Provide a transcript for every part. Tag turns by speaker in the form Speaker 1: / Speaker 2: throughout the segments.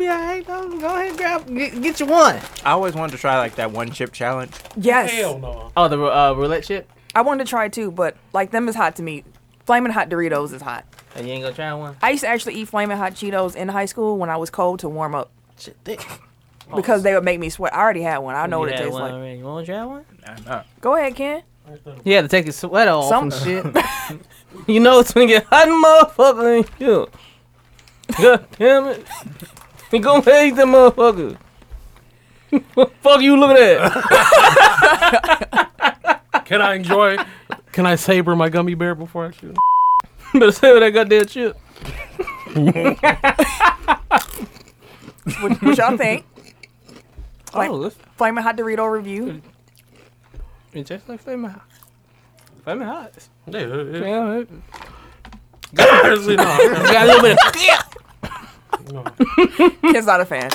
Speaker 1: all right, go go ahead, grab, get, get you one.
Speaker 2: I always wanted to try like that one chip challenge.
Speaker 3: Yes.
Speaker 4: Hell no.
Speaker 1: Oh, the uh, roulette chip.
Speaker 3: I wanted to try it too, but like them is hot to me. Flamin' hot Doritos is hot.
Speaker 1: Oh, you ain't gonna try one.
Speaker 3: I used to actually eat flaming hot Cheetos in high school when I was cold to warm up
Speaker 1: Shit, thick.
Speaker 3: because they would make me sweat. I already had one. I know what
Speaker 1: You
Speaker 3: it
Speaker 1: had
Speaker 3: tastes
Speaker 1: one
Speaker 3: like.
Speaker 1: already. You wanna try one?
Speaker 2: Nah, nah.
Speaker 3: Go ahead, Ken.
Speaker 1: You had to take your sweater off
Speaker 3: Some-
Speaker 1: and shit. you know it's gonna get hot, motherfucker. in here. God damn it. You gonna hate the motherfucker. Fuck you looking at.
Speaker 4: Can I enjoy? Can I savor my gummy bear before I shoot?
Speaker 1: Better say what that goddamn chip.
Speaker 3: What, what y'all think? Like-
Speaker 1: oh, it's,
Speaker 3: Flamin' hot Dorito review.
Speaker 1: it tastes like flaming hot. Flaming hot.
Speaker 4: Yeah, it-
Speaker 1: Yeah, it-
Speaker 4: honestly, no,
Speaker 1: it got a little bit of
Speaker 4: no,
Speaker 3: Ken's not a fan.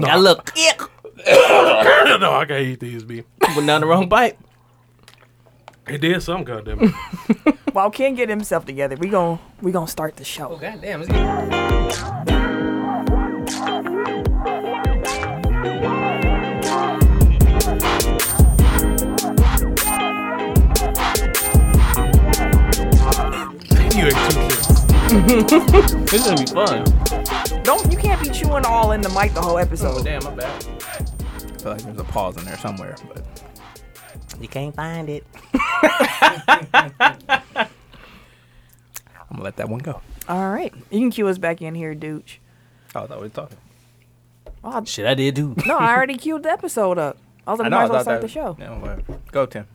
Speaker 1: got a little kick.
Speaker 4: no, I can't eat these. B.
Speaker 1: Went down the wrong pipe.
Speaker 4: It did some goddamn. it.
Speaker 3: While Ken get himself together, we gon' we gonna start the show.
Speaker 1: Oh, Goddamn, it's getting
Speaker 4: You ain't too shit.
Speaker 1: it's gonna be fun.
Speaker 3: Don't you can't be chewing all in the mic the whole episode.
Speaker 1: Oh, Damn, my bad.
Speaker 2: I feel like there's a pause in there somewhere, but
Speaker 1: You can't find it.
Speaker 2: I'm gonna let that one go.
Speaker 3: All right, you can cue us back in here, douche.
Speaker 2: Oh, I thought we were talking.
Speaker 3: Oh,
Speaker 1: Shit, I did too.
Speaker 3: no, I already queued the episode up. I was like, might as well start the show.
Speaker 2: Yeah, whatever. Go, Tim.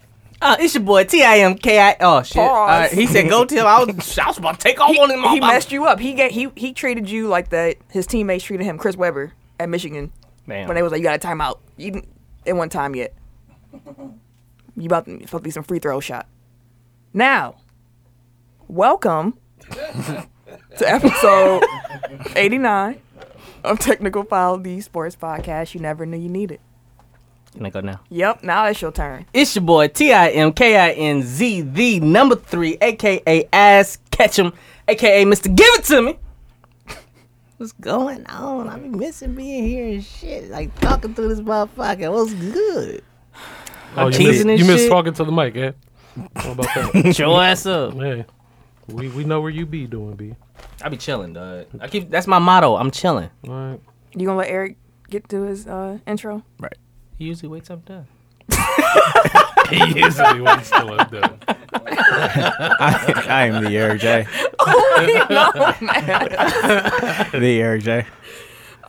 Speaker 1: Oh, it's your boy T I M K I. Oh shit!
Speaker 3: Pause.
Speaker 1: All right, he said go to him. I was, I was about to take off on him.
Speaker 3: He messed you up. He get he he treated you like that. His teammates treated him, Chris Webber at Michigan,
Speaker 1: Damn.
Speaker 3: when they was like, "You got a timeout." You didn't it one time yet. You about to, supposed to be some free throw shot. Now, welcome to episode eighty nine of Technical File, the sports podcast you never knew you needed.
Speaker 1: Can I go now?
Speaker 3: Yep, now it's your turn.
Speaker 1: It's your boy T I M K I N Z the number three, aka Ass Ketchum, aka Mister Give It To Me. What's going on? I've been missing being here and shit. Like talking to this motherfucker. What's good?
Speaker 4: Oh, you
Speaker 1: teasing and
Speaker 4: miss, you miss
Speaker 1: shit.
Speaker 4: talking to the mic, eh? What about that?
Speaker 1: Get your ass up.
Speaker 4: hey, we we know where you be doing, B.
Speaker 1: I be chilling, dog. I keep that's my motto. I'm chilling.
Speaker 4: All right.
Speaker 3: You gonna let Eric get to his uh, intro?
Speaker 2: Right.
Speaker 1: He usually waits up done.
Speaker 4: He is the one still up there.
Speaker 2: I, I am the Eric J.
Speaker 3: no, man.
Speaker 2: The Eric J.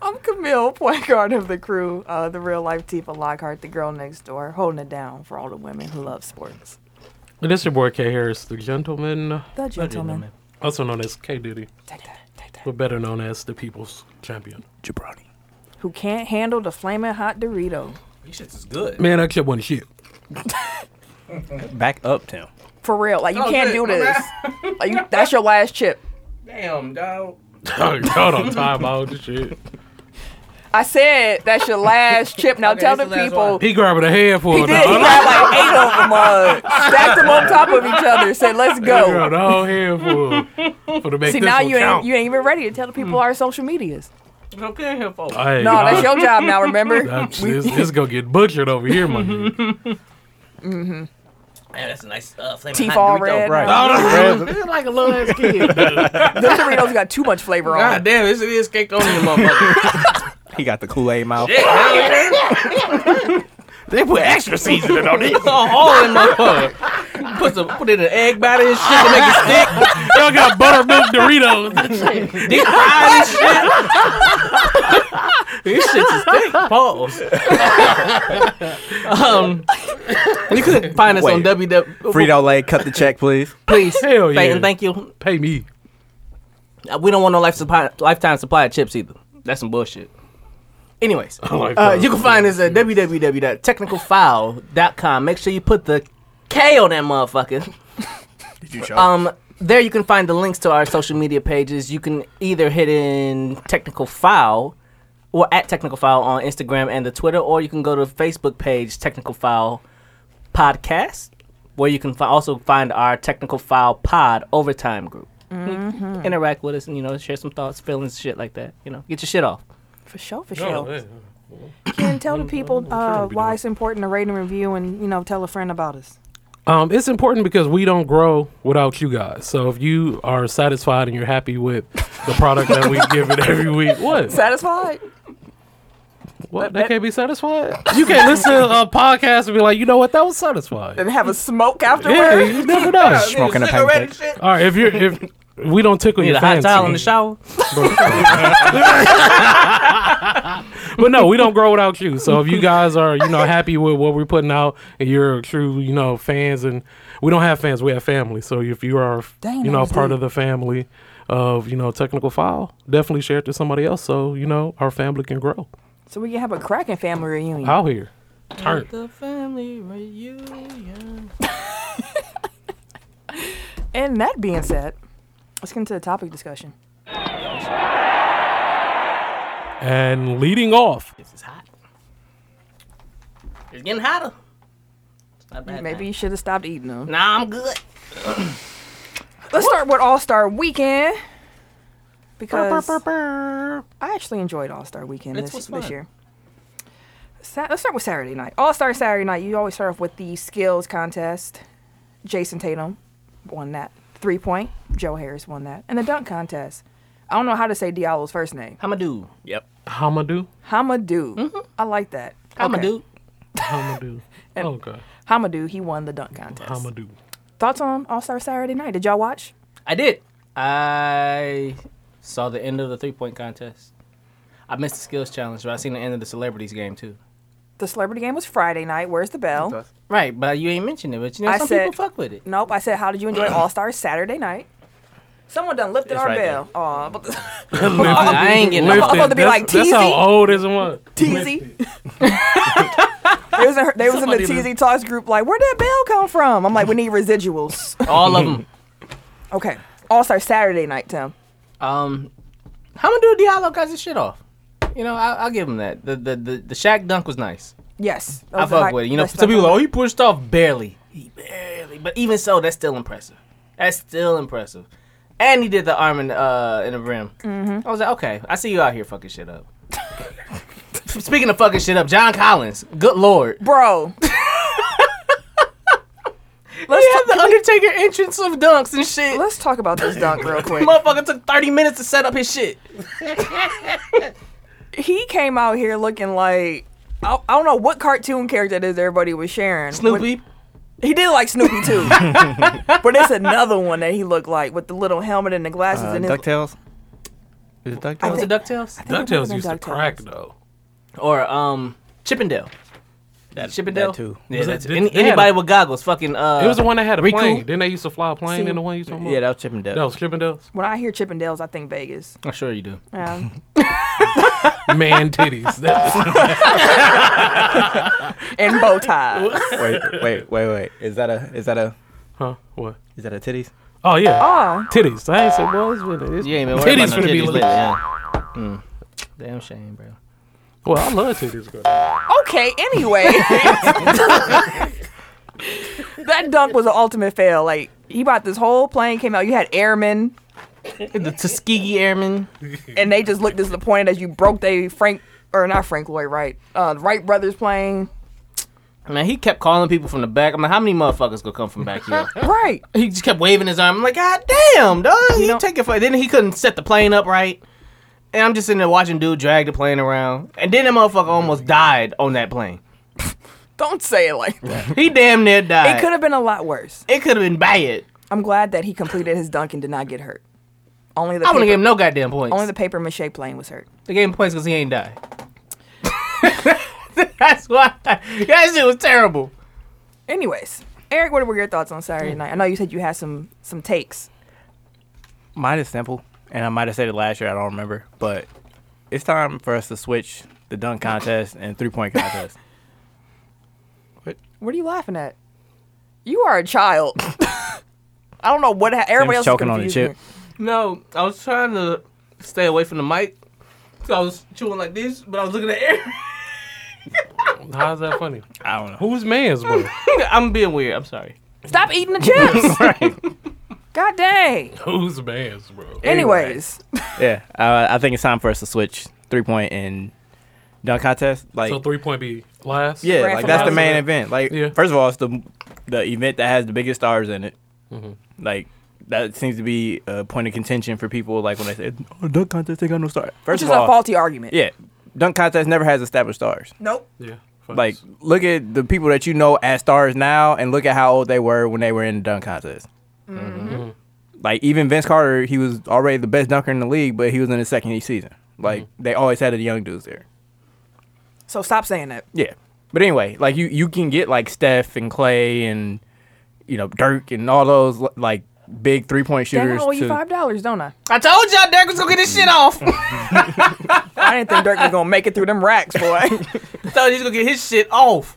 Speaker 3: I'm Camille, point guard of the crew, uh, the real life Tifa Lockhart, the girl next door, holding it down for all the women who love sports.
Speaker 4: And this your boy K Harris, the gentleman,
Speaker 3: The gentleman.
Speaker 4: also known as K Diddy,
Speaker 3: Take that, take that.
Speaker 4: but better known as the People's Champion.
Speaker 2: Jabroni.
Speaker 3: Who can't handle the flaming hot Dorito.
Speaker 1: These shits is good.
Speaker 4: Man, that shit wasn't shit.
Speaker 2: Back up, Tim.
Speaker 3: For real. Like, you
Speaker 1: Oh,
Speaker 3: can't
Speaker 1: good.
Speaker 3: do this. Like, you, that's your last chip.
Speaker 1: Damn, dog.
Speaker 4: Hold on, time out the shit.
Speaker 3: I said that's your last chip. Now
Speaker 1: Okay,
Speaker 3: tell the
Speaker 1: this the last
Speaker 3: people.
Speaker 4: He grabbing a handful.
Speaker 3: He
Speaker 4: of
Speaker 3: did. He had like eight of them, uh, stacked them on top of each other. Said, "Let's go."
Speaker 4: the whole handful. For to make
Speaker 3: See,
Speaker 4: this
Speaker 3: now
Speaker 4: one
Speaker 3: you ain't
Speaker 4: count. Hmm.
Speaker 3: you ain't even ready to tell the people our social medias.
Speaker 1: It's okay here, folks.
Speaker 4: Hey,
Speaker 3: No,
Speaker 4: I-
Speaker 3: that's your job now. Remember,
Speaker 4: That's, this, this gonna get butchered over here, my dude.
Speaker 1: Man, that's a nice uh, flaming
Speaker 3: teeth
Speaker 1: hot
Speaker 3: all
Speaker 1: Dorito,
Speaker 3: red.
Speaker 1: Right.
Speaker 4: Oh,
Speaker 2: Right.
Speaker 1: like a little ass kid.
Speaker 3: Them Doritos got too much flavor on.
Speaker 1: God
Speaker 3: them.
Speaker 1: damn, this is cake on you, motherfucker.
Speaker 2: he got the Kool-Aid mouth.
Speaker 1: Shit, hell yeah.
Speaker 2: They put extra seasoning on it.
Speaker 1: It's all hole in my fuck. Put some, put in an egg batter and shit to make it stick.
Speaker 4: Y'all got buttermilk Doritos.
Speaker 1: Deep fried and shit. These shits is thick. Pause. um, you could find us on
Speaker 2: Wait.
Speaker 1: www.
Speaker 2: Frito Lay, cut the check, please.
Speaker 1: Please,
Speaker 4: Hell
Speaker 1: thank,
Speaker 4: yeah.
Speaker 1: and thank you.
Speaker 4: Pay me.
Speaker 1: Uh, We don't want no life supply, lifetime supply of chips either. That's some bullshit. Anyways,
Speaker 4: like
Speaker 1: uh,
Speaker 4: that.
Speaker 1: you can find us at www.technicalfile.com. Make sure you put the K on that motherfucker.
Speaker 2: Did you show?
Speaker 1: Um, there you can find the links to our social media pages. You can either hit in Technical File or at Technical File on Instagram and the Twitter, or you can go to the Facebook page Technical File Podcast, where you can fi- also find our Technical File Pod Mm-hmm. Overtime group. You can Interact with us and you know share some thoughts, feelings, shit like that. You know, get your shit off.
Speaker 3: For sure, for
Speaker 4: No,
Speaker 3: sure.
Speaker 4: hey,
Speaker 3: Ken, tell the people
Speaker 4: I'm sure
Speaker 3: uh,
Speaker 4: it'll be
Speaker 3: why
Speaker 4: doing-
Speaker 3: it's important to rate and review, and you know, tell a friend about us.
Speaker 4: Um, it's important because we don't grow without you guys. So if you are satisfied and you're happy with the product that we give it every week, what?
Speaker 3: Satisfied?
Speaker 4: What? They can't be satisfied. You can't listen to a podcast and be like, you know what? That was satisfying.
Speaker 3: And have a smoke
Speaker 4: Yeah,
Speaker 3: afterward.
Speaker 4: you never know.
Speaker 2: Um, Smoking a pancake.
Speaker 4: All right, if you're if we don't tickle
Speaker 1: Need
Speaker 4: your
Speaker 1: a hot
Speaker 4: fancy,
Speaker 1: towel in the shower.
Speaker 4: but no, we don't grow without you. So if you guys are you know happy with what we're putting out and you're true you know fans, and we don't have fans, we have family. So if you are
Speaker 3: Dang,
Speaker 4: you
Speaker 3: that
Speaker 4: know
Speaker 3: was
Speaker 4: part
Speaker 3: deep.
Speaker 4: of the family of you know technical file, definitely share it to somebody else so you know our family can grow
Speaker 3: So we can have a cracking family reunion.
Speaker 4: out here. Turn.
Speaker 1: The family reunion.
Speaker 3: And that being said, let's get into the topic discussion.
Speaker 4: And leading off,
Speaker 1: This is hot. It's getting hotter. It's not bad.
Speaker 3: Maybe you should have stopped eating them.
Speaker 1: now. Nah, I'm good.
Speaker 3: Let's start with All Star Weekend because I actually enjoyed All Star Weekend
Speaker 1: It
Speaker 3: this,
Speaker 1: was
Speaker 3: this
Speaker 1: fun.
Speaker 3: year. Sa- let's start with Saturday night. All Star Saturday night. You always start off with the skills contest. Jason Tatum won that three point. Joe Harris won that, and the dunk contest. I don't know how to say Diallo's first name.
Speaker 1: Hamadou. Yep.
Speaker 4: Hamadou,
Speaker 3: Hamadou. I like that.
Speaker 1: Mm-hmm. Hamadou.
Speaker 3: Okay.
Speaker 4: Hamadou. Oh, Okay,
Speaker 3: Hamadou. He won the dunk contest.
Speaker 4: Hamadou.
Speaker 3: Thoughts on All Star Saturday night? Did y'all watch?
Speaker 1: I did. I saw the end of the three point contest. I missed the skills challenge, but I seen the end of the celebrities game too.
Speaker 3: The celebrity game was Friday night. Where's the bell?
Speaker 1: Right, but you ain't mentioned it. But you know,
Speaker 3: I
Speaker 1: some
Speaker 3: said-
Speaker 1: people fuck with it.
Speaker 3: Nope. I said, how did you enjoy All Star Saturday night? Someone done lifted
Speaker 1: It's
Speaker 3: our
Speaker 1: right
Speaker 3: bell. Aw, but
Speaker 1: I ain't getting
Speaker 4: Lifted.
Speaker 1: no.
Speaker 3: I'm about to be
Speaker 4: that's,
Speaker 3: like,
Speaker 4: that's how
Speaker 3: "Teasy."
Speaker 4: old is one.
Speaker 3: Teasy. they was in, her, they was in the
Speaker 4: Somebody done-
Speaker 3: Teasy Talks group like, where'd that bell come from? I'm like, we need residuals.
Speaker 1: All of them.
Speaker 3: okay. All Star Saturday night, Tim.
Speaker 1: Um, Hamadou Diallo got his shit off. You know, I, I'll give him that. The the the, the Shaq dunk was nice.
Speaker 3: Yes. That
Speaker 1: I
Speaker 3: was the
Speaker 1: fuck
Speaker 3: high-
Speaker 1: with it. You know,
Speaker 3: best
Speaker 1: some people
Speaker 3: stuff.
Speaker 1: are like, oh, he pushed off barely. He barely. But even so, that's still impressive. That's still impressive. And he did the arm in the, uh, in the rim. I was like, okay, I see you out here fucking shit up. Speaking of fucking shit up, John Collins, good lord.
Speaker 3: Bro.
Speaker 1: Let's he had the Undertaker entrance of dunks and shit.
Speaker 3: Let's talk about this dunk real quick.
Speaker 1: Motherfucker took 30 minutes to set up his shit.
Speaker 3: he came out here looking like I, I don't know what cartoon character it is everybody was sharing.
Speaker 1: Snoopy.
Speaker 3: With- he did like Snoopy too, but it's another one that he looked like with the little helmet and the glasses
Speaker 2: Uh,
Speaker 3: and his.
Speaker 2: Ducktales.
Speaker 1: Was
Speaker 2: Is it Ducktales?
Speaker 1: it DuckTales?
Speaker 4: Ducktales
Speaker 3: been
Speaker 4: used to
Speaker 3: DuckTales.
Speaker 4: crack though.
Speaker 1: Or um Chippendale. That, Chippendale?
Speaker 2: that too.
Speaker 1: Yeah,
Speaker 4: Was
Speaker 1: that
Speaker 4: it-
Speaker 1: too.
Speaker 4: did-
Speaker 1: Any,
Speaker 4: they had
Speaker 1: anybody
Speaker 4: a-
Speaker 1: with goggles, fucking uh
Speaker 4: It was the one that had a
Speaker 1: Riku?
Speaker 4: plane. Then they used to fly a plane in the one you talking about.
Speaker 2: Yeah, that was Chip and Dale.
Speaker 4: that was Chippendales.
Speaker 3: when I hear Chippendales, I think Vegas.
Speaker 1: I'm sure you do.
Speaker 3: Um,
Speaker 4: Man titties. That's
Speaker 3: and bow tie.
Speaker 2: wait, wait, wait, wait. Is that a? Is that a?
Speaker 4: huh? What?
Speaker 2: Is that a titties?
Speaker 4: Oh yeah.
Speaker 3: Oh,
Speaker 4: Titties. I ain't said well, it's with it. It's
Speaker 1: You ain't been worried
Speaker 4: titties
Speaker 1: about no
Speaker 4: finna
Speaker 1: titties
Speaker 4: be
Speaker 1: lately.
Speaker 4: lit.
Speaker 1: Yeah. Mm. Damn shame, bro.
Speaker 4: Well, I love titties. Girl.
Speaker 3: okay. Anyway, that dunk was an ultimate fail. Like he bought this whole plane came out. You had airmen,
Speaker 1: The Tuskegee Airmen.
Speaker 3: and they just looked disappointed as you broke they Frank or not Frank Lloyd Wright, uh, Wright brothers plane.
Speaker 1: Man, he kept calling people from the back. I'm like, how many motherfuckers gonna come from back here?
Speaker 3: Right.
Speaker 1: he just kept waving his arm. I'm like, God damn, dog. He
Speaker 3: know-
Speaker 1: take it for then he couldn't set the plane up right. And I'm just sitting there watching dude drag the plane around. And then that motherfucker almost died on that plane.
Speaker 3: Don't say it like that.
Speaker 1: He damn near died.
Speaker 3: It could have been a lot worse.
Speaker 1: it could have been bad.
Speaker 3: I'm glad that he completed his dunk and did not get hurt. Only the
Speaker 1: I wouldn't
Speaker 3: paper,
Speaker 1: give him no goddamn points.
Speaker 3: only the paper mache plane was hurt.
Speaker 1: They gave him points because he ain't die. That's why. That shit was terrible.
Speaker 3: Anyways, Eric, what were your thoughts on Saturday night? I know you said you had some some takes.
Speaker 2: Mine is simple, and I might have said it last year. I don't remember, but it's time for us to switch the dunk contest and three point contest.
Speaker 3: What are you laughing at? You are a child. I don't know what ha- everybody else
Speaker 2: Tim's
Speaker 3: is
Speaker 2: choking on the
Speaker 3: confused
Speaker 2: chip.
Speaker 3: me.
Speaker 1: No, I was trying to stay away from the mic. So I was chewing like this, but I was looking at Eric.
Speaker 4: How's that funny?
Speaker 2: I don't know.
Speaker 4: Who's man's bro?
Speaker 1: I'm being weird. I'm sorry.
Speaker 3: Stop eating the chips.
Speaker 2: right.
Speaker 3: God dang.
Speaker 4: Who's man's bro?
Speaker 3: Anyways,
Speaker 2: Yeah, uh, I think it's time for us to switch three point and dunk contest. Like
Speaker 4: so three point be last.
Speaker 2: yeah,
Speaker 3: Grand
Speaker 2: like that's the
Speaker 3: finale.
Speaker 2: main event. Like
Speaker 4: Yeah.
Speaker 2: first of all, it's the the event that has the biggest stars in it. Like that seems to be a point of contention for people. Like when they say oh, dunk contest, they got no star. First
Speaker 3: Which is
Speaker 2: of
Speaker 3: a
Speaker 2: all,
Speaker 3: faulty argument.
Speaker 2: yeah, dunk contest never has established stars.
Speaker 3: Nope.
Speaker 4: yeah. facts.
Speaker 2: Like look at the people that you know as stars now, and look at how old they were when they were in the dunk contest.
Speaker 3: Mm-hmm.
Speaker 2: Like even Vince Carter, he was already the best dunker in the league, but he was in his second season. Like they always had the young dudes there.
Speaker 3: So stop saying that.
Speaker 2: Yeah. But anyway, like you you can get like Steph and Clay and you know Dirk and all those li- like big three point
Speaker 3: Damn,
Speaker 2: shooters.
Speaker 3: I owe you
Speaker 2: to-
Speaker 3: E five dollars, don't I?
Speaker 1: I told y'all Derek was gonna get his shit off. I
Speaker 3: I didn't think Dirk was gonna make it through them racks, boy.
Speaker 1: told you he was gonna get his shit off.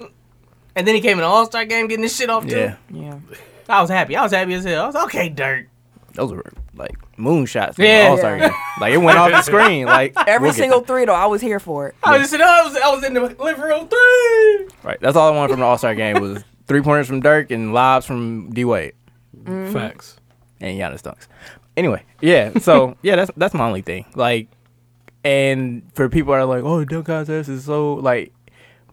Speaker 1: And then he came in the All Star game getting his shit off too.
Speaker 2: yeah,
Speaker 3: yeah.
Speaker 1: I was happy. I was happy as hell. I was okay, Dirk.
Speaker 2: those were like moonshots.
Speaker 1: Yeah.
Speaker 2: Yeah, All-Star
Speaker 3: Yeah.
Speaker 2: Game. like it went off the screen. Like
Speaker 3: Every
Speaker 2: we'll get
Speaker 3: single three though, I was here for it.
Speaker 1: I was just sitting. I was, I was in the living room three.
Speaker 2: that. right. That's all I wanted from the All Star game was three pointers from Dirk and lobs from D Wade
Speaker 4: facts.
Speaker 2: and Giannis dunks. Anyway, yeah. So yeah, that's that's my only thing. Like, and for people that are like, oh, dunk contest is so like,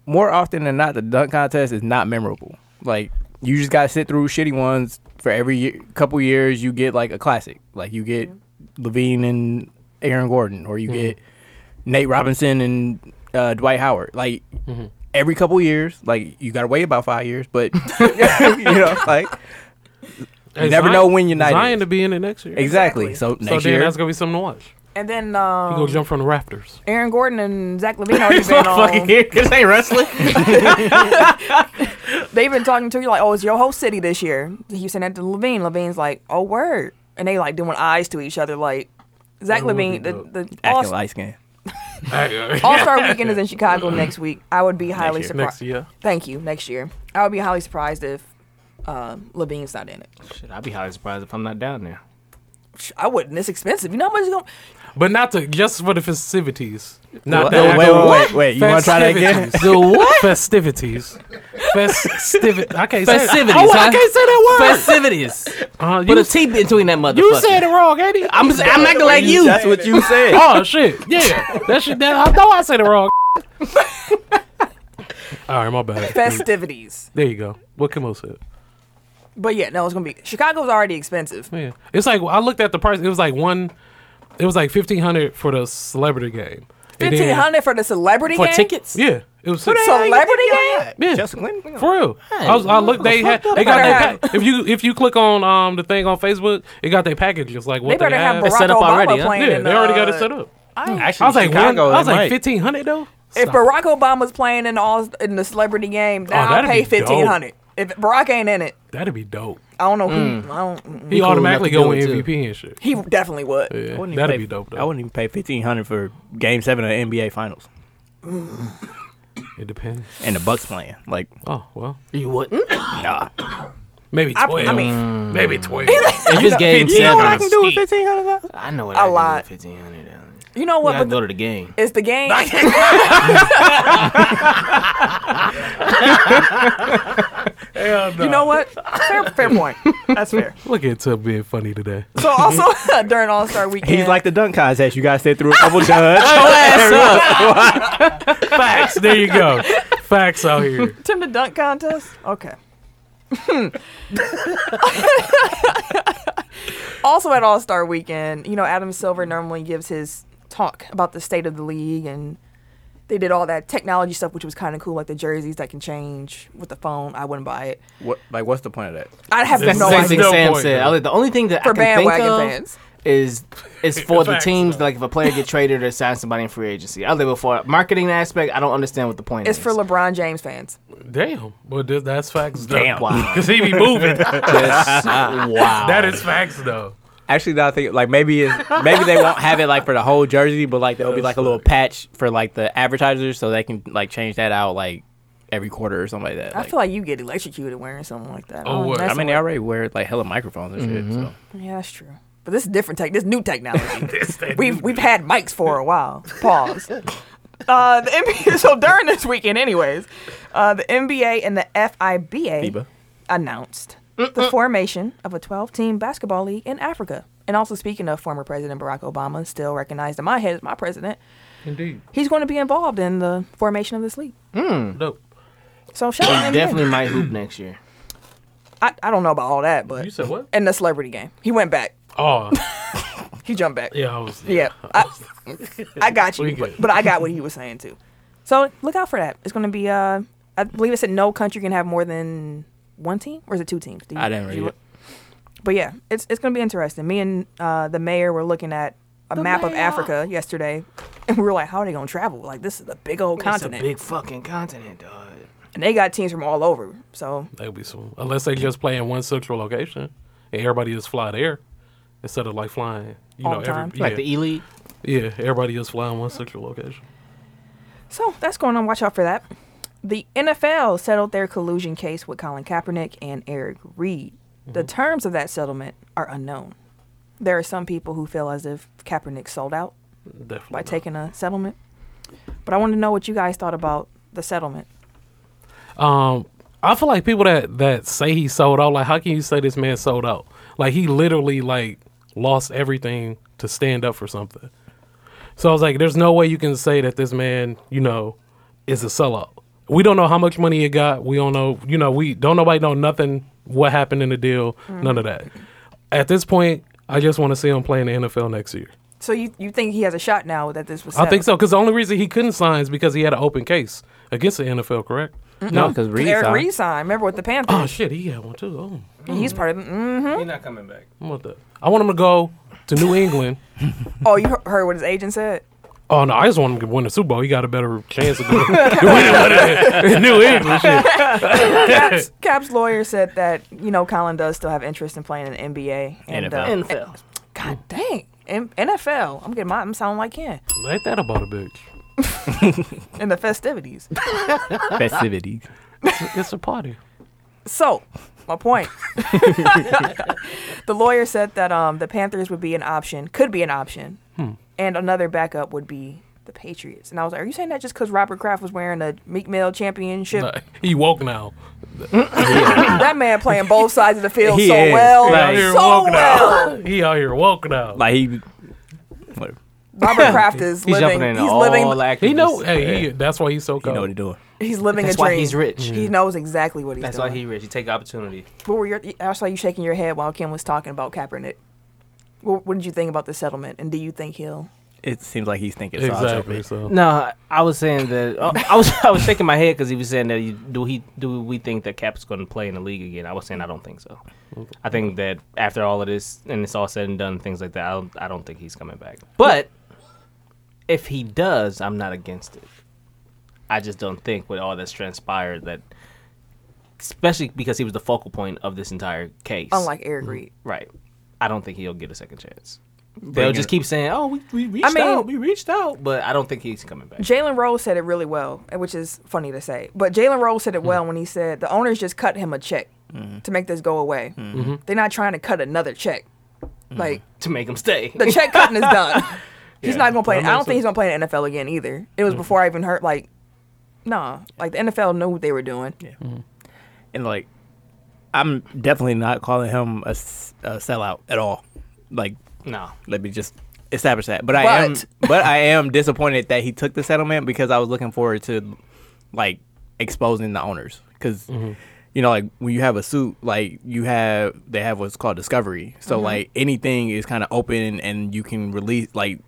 Speaker 2: more often than not, the dunk contest is not memorable. Like, you just gotta sit through shitty ones for every year, couple years. You get like a classic. Like you get Levine and Aaron Gordon, or you get Nate Robinson and uh, Dwight Howard. Like. Every couple years, like you gotta wait about five years, but you know, like
Speaker 4: Hey,
Speaker 2: you never
Speaker 4: Zion-
Speaker 2: know when United.
Speaker 4: Zion to be in it next year.
Speaker 2: Exactly. So
Speaker 4: So
Speaker 2: next
Speaker 4: then
Speaker 2: year,
Speaker 4: that's gonna be something to watch.
Speaker 3: And then
Speaker 4: You gonna
Speaker 3: um,
Speaker 4: jump from the rafters.
Speaker 3: Aaron Gordon and Zach Levine already
Speaker 1: This
Speaker 3: been on.
Speaker 1: motherfucker here. This ain't wrestling.
Speaker 3: They've been talking to you like, oh, it's your whole city this year. He sent that to Levine. Levine's like, oh, word. And they like doing eyes to each other, like Zach
Speaker 4: That would be
Speaker 3: Levine. The,
Speaker 4: dope.
Speaker 3: the
Speaker 2: acting
Speaker 3: All
Speaker 2: light skin.
Speaker 4: All
Speaker 3: All Star Weekend is in Chicago next week. I would be highly
Speaker 2: year.
Speaker 3: surprised.
Speaker 4: next year.
Speaker 3: Thank you. Next year, I would be highly surprised if uh, Levine's not in it.
Speaker 1: Shit, I'd be highly surprised if I'm not down there.
Speaker 3: I wouldn't. It's expensive. You know how much it's gonna.
Speaker 4: But not to just for the festivities. Not
Speaker 2: Wait,
Speaker 4: that
Speaker 2: wait, wait, wait, wait. You wanna try that again?
Speaker 4: The what? Festivities. Festivities. I can't say
Speaker 1: Festivities,
Speaker 4: That. Oh,
Speaker 1: huh?
Speaker 4: I can't say that word.
Speaker 1: Festivities.
Speaker 4: uh,
Speaker 1: Put
Speaker 4: you
Speaker 1: a T between that motherfucker.
Speaker 4: you said it wrong, Eddie.
Speaker 1: I'm, s- I'm acting like you.
Speaker 2: That's what you said.
Speaker 4: oh shit. Yeah. That shit. That, I know I said it wrong. All right, my bad.
Speaker 3: festivities.
Speaker 4: There you go. What Kimo said.
Speaker 3: But yeah, no, it's gonna be Chicago's already expensive.
Speaker 4: Yeah. It's like I looked at the price. It was like one. It was like fifteen hundred for the celebrity game. And then-
Speaker 3: Fifteen hundred for the celebrity
Speaker 1: For
Speaker 3: game?
Speaker 1: tickets?
Speaker 4: Yeah. It was
Speaker 3: Celebrity game?
Speaker 4: Yeah.
Speaker 2: Chelsea Clinton.
Speaker 4: For real, I was. I looked. They had. They got their.
Speaker 3: Better
Speaker 4: pack- If you if you click on um the thing on Facebook, it got their packages like
Speaker 3: They
Speaker 4: what they,
Speaker 3: better have
Speaker 4: have.
Speaker 3: Barack
Speaker 1: set up
Speaker 3: Obama
Speaker 1: already, huh?
Speaker 3: playing.
Speaker 4: yeah,
Speaker 3: in
Speaker 4: they already got
Speaker 3: uh,
Speaker 4: it set up.
Speaker 3: I,
Speaker 2: Actually,
Speaker 4: I was like,
Speaker 2: Chicago.
Speaker 4: one, I was
Speaker 2: they
Speaker 4: like
Speaker 2: might.
Speaker 4: fifteen hundred though.
Speaker 3: if Barack Obama's playing in all in the celebrity game, then
Speaker 4: Oh,
Speaker 3: I'll
Speaker 4: that'd
Speaker 3: pay
Speaker 4: be dope.
Speaker 3: fifteen hundred. If Barack ain't in it,
Speaker 4: That'd be dope.
Speaker 3: I don't know who.
Speaker 4: Mm.
Speaker 3: I don't. mm-mm.
Speaker 4: He
Speaker 1: cool
Speaker 4: automatically
Speaker 1: enough to
Speaker 4: go
Speaker 1: do
Speaker 4: in
Speaker 1: it, too.
Speaker 4: MVP and shit.
Speaker 3: He definitely would.
Speaker 4: Yeah,
Speaker 2: I wouldn't even
Speaker 4: that'd
Speaker 2: pay-
Speaker 4: be dope
Speaker 2: I
Speaker 4: though.
Speaker 2: wouldn't even pay fifteen hundred for Game Seven of the NBA Finals
Speaker 4: It depends.
Speaker 2: and the Bucks playing. Like,
Speaker 4: Oh well,
Speaker 1: You wouldn't?
Speaker 2: nah. if
Speaker 4: maybe
Speaker 3: I,
Speaker 4: twelve.
Speaker 3: I mean,
Speaker 4: maybe twelve.
Speaker 1: If it's game
Speaker 2: you know what I
Speaker 1: seven,
Speaker 2: can do with fifteen hundred?
Speaker 1: I know what
Speaker 3: A
Speaker 1: I can
Speaker 3: lot.
Speaker 1: do with 1500 dollars.
Speaker 3: you know
Speaker 1: I
Speaker 3: what?
Speaker 1: can
Speaker 3: But
Speaker 1: go to the game.
Speaker 3: it's the game. You know what? Fair, fair point. That's fair.
Speaker 4: Look at Tub being funny today.
Speaker 3: So also during All Star Weekend,
Speaker 2: He's like the dunk contest. You guys sit through a couple duds.
Speaker 4: Facts. There you go. Facts out here.
Speaker 3: Tim the dunk contest? Okay. also at All Star Weekend, you know, Adam Silver normally gives his talk about the state of the league and they did all that technology stuff which was kinda cool, like the jerseys that can change with the phone. I wouldn't buy it.
Speaker 2: What? Like, what's the point of that?
Speaker 3: I have
Speaker 4: That's
Speaker 1: That's
Speaker 3: no
Speaker 1: the same thing
Speaker 3: idea.
Speaker 4: No
Speaker 1: Sam
Speaker 4: point,
Speaker 1: said.
Speaker 4: man.
Speaker 1: I like, the only thing that
Speaker 3: For
Speaker 1: I can think
Speaker 3: bandwagon
Speaker 1: of
Speaker 3: fans.
Speaker 1: is is for the
Speaker 4: Facts,
Speaker 1: teams.
Speaker 4: though.
Speaker 1: Like if a player get traded or sign somebody in free agency. I live it for marketing aspect. I don't understand what the point
Speaker 3: It's
Speaker 1: is.
Speaker 3: for LeBron James fans.
Speaker 4: Damn. Well, th- that's facts. Though.
Speaker 2: Damn.
Speaker 1: Wow.
Speaker 4: Cause he be moving.
Speaker 1: wow.
Speaker 4: that is facts though.
Speaker 2: Actually, now I think like maybe it's, maybe they won't have it like for the whole jersey, but like there'll be like a little patch for like the advertisers, so they can like change that out like every quarter or something like that.
Speaker 3: I feel like you get electrocuted wearing something like that.
Speaker 4: Oh,
Speaker 3: don't-
Speaker 4: word.
Speaker 3: that's
Speaker 2: I mean, they already wear like hella microphones and shit. So
Speaker 3: Yeah, that's true. But this is different tech. This new technology. we've we've had mics for a while. Pause. Uh, the NBA, so during this weekend, anyways, uh, the NBA and the FIBA
Speaker 2: FIBA.
Speaker 3: announced the formation of a 12-team basketball league in Africa. And also, speaking of former President Barack Obama, still recognized in my head as my president,
Speaker 4: Indeed.
Speaker 3: he's going to be involved in the formation of this league.
Speaker 4: Dope.
Speaker 3: So shout out to him.
Speaker 1: Definitely might hoop next year.
Speaker 3: I, I don't know about all that, but
Speaker 4: You said what?
Speaker 3: in the celebrity game, he went back.
Speaker 4: Oh,
Speaker 3: He jumped back.
Speaker 4: yeah. I was,
Speaker 3: Yeah, I, I got
Speaker 4: We
Speaker 3: you,
Speaker 4: good.
Speaker 3: but, but I got what he was saying too. So look out for that. It's going to be. Uh, I believe it said no country can have more than one team, or is it two teams? Do you-
Speaker 2: I didn't
Speaker 3: do
Speaker 2: read
Speaker 3: you-
Speaker 2: it.
Speaker 3: But yeah, it's it's going to be interesting. Me and uh, the mayor were looking at a map of
Speaker 1: mayor.
Speaker 3: Africa yesterday, and we were like, "How are they going to travel? Like this is a big old
Speaker 1: It's
Speaker 3: continent,
Speaker 1: a big fucking continent, dog.
Speaker 3: and they got teams from all over." So
Speaker 4: That'd be some. Unless they just play in one central location and everybody just fly there instead of like flying, you
Speaker 3: All
Speaker 4: know,
Speaker 3: the time.
Speaker 4: every, yeah,
Speaker 1: Like the E League.
Speaker 4: yeah, everybody just flying one central location.
Speaker 3: So that's going on. Watch out for that. The NFL settled their collusion case with Colin Kaepernick and Eric Reed.
Speaker 4: Mm-hmm.
Speaker 3: The terms of that settlement are unknown. There are some people who feel as if Kaepernick sold out
Speaker 4: Definitely.
Speaker 3: by
Speaker 4: not.
Speaker 3: taking a settlement. But I want to know what you guys thought about the settlement.
Speaker 4: Um, I feel like people that that say he sold out, like how can you say this man sold out? Like he literally like lost everything to stand up for something. So I was like, there's no way you can say that this man, you know, is a sellout. We don't know how much money he got. We don't know, you know, we don't nobody know nothing what happened in the deal, none of that. At this point, I just want to see him play in the NFL next year.
Speaker 3: So you, you think he has a shot now that this was
Speaker 4: I think
Speaker 3: settled?
Speaker 4: so because the only reason he couldn't sign is because he had an open case against the NFL, correct?
Speaker 2: No, because Reed
Speaker 3: Eric
Speaker 2: signed.
Speaker 3: Reed signed. Remember with the Panthers?
Speaker 4: Oh shit, he had one too. Oh.
Speaker 3: And he's part of the Mm-hmm.
Speaker 1: He's not coming back.
Speaker 4: I'm with that. I want him to go to New England.
Speaker 3: Oh, you he- heard what his agent said?
Speaker 4: Oh no, I just want him to win the Super Bowl. He got a better chance of doing winning in New England. Shit.
Speaker 3: Cap's, Cap's lawyer said that, you know, Colin does still have interest in playing in the NBA. And,
Speaker 2: NFL.
Speaker 3: Uh,
Speaker 1: NFL.
Speaker 3: God dang. M- NFL. I'm getting my, I'm sounding like him
Speaker 4: Ain't that about a bitch?
Speaker 3: in the festivities.
Speaker 2: Festivities.
Speaker 4: It's a party.
Speaker 3: So, my point. the lawyer said that um, the Panthers would be an option, could be an option, and another backup would be the Patriots. And I was like, are you saying that just because Robert Kraft was wearing a Meek Mill championship?
Speaker 4: Like, he woke now.
Speaker 3: that man playing both sides of the field
Speaker 2: He
Speaker 3: so
Speaker 2: is.
Speaker 3: well.
Speaker 4: He out
Speaker 2: Like-
Speaker 4: here
Speaker 3: so
Speaker 4: woke
Speaker 3: well.
Speaker 4: now. He out here woke now.
Speaker 2: Like he. Whatever.
Speaker 3: Robert Kraft is
Speaker 1: He's
Speaker 3: living.
Speaker 1: jumping in
Speaker 3: he's
Speaker 1: all
Speaker 3: living.
Speaker 1: activists.
Speaker 4: he know. Hey, he, that's why he's so
Speaker 2: You know
Speaker 4: cold.
Speaker 2: what he's doing.
Speaker 3: he's living
Speaker 1: That's
Speaker 3: a dream.
Speaker 1: why he's rich.
Speaker 3: He knows exactly what he's
Speaker 1: That's
Speaker 3: doing.
Speaker 1: why he rich. He take opportunity.
Speaker 3: What were your? I saw you shaking your head while Kim was talking about Kaepernick. What, what did you think about the settlement? And do you think he'll?
Speaker 2: It seems like he's thinking. so I'll jump
Speaker 4: exactly.
Speaker 2: in.
Speaker 4: So
Speaker 1: No, I was saying that uh, I was I was shaking my head because he was saying that he, do he do we think that Cap's going to play in the league again? I was saying I don't think so. I think that after all of this and it's all said and done, things like that, I don't, I don't think he's coming back. But if he does, I'm not against it. I just don't think with all that's transpired that, especially because he was the focal point of this entire case.
Speaker 3: Unlike
Speaker 2: Mm.
Speaker 3: Eric Reed,
Speaker 1: right, I don't think he'll get a second chance. They'll
Speaker 2: Bring
Speaker 1: just
Speaker 2: it-
Speaker 1: keep saying, "Oh, we, we reached
Speaker 3: mean-
Speaker 1: out, we reached out," but I don't think he's coming back.
Speaker 3: Jalen Rose said it really well, and which is funny to say. But Jalen Rose
Speaker 2: Mm.
Speaker 3: said it well when he said the owners just cut him a check to make this go away.
Speaker 2: Mm.
Speaker 3: They're not trying to cut another check. Like
Speaker 1: to make him stay.
Speaker 3: the check cutting is done. he's not gonna play. I
Speaker 4: that
Speaker 3: don't
Speaker 4: makes
Speaker 3: think he's gonna play in the NFL again either. It was before I even heard like, nah, like the NFL knew what they were doing.
Speaker 2: and like I'm definitely not calling him a, s- a sellout at all. Like
Speaker 1: No.
Speaker 2: let me just establish that. But I
Speaker 3: But-
Speaker 2: am but I am disappointed that he took the settlement because I was looking forward to like exposing the owners because
Speaker 3: Mm-hmm.
Speaker 2: you know like when you have a suit like you have they have what's called discovery. So
Speaker 3: Mm-hmm.
Speaker 2: like anything is kind of open and you can release like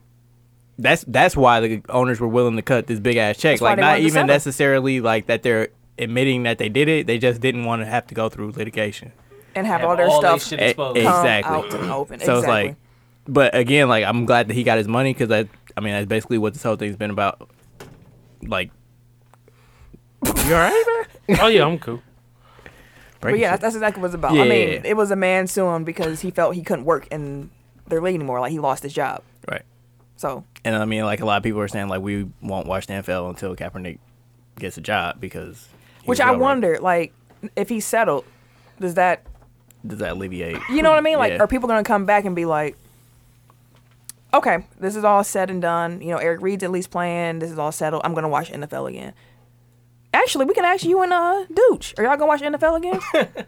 Speaker 2: that's that's why the owners were willing to cut this big ass check.
Speaker 3: why
Speaker 2: Like
Speaker 3: they
Speaker 2: not
Speaker 3: wanted to
Speaker 2: even
Speaker 3: settle.
Speaker 2: necessarily like that they're admitting that they did it. They just didn't want to have to go through litigation.
Speaker 3: And have,
Speaker 1: Have
Speaker 3: all their
Speaker 1: all
Speaker 3: stuff
Speaker 1: this shit
Speaker 2: E-
Speaker 1: exposed.
Speaker 3: come
Speaker 2: exactly.
Speaker 3: out to the open.
Speaker 2: So
Speaker 3: exactly.
Speaker 2: it's like, but again, like I'm glad that he got his money because I, I mean, that's basically what this whole thing's been about. Like, you all right?
Speaker 4: oh yeah, I'm cool.
Speaker 3: But yeah, that's exactly what it's about. I
Speaker 2: Yeah.
Speaker 3: mean, it was a man suing because he felt he couldn't work in their league anymore. Like he lost his job.
Speaker 2: right.
Speaker 3: So
Speaker 2: And I mean, like a lot of people are saying, like we won't watch the NFL until Kaepernick gets a job because, he
Speaker 3: which
Speaker 2: was
Speaker 3: I
Speaker 2: over.
Speaker 3: wonder, like, if he settled, does that
Speaker 2: does that alleviate?
Speaker 3: you know what I mean? Like,
Speaker 2: Yeah.
Speaker 3: are people gonna come back and be like, Okay, this is all said and done. You know, Eric Reed's at least playing, this is all settled. I'm gonna watch NFL again. Actually, we can ask you and uh Dooch. Are y'all gonna watch NFL again?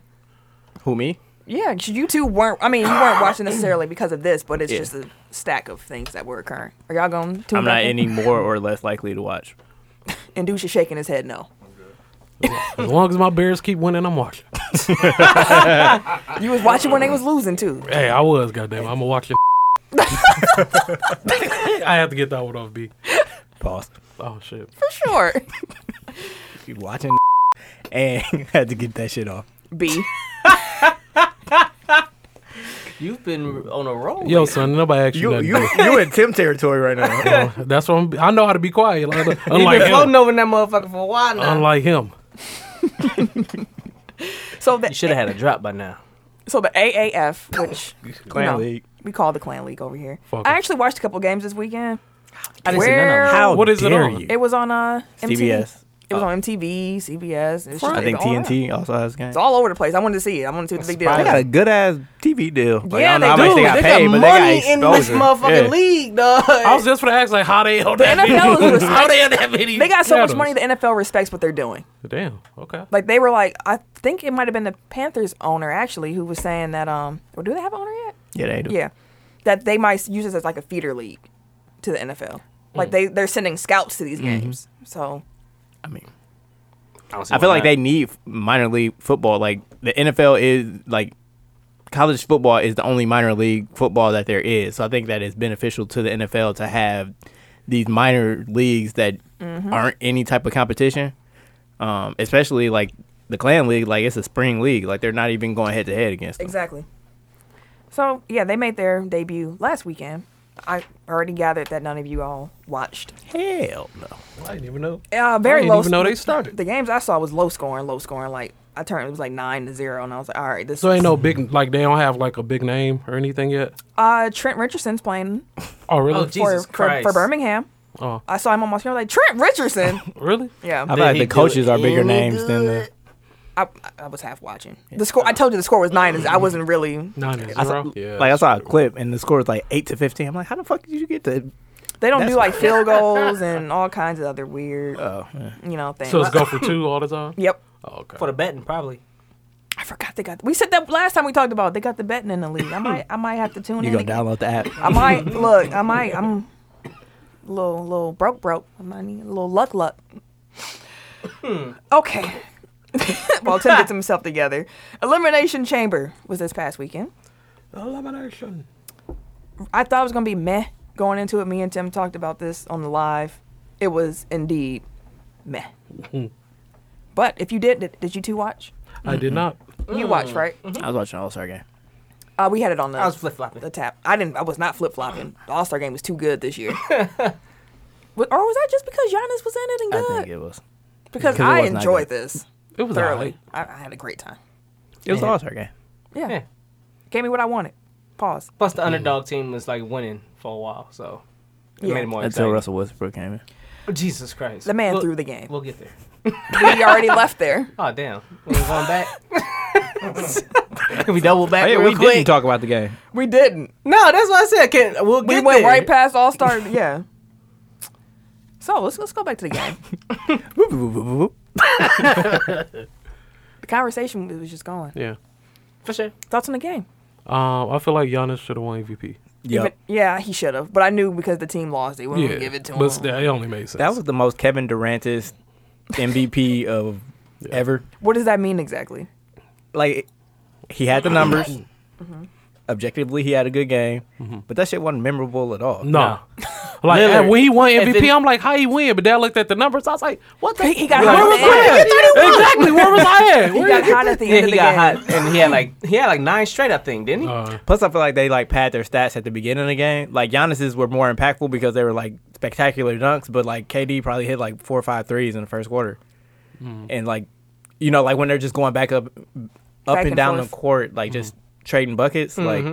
Speaker 2: Who me?
Speaker 3: Yeah, 'cause you two weren't. I mean, you weren't watching necessarily because of this, but it's
Speaker 2: Yeah.
Speaker 3: just a stack of things that were occurring. Are y'all going to?
Speaker 2: I'm not any more or less likely to watch.
Speaker 3: And Deuce is shaking his head no.
Speaker 4: As long as my Bears keep winning, I'm watching.
Speaker 3: You was watching when they was losing too.
Speaker 4: Hey, I was, goddamn. I'm going to watch your. I have to get that one off B.
Speaker 2: Pause.
Speaker 4: Oh, shit.
Speaker 3: For sure.
Speaker 2: You watching and had to get that shit off.
Speaker 3: B.
Speaker 1: You've been on a roll.
Speaker 4: Yo, son, nobody asked you,
Speaker 2: You
Speaker 4: nothing.
Speaker 2: you you in Tim territory right now.
Speaker 4: bro. That's what I'm, I know how to be quiet. Like,
Speaker 1: You've
Speaker 4: unlike
Speaker 1: been floating
Speaker 4: him.
Speaker 1: over that motherfucker for a while now.
Speaker 4: Unlike him.
Speaker 3: So
Speaker 1: you
Speaker 3: that
Speaker 1: should have had a drop by now.
Speaker 3: So the AAF, which
Speaker 2: Clan
Speaker 3: you know,
Speaker 2: Oh, League.
Speaker 3: we call the Clan League over here.
Speaker 4: Fuck
Speaker 3: I
Speaker 4: 'em.
Speaker 3: actually watched a couple games this weekend.
Speaker 1: I didn't see none of
Speaker 3: Where
Speaker 1: them.
Speaker 2: How
Speaker 4: What is it
Speaker 2: dare
Speaker 4: on?
Speaker 2: you?
Speaker 3: it was on uh, MTV.
Speaker 2: CBS.
Speaker 3: It was on MTV, CBS. It's just
Speaker 2: Oh. I think
Speaker 3: all around.
Speaker 2: TNT also has games.
Speaker 3: It's all over the place. I wanted to see it. I wanted to see what the big deal.
Speaker 2: They got
Speaker 3: was.
Speaker 2: a good ass TV deal. Like,
Speaker 3: Yeah,
Speaker 2: I don't know
Speaker 3: they
Speaker 2: how much
Speaker 3: do.
Speaker 2: they got
Speaker 1: They
Speaker 2: paid,
Speaker 1: got
Speaker 2: but
Speaker 1: money
Speaker 2: they got
Speaker 1: in this
Speaker 2: exposure.
Speaker 1: motherfucking
Speaker 2: Yeah.
Speaker 1: league, dog.
Speaker 4: I was just for to ask, like, how they held that
Speaker 3: The NFL
Speaker 4: many-
Speaker 3: was-
Speaker 4: how they held that many
Speaker 3: They got so much
Speaker 4: shadows?
Speaker 3: money. The NFL respects what they're doing.
Speaker 4: Damn. Okay.
Speaker 3: Like they were like, I think it might have been the Panthers owner actually who was saying that. Um, or do they have an owner yet?
Speaker 2: Yeah, they do.
Speaker 3: Yeah, that they might use this as like a feeder league to the NFL.
Speaker 4: Mm.
Speaker 3: Like they they're sending scouts to these
Speaker 4: Mm-hmm.
Speaker 3: games. So
Speaker 2: I mean,
Speaker 1: I, don't see
Speaker 2: I feel
Speaker 1: why
Speaker 2: like
Speaker 1: not.
Speaker 2: they need minor league football. Like the NFL is like college football is the only minor league football that there is. So I think that it's beneficial to the NFL to have these minor leagues that aren't any type of competition. Um, especially like the clan league, like it's a spring league. Like they're not even going head to head against them.
Speaker 3: Exactly. So yeah, they made their debut last weekend. I already gathered that none of you all watched.
Speaker 2: Hell no.
Speaker 4: I didn't even know.
Speaker 3: Uh, very
Speaker 4: I didn't
Speaker 3: low.
Speaker 4: even know they started.
Speaker 3: The games I saw was low scoring, low scoring. Like I turned, it was like nine to zero, and I was like, all right, this.
Speaker 4: So
Speaker 3: is,
Speaker 4: ain't no big like they don't have like a big name or anything yet.
Speaker 3: Uh, Trent Richardson's playing
Speaker 4: Oh really?
Speaker 1: Oh,
Speaker 4: Oh,
Speaker 1: gee.
Speaker 3: for,
Speaker 1: Jesus
Speaker 3: for for
Speaker 1: Christ.
Speaker 3: Birmingham.
Speaker 4: Oh.
Speaker 3: I saw him on my screen. I was like Trent Richardson.
Speaker 4: really?
Speaker 3: yeah,
Speaker 2: I
Speaker 1: Did
Speaker 2: feel like
Speaker 1: he
Speaker 2: the
Speaker 1: do
Speaker 2: coaches are bigger
Speaker 1: any
Speaker 2: names than the.
Speaker 1: good?
Speaker 3: I, I was half watching the score. I told you the score was nine. I wasn't really.
Speaker 4: Nine and
Speaker 2: I saw,
Speaker 4: zero. Yeah.
Speaker 2: like I saw a clip and the score was like eight to fifteen. I'm like, how the fuck did you get to?
Speaker 3: They don't
Speaker 2: That's-
Speaker 3: do like field goals and all kinds of other weird,
Speaker 2: Oh, yeah.
Speaker 3: you know, things.
Speaker 4: so it's go for two all the time.
Speaker 3: yep.
Speaker 4: Oh, okay.
Speaker 1: for the betting probably.
Speaker 3: I forgot they got. We said that last time we talked about. it. They got the betting in the league. I might. I might have to tune
Speaker 2: you
Speaker 3: in.
Speaker 2: go
Speaker 3: again.
Speaker 2: download the app.
Speaker 3: I might look. I might. I'm a little little broke broke. I might need a little luck luck. Okay. well, Tim gets himself together. Elimination Chamber was this past weekend.
Speaker 4: Elimination.
Speaker 3: I thought it was gonna be meh going into it. Me and Tim talked about this on the live. It was indeed meh. but if you did, did, did you two watch?
Speaker 4: I did not.
Speaker 3: You watched, right?
Speaker 2: I was watching All Star game.
Speaker 3: Uh, we had it on the
Speaker 1: I was flip flopping.
Speaker 3: the tap. I didn't. I was not flip flopping. The All Star game was too good this year. Wa- or was that just because Giannis was in it and
Speaker 2: I
Speaker 3: good?
Speaker 2: think it was.
Speaker 3: because
Speaker 2: 'cause it
Speaker 3: I
Speaker 2: was not
Speaker 3: enjoyed
Speaker 2: good.
Speaker 3: this
Speaker 4: It was
Speaker 3: thoroughly.
Speaker 4: early.
Speaker 3: I, I had a great time.
Speaker 2: It was an All Star game.
Speaker 3: Yeah.
Speaker 1: Yeah.
Speaker 3: gave me what I wanted. Pause.
Speaker 1: Plus the underdog team was like winning for a while, so it
Speaker 3: Yeah.
Speaker 1: made it more
Speaker 2: Until
Speaker 1: exciting.
Speaker 2: Russell Westbrook came in.
Speaker 1: Oh, Jesus Christ.
Speaker 3: The man
Speaker 1: We'll-
Speaker 3: threw the game.
Speaker 1: We'll get there.
Speaker 3: we already left there.
Speaker 1: Oh damn. We ain't going back. Can we double
Speaker 2: Oh,
Speaker 1: back real quick?
Speaker 2: talk about the game.
Speaker 3: We didn't.
Speaker 1: no, that's what I said. Can we'll
Speaker 3: We
Speaker 1: get
Speaker 3: went
Speaker 1: there.
Speaker 3: right past All Star. Yeah. So let's let's go back to the game. The conversation was just going.
Speaker 4: Yeah.
Speaker 1: for sure.
Speaker 3: Thoughts on the game?
Speaker 4: Um, I feel like Giannis should have won MVP.
Speaker 2: Yeah,
Speaker 3: Even- yeah, he should have, but I knew because the team lost, they wouldn't
Speaker 4: yeah.
Speaker 3: give it to
Speaker 4: but
Speaker 3: him.
Speaker 4: that it only makes sense.
Speaker 2: that was the most Kevin Durantist MVP of ever.
Speaker 3: what does that mean exactly?
Speaker 2: Like he had the numbers. Objectively, he had a good game, but that shit wasn't memorable at all.
Speaker 4: no. like
Speaker 1: Lillard.
Speaker 4: and when he won
Speaker 1: And
Speaker 4: MVP,
Speaker 1: then-
Speaker 4: I'm like, how he win? But then I looked at the numbers. I was like, what the?
Speaker 3: He, he got
Speaker 4: where
Speaker 3: hot
Speaker 4: was
Speaker 3: at the end.
Speaker 4: I at? Exactly. Where was I at?
Speaker 3: He
Speaker 4: Where-
Speaker 3: got hot at the
Speaker 1: Yeah,
Speaker 3: end of
Speaker 1: he
Speaker 3: the
Speaker 1: got
Speaker 3: game.
Speaker 1: hot and he had like he had like nine straight, I think, didn't he?
Speaker 4: Uh,
Speaker 2: Plus, I feel like they like pad their stats at the beginning of the game. Like Giannis's were more impactful because they were like spectacular dunks, but like KD probably hit like four or five threes in the first quarter,
Speaker 1: Mm-hmm.
Speaker 2: and like you know like when they're just going back up, up
Speaker 3: Back
Speaker 2: and,
Speaker 3: and
Speaker 2: down
Speaker 3: forth. Mm-hmm.
Speaker 2: the court, like
Speaker 1: Mm-hmm.
Speaker 2: just trading buckets, like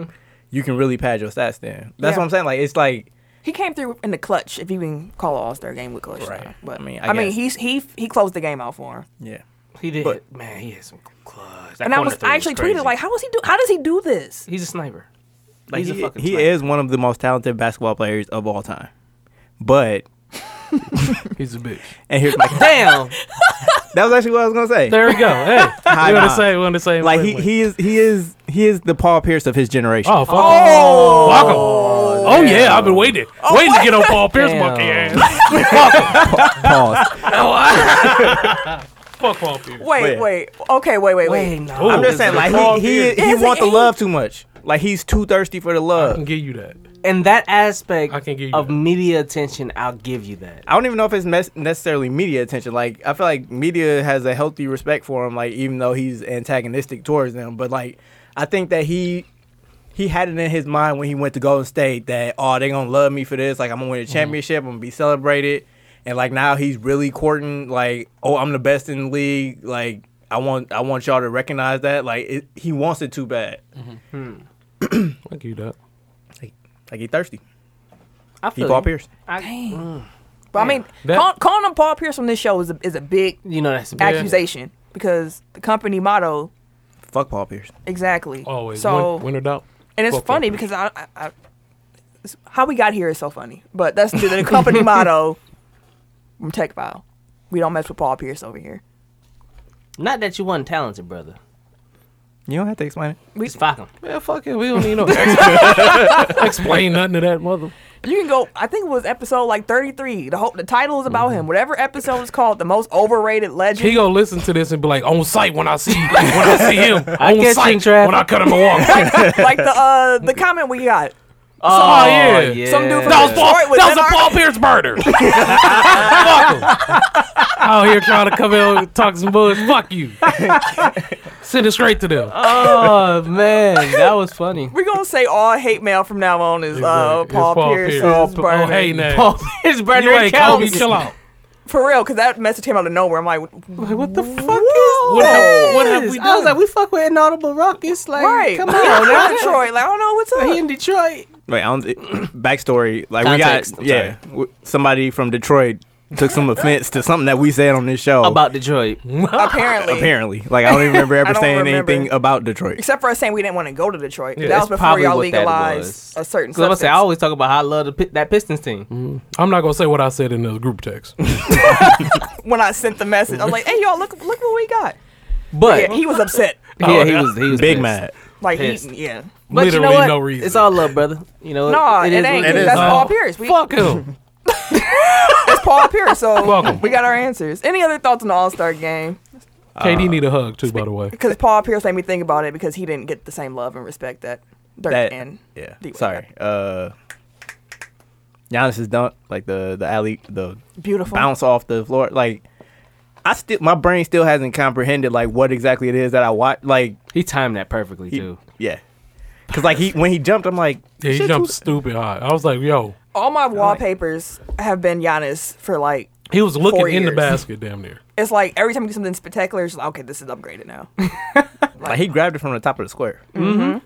Speaker 2: you can really pad your stats. Then that's
Speaker 3: Yeah.
Speaker 2: what I'm saying. Like it's like
Speaker 3: He came through in the clutch, if you can call an All Star game with clutch.
Speaker 2: Right.
Speaker 3: time. But
Speaker 2: I
Speaker 3: I
Speaker 2: mean,
Speaker 3: mean,
Speaker 2: I
Speaker 3: I, mean,
Speaker 2: guess.
Speaker 3: he's he he closed the game out for him.
Speaker 2: yeah,
Speaker 1: He did.
Speaker 2: But-
Speaker 1: man, he had some clutch. That
Speaker 3: And I
Speaker 1: corner
Speaker 3: was
Speaker 1: three
Speaker 3: I actually
Speaker 1: crazy.
Speaker 3: tweeted like, how was he do? How does he do this?
Speaker 1: he's a sniper.
Speaker 2: like
Speaker 1: he's
Speaker 2: he,
Speaker 1: a fucking
Speaker 2: he
Speaker 1: sniper.
Speaker 2: is one of the most talented basketball players of all time. But
Speaker 4: he's a bitch.
Speaker 2: and here's my
Speaker 1: Damn.
Speaker 2: that was actually what I was gonna say.
Speaker 4: There we go. Hey,
Speaker 2: High
Speaker 4: we're on the
Speaker 2: five.
Speaker 4: same. We're on the same.
Speaker 2: like he,
Speaker 4: wavelength.
Speaker 2: he is he is he is the Paul Pierce of his generation.
Speaker 4: Oh, fuck him. Fuck him. Oh, yeah, I've been waiting. waiting to get on Paul Pierce monkey
Speaker 1: Damn.
Speaker 4: ass.
Speaker 2: Pause.
Speaker 4: Fuck Paul Pierce.
Speaker 2: Wait.
Speaker 3: Wait, wait. Okay, wait, wait, wait.
Speaker 1: no.
Speaker 2: I'm just saying, like he he,
Speaker 3: Yeah,
Speaker 2: he
Speaker 3: it's
Speaker 2: want the
Speaker 3: like-
Speaker 2: love too much. Like he's too thirsty for the
Speaker 4: I can
Speaker 2: love.
Speaker 4: give you that.
Speaker 1: In that aspect
Speaker 4: I can give you
Speaker 1: of
Speaker 4: that.
Speaker 1: media attention, I'll give you that.
Speaker 2: I don't even know if it's mes- necessarily media attention. Like I feel like media has a healthy respect for him. Like even though he's antagonistic towards them, but like I think that he he had it in his mind when he went to Golden State that oh they gonna love me for this. Like I'm gonna win
Speaker 4: Mm-hmm.
Speaker 2: a championship. I'm gonna be celebrated. And like now he's really courting like oh I'm the best in the league. Like I want I want y'all to recognize that. Like it, he wants it too bad.
Speaker 4: I give you that. Mm.
Speaker 2: Like, like he thirsty.
Speaker 1: I
Speaker 2: He
Speaker 1: feel
Speaker 2: Paul
Speaker 1: you.
Speaker 2: Pierce.
Speaker 1: I,
Speaker 3: But I mean,
Speaker 4: That-
Speaker 3: call, calling him Paul Pierce on this show is a, is a big
Speaker 1: you know that's
Speaker 3: accusation because the company motto
Speaker 2: Fuck Paul Pierce.
Speaker 3: exactly.
Speaker 4: Always.
Speaker 3: so
Speaker 4: So, win, win or doubt.
Speaker 3: and it's
Speaker 4: fuck
Speaker 3: funny
Speaker 4: Paul
Speaker 3: because I, I, I it's- how we got here is so funny, but that's the, the company motto from Tech File. We don't mess with Paul Pierce over here.
Speaker 1: Not that you weren't talented, brother.
Speaker 2: You don't have to explain it.
Speaker 3: We,
Speaker 1: Just fuck him.
Speaker 4: Man, fuck it. We don't need no explain nothing to that mother.
Speaker 3: you can go. I think it was episode like thirty three. The whole the title is about
Speaker 1: Mm-hmm.
Speaker 3: him. Whatever episode is called, the most overrated legend.
Speaker 4: He gonna listen to this and be like, on sight when I see when I see him. On
Speaker 1: catch you in
Speaker 4: sight
Speaker 1: traffic.
Speaker 4: when I cut him a walk.
Speaker 3: like the uh the comment we got.
Speaker 1: Oh,
Speaker 4: yeah.
Speaker 3: Some dude from
Speaker 4: That was Paul.
Speaker 3: Detroit was
Speaker 4: that was
Speaker 3: in
Speaker 4: a
Speaker 3: our-
Speaker 4: Paul Pierce murder. Fuck him. Out here trying to come out and talk some bullshit. Fuck you. Send it straight to them.
Speaker 1: Oh man, that was funny.
Speaker 3: We're gonna say all hate mail from now on is uh,
Speaker 4: Exactly. It's
Speaker 3: Paul,
Speaker 4: Paul
Speaker 3: Pierce.
Speaker 4: Pierce.
Speaker 3: is
Speaker 4: Oh,
Speaker 3: burning.
Speaker 4: hey now.
Speaker 1: Paul Pierce
Speaker 4: you
Speaker 1: burner
Speaker 4: ain't Kobe.
Speaker 1: accounts.
Speaker 4: Chill out.
Speaker 3: For real, because that message came out of nowhere. I'm like,
Speaker 1: Like, what the fuck is
Speaker 4: What have,
Speaker 1: this?
Speaker 4: what have we
Speaker 1: I was
Speaker 4: done?
Speaker 1: like, we fuck with inaudible rockets. Like,
Speaker 3: right.
Speaker 1: come
Speaker 3: Yeah,
Speaker 1: on,
Speaker 3: they're in
Speaker 1: now.
Speaker 3: Detroit. Like, I don't know what's up.
Speaker 1: He in Detroit.
Speaker 2: Wait, I don't. backstory. Like
Speaker 1: Context,
Speaker 2: we
Speaker 1: I'm
Speaker 2: got, yeah. w- Somebody from Detroit took some offense to something that we said on this show.
Speaker 1: About Detroit.
Speaker 3: apparently.
Speaker 2: apparently, like I don't even remember
Speaker 3: I
Speaker 2: ever
Speaker 3: don't
Speaker 2: saying
Speaker 3: remember.
Speaker 2: anything about Detroit.
Speaker 3: Except for us saying we didn't want to go to Detroit.
Speaker 4: Yeah,
Speaker 3: that
Speaker 4: that's
Speaker 3: was before
Speaker 1: probably
Speaker 3: y'all
Speaker 1: what that
Speaker 3: legalized
Speaker 1: was.
Speaker 3: a certain
Speaker 1: Cause I'm gonna say I
Speaker 3: substance.
Speaker 1: always talk about how I love the, Pi- that Pistons team.
Speaker 4: I'm not gonna say what I said in the group text.
Speaker 3: When I sent the message, I was like, hey, y'all, look look what we got.
Speaker 1: But
Speaker 3: Yeah, he was upset.
Speaker 1: yeah, he was he was
Speaker 2: Oh, Big
Speaker 1: pissed.
Speaker 2: mad.
Speaker 3: Like, he,
Speaker 1: Pissed.
Speaker 3: yeah.
Speaker 1: But you know
Speaker 4: Literally
Speaker 1: what?
Speaker 4: no reason.
Speaker 1: It's all love, brother. You know,
Speaker 3: No, it,
Speaker 1: is
Speaker 3: ain't.
Speaker 1: what
Speaker 2: it is.
Speaker 3: That's
Speaker 4: Uh,
Speaker 2: No.
Speaker 3: Paul Pierce. We,
Speaker 4: Fuck him.
Speaker 3: That's Paul Pierce. So
Speaker 4: Welcome.
Speaker 3: we got our answers. Any other thoughts on the All Star game?
Speaker 4: KD need a hug too, by the way.
Speaker 3: Because Paul Pierce made me think about it because he didn't get the same love and respect that Dirk
Speaker 2: That
Speaker 3: and
Speaker 2: yeah.
Speaker 3: D-Wade
Speaker 2: Sorry. Uh, Giannis's dunk, like the the alley, the
Speaker 3: beautiful.
Speaker 2: bounce off the floor. Like I still, my brain still hasn't comprehended like what exactly it is that I watch. Like
Speaker 1: He timed that perfectly
Speaker 2: he-
Speaker 1: too.
Speaker 2: yeah, because like he when he jumped, I'm like,
Speaker 4: Yeah, he
Speaker 2: shit,
Speaker 4: jumped
Speaker 2: you-
Speaker 4: stupid high. I was like, yo,
Speaker 3: All my wallpapers have been Giannis for like.
Speaker 4: he was looking
Speaker 3: Four
Speaker 4: in the
Speaker 3: years.
Speaker 4: basket damn near.
Speaker 3: It's like every time we do something spectacular, it's like, okay, this is upgraded now.
Speaker 2: Like he grabbed it from the top of the square.
Speaker 3: Mm.
Speaker 1: And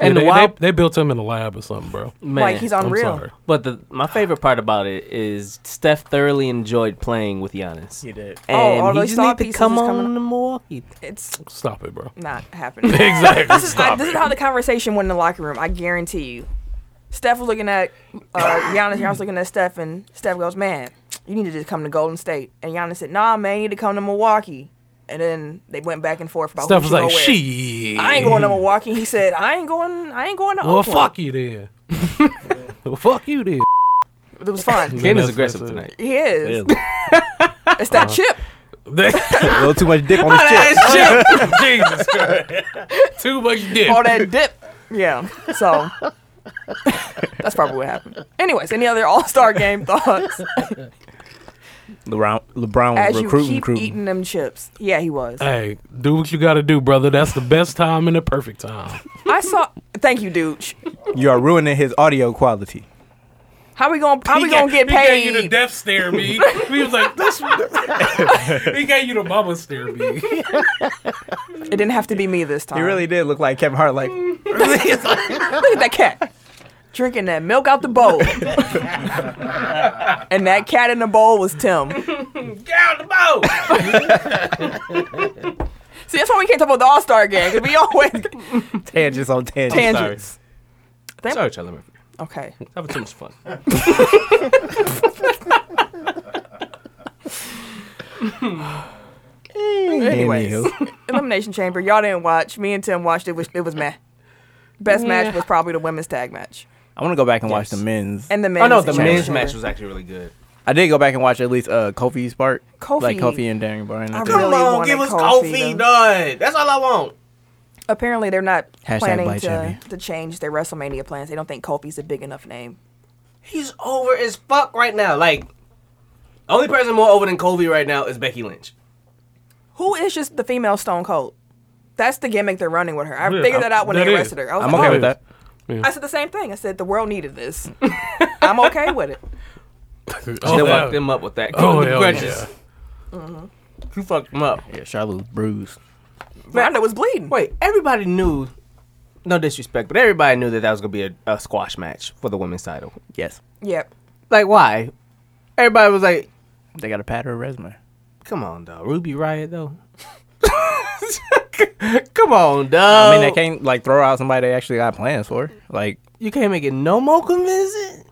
Speaker 4: And
Speaker 1: the
Speaker 4: they,
Speaker 1: wild
Speaker 4: they, they built him in the lab or something, bro.
Speaker 1: man,
Speaker 3: Like he's
Speaker 4: I'm
Speaker 3: unreal.
Speaker 4: sorry.
Speaker 1: But the my favorite part about it is Steph thoroughly enjoyed playing with Giannis.
Speaker 2: did.
Speaker 1: And
Speaker 3: Oh, all
Speaker 1: he
Speaker 3: those
Speaker 1: just
Speaker 3: star
Speaker 1: need to
Speaker 3: pieces
Speaker 1: come
Speaker 3: is coming
Speaker 1: on to Milwaukee.
Speaker 3: It's
Speaker 4: Stop it, bro.
Speaker 3: not happening.
Speaker 4: Exactly.
Speaker 3: this, is, I- this is how the conversation went in the locker room. I guarantee you. Steph was looking at uh, Giannis. Giannis looking at Steph, and Steph goes, "Man, you need to just come to Golden State." And Giannis said, "Nah, man, you need to come to Milwaukee." And then they went back and forth about
Speaker 4: Steph
Speaker 3: who
Speaker 4: was
Speaker 3: should go
Speaker 4: like,
Speaker 3: where.
Speaker 4: she.
Speaker 3: I ain't going to Milwaukee. He said, I ain't going. I ain't going to.
Speaker 4: Well,
Speaker 3: Oakland."
Speaker 4: fuck you then. well, fuch you then.
Speaker 3: It was fun.
Speaker 1: Ken
Speaker 4: that's-
Speaker 1: is aggressive
Speaker 4: that's it.
Speaker 1: tonight.
Speaker 3: he is. It's that chip.
Speaker 4: That-
Speaker 2: a little too much dick on his chest.
Speaker 4: Jesus Christ. Too much dick.
Speaker 3: All that dip. Yeah. So that's probably what happened. Anyways, any other All Star game thoughts?
Speaker 2: LeBron, LeBron was
Speaker 3: As you
Speaker 2: recruiting,
Speaker 3: keep
Speaker 2: recruiting.
Speaker 3: eating them chips. Yeah, he was.
Speaker 4: Hey, do what you gotta do, brother. That's the best time and the perfect time.
Speaker 3: I saw. Thank you, dude.
Speaker 2: You are ruining his audio quality.
Speaker 3: How we gonna How we gonna get
Speaker 4: He gave you the
Speaker 3: paid?
Speaker 4: death stare, me. He was like, this. he gave you the mama stare, me.
Speaker 3: It didn't have to be me this time.
Speaker 2: He really did look like Kevin Hart. Like,
Speaker 3: Mm. Look at that cat. Drinking that milk out the bowl. and that cat in the bowl was Tim.
Speaker 4: Get out the boat.
Speaker 3: See, that's why we can't talk about the All Star game because we always get
Speaker 2: tangents on tangents.
Speaker 3: tangents.
Speaker 1: Sorry, Charlie Murphy.
Speaker 3: Okay.
Speaker 1: Having too much fun.
Speaker 2: Anywho.
Speaker 3: Anyways, Elimination Chamber. Y'all didn't watch. Me and Tim watched. It was it was meh. Best match
Speaker 4: Yeah.
Speaker 3: was probably the women's tag match
Speaker 2: I want to go back and watch the men's.
Speaker 3: and the men's.
Speaker 1: Oh no, the men's
Speaker 3: Chamber.
Speaker 1: match was actually really good.
Speaker 2: I did go back and watch at least uh Kofi's part,
Speaker 3: Kofi.
Speaker 2: like Kofi and Daniel Bryan.
Speaker 3: I
Speaker 2: I think.
Speaker 3: really- wanted Kofi, though.
Speaker 1: done. That's all I want.
Speaker 3: Apparently, they're not
Speaker 2: Hashtag
Speaker 3: planning
Speaker 2: Black
Speaker 3: to,
Speaker 2: Champion.
Speaker 3: to change their WrestleMania plans. They don't think Kofi's a big enough name.
Speaker 1: He's over as fuck right now. Like, only person more over than Kobe right now is Becky Lynch.
Speaker 3: Who is just the female Stone Cold? That's the gimmick they're running with her. I
Speaker 4: Yeah,
Speaker 3: figured that out when
Speaker 4: that
Speaker 3: they
Speaker 4: is.
Speaker 3: arrested her. I was
Speaker 2: I'm
Speaker 3: like,
Speaker 2: okay
Speaker 3: oh.
Speaker 2: with that.
Speaker 3: I said the same thing. I said the world needed this. I'm okay with it.
Speaker 4: Oh,
Speaker 1: they
Speaker 4: yeah.
Speaker 1: fucked him up with that.
Speaker 4: Oh,
Speaker 1: Oh,
Speaker 4: hell
Speaker 1: grudges. You fucked him up.
Speaker 2: Yeah, Charlotte's bruised.
Speaker 3: Ronda was bleeding.
Speaker 1: Wait, everybody knew. No disrespect, but everybody knew that that was gonna be a, a squash match for the women's title.
Speaker 2: Yes,
Speaker 3: Yep.
Speaker 1: Like, why? Everybody was like,
Speaker 2: they got to pad her resume.
Speaker 1: "Come on, dog. Ruby Riot, though. Come on, dog.
Speaker 2: I
Speaker 3: Oh.
Speaker 2: mean, they can't like throw out somebody they actually got plans for. Like,
Speaker 1: You can't make it no more convincing.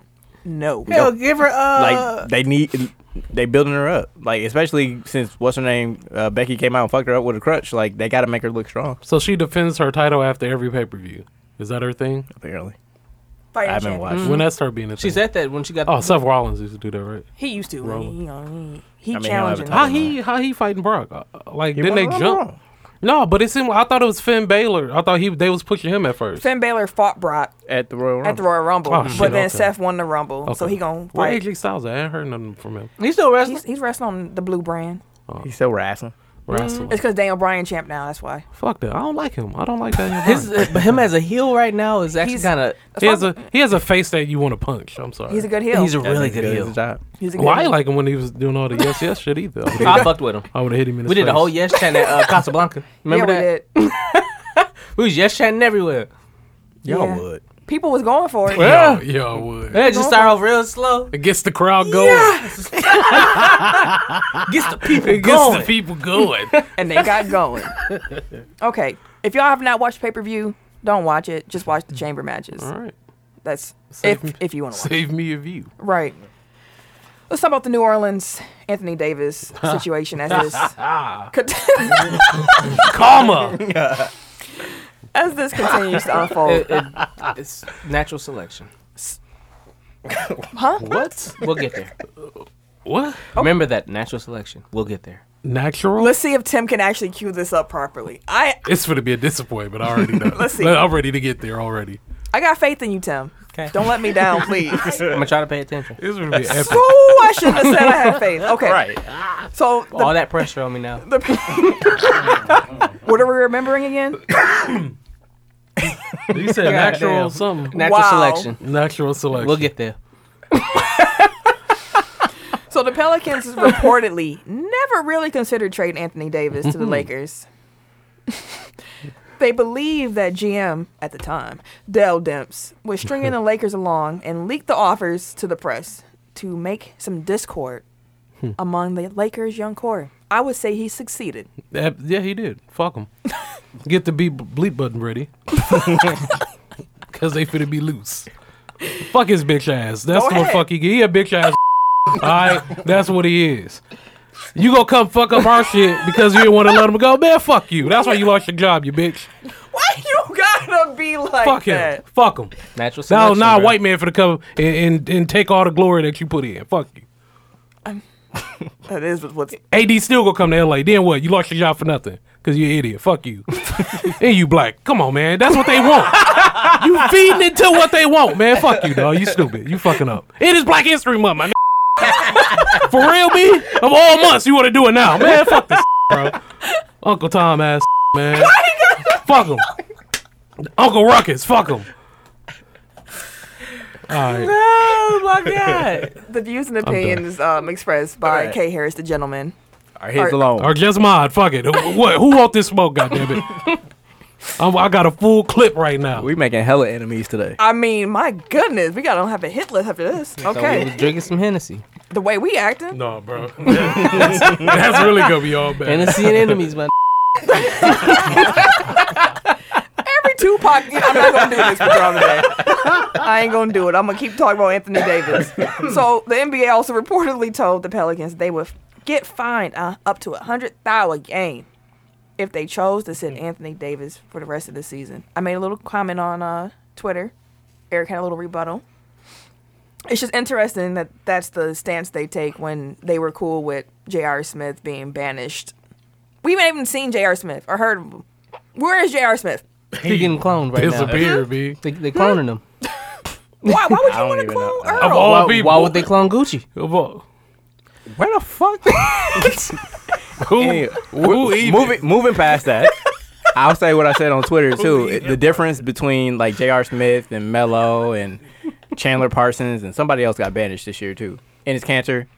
Speaker 3: No.
Speaker 1: Hell, give her
Speaker 2: like
Speaker 1: uh.
Speaker 2: they need they building her up. Like, especially since what's her name uh, Becky came out and fucked her up with a crutch. Like, they got to make her look strong.
Speaker 4: So she defends her title after every pay per view. Is that her thing?
Speaker 2: Apparently,
Speaker 3: Fighting
Speaker 2: I haven't
Speaker 3: champion.
Speaker 2: watched.
Speaker 4: When that started being a
Speaker 1: she
Speaker 4: thing.
Speaker 1: said that when she got.
Speaker 4: Oh, Seth Rollins used to do that, right?
Speaker 3: He used to.
Speaker 4: Roll.
Speaker 3: He, you know, he, he
Speaker 2: I mean, he'll have a
Speaker 3: challenging.
Speaker 2: title.
Speaker 4: How he how he fighting Brock? Uh, Like
Speaker 2: He
Speaker 4: didn't they
Speaker 2: won the
Speaker 4: jump?
Speaker 2: Rumble.
Speaker 4: No, but it seemed I thought it was Finn Balor. I thought he they was pushing him at first.
Speaker 3: Finn Balor fought Brock
Speaker 2: at the Royal Rumble.
Speaker 3: at the Royal Rumble,
Speaker 4: Oh,
Speaker 3: but
Speaker 4: shit,
Speaker 3: then
Speaker 4: okay.
Speaker 3: Seth won the Rumble, so
Speaker 4: Okay.
Speaker 3: he gonna
Speaker 4: Where
Speaker 3: fight.
Speaker 4: AJ Styles? at? I ain't heard nothing from him.
Speaker 1: he's still wrestling.
Speaker 3: He's, he's wrestling on the blue brand.
Speaker 2: He's still wrestling.
Speaker 4: Wrestling.
Speaker 3: It's because Daniel Bryan champ now. That's why.
Speaker 4: Fuck that. I don't like him. I don't like Daniel Bryan.
Speaker 1: His, uh, but him as a heel right now is actually
Speaker 3: He's-
Speaker 1: kind of.
Speaker 4: he has a he has a face that you want to punch. I'm sorry.
Speaker 3: He's a good heel.
Speaker 1: He's a
Speaker 2: That
Speaker 1: really
Speaker 2: nigga
Speaker 1: good
Speaker 2: does
Speaker 1: heel.
Speaker 2: his job.
Speaker 3: He's a good
Speaker 4: well, I
Speaker 3: heel.
Speaker 4: ain't like him when he was doing all the yes yes shit either. I,
Speaker 1: I fucked with him.
Speaker 4: would have hit him in the
Speaker 1: We did a whole yes chant at uh, Casablanca. Remember
Speaker 3: yeah,
Speaker 1: that?
Speaker 3: We did.
Speaker 1: We was yes chanting everywhere.
Speaker 2: Y'all
Speaker 3: Yeah.
Speaker 2: would.
Speaker 3: People was going for it.
Speaker 4: Yeah, yeah, I would.
Speaker 1: Yeah, just start off real slow.
Speaker 4: It gets the crowd going.
Speaker 1: Gets the people
Speaker 4: It gets
Speaker 1: going.
Speaker 4: the people going.
Speaker 3: and they got going. okay, if y'all have not watched pay per view, don't watch it. Just watch the chamber matches.
Speaker 4: all right.
Speaker 3: That's
Speaker 4: Save
Speaker 3: if
Speaker 4: me.
Speaker 3: if you want to watch.
Speaker 4: Save me a view.
Speaker 3: Right. Let's talk about the New Orleans Anthony Davis situation as this cont-
Speaker 4: Karma.
Speaker 3: as this continues to
Speaker 1: It-
Speaker 3: unfold.
Speaker 1: it- it's natural selection.
Speaker 3: Huh?
Speaker 1: What? We'll get there.
Speaker 4: What?
Speaker 1: Remember that natural selection. We'll get there.
Speaker 4: Natural?
Speaker 3: Let's see if Tim can actually cue this up properly. I
Speaker 4: it's going to be a disappointment. I already know.
Speaker 3: Let's see.
Speaker 4: I'm ready to get there already.
Speaker 3: I got faith in you, Tim.
Speaker 1: Okay.
Speaker 3: Don't let me down, please.
Speaker 1: I'm gonna try to pay attention.
Speaker 4: It's going to be epic.
Speaker 3: Ooh, I shouldn't have said I had faith. Okay. So the
Speaker 1: All that pressure on me now.
Speaker 3: The what are we remembering again?
Speaker 4: You said natural
Speaker 1: Goddamn.
Speaker 4: something.
Speaker 1: Natural
Speaker 3: Wow.
Speaker 1: selection.
Speaker 4: Natural selection.
Speaker 1: We'll get there.
Speaker 3: So the Pelicans reportedly never really considered trading Anthony Davis to the Lakers. they believe that GM at the time, Dell Demps, was stringing the Lakers along and leaked the offers to the press to make some discord among the Lakers' young core. I would say he succeeded.
Speaker 4: That- yeah, he did. Fuck him. get the beep, bleep button ready. Because they finna be loose. Fuck his bitch ass. That's
Speaker 3: Go
Speaker 4: what
Speaker 3: ahead.
Speaker 4: fuck he get. He a bitch ass. Alright? That's what he is. You gonna come fuck up our shit because you didn't want to let him go? Man, fuck you. That's why you lost your job, you bitch.
Speaker 3: Why you gotta be like
Speaker 4: Fuck
Speaker 3: that?
Speaker 4: him. Fuck him.
Speaker 1: Natural
Speaker 4: Now,
Speaker 1: selection.
Speaker 4: now a
Speaker 1: bro.
Speaker 4: white man for the come and, and, and take all the glory that you put in. Fuck you.
Speaker 3: That is what's
Speaker 4: AD still gonna come to LA. Then what? You lost your job for nothing because you're an idiot. Fuck you. and you black. Come on, man. That's what they want. you feeding into what they want, man. Fuck you, dog. You stupid. You fucking up. It is Black History Month, my nigga. For real, me? Of all months, you want to do it now, man. Fuck this, bro. Uncle Tom ass, man. fuck him. Uncle Ruckus. Fuck him. All right.
Speaker 1: Oh my god.
Speaker 3: the views and opinions um, expressed by
Speaker 2: Alright.
Speaker 3: Kay Harris, the gentleman.
Speaker 2: All right, here's
Speaker 3: Or-
Speaker 2: the loan.
Speaker 4: Or just mod. Fuck it. Who- What? Who want this smoke? Goddamn it. I'm, I got a full clip right now.
Speaker 2: We making hella enemies today.
Speaker 3: I mean, my goodness, we gotta have a hit list after this.
Speaker 1: So we
Speaker 3: Okay,
Speaker 1: was drinking some Hennessy.
Speaker 3: the way we acting.
Speaker 4: No, bro. That's, that's really gonna be all bad.
Speaker 1: Hennessy and enemies, man.
Speaker 3: Every Tupac, I'm not gonna do this with y'all today. I ain't gonna do it. I'm gonna keep talking about Anthony Davis. So the NBA also reportedly told the Pelicans they would get fined uh, up to a hundred thou a game if they chose to sit Anthony Davis for the rest of the season. I made a little comment on uh, Twitter. Eric had a little rebuttal. It's just interesting that that's the stance they take when they were cool with J.R. Smith being banished. We haven't even seen J.R. Smith or heard of him. Where is J.R. Smith?
Speaker 1: He getting cloned right now.
Speaker 4: Disappear, B.
Speaker 1: They, they cloning him.
Speaker 3: Why, why would you
Speaker 2: don't
Speaker 3: want to
Speaker 2: even
Speaker 3: clone
Speaker 2: know.
Speaker 4: Of
Speaker 3: Earl?
Speaker 4: all
Speaker 1: Why,
Speaker 4: people.
Speaker 1: why would they clone Gucci?
Speaker 4: Of all-
Speaker 2: Where the fuck?
Speaker 4: Who?
Speaker 2: Anyway,
Speaker 4: who even?
Speaker 2: moving moving past that, I'll say what I said on Twitter too. It- The difference between like J.R. Smith and Mello and Chandler Parsons and somebody else got banished this year too. And it's cancer.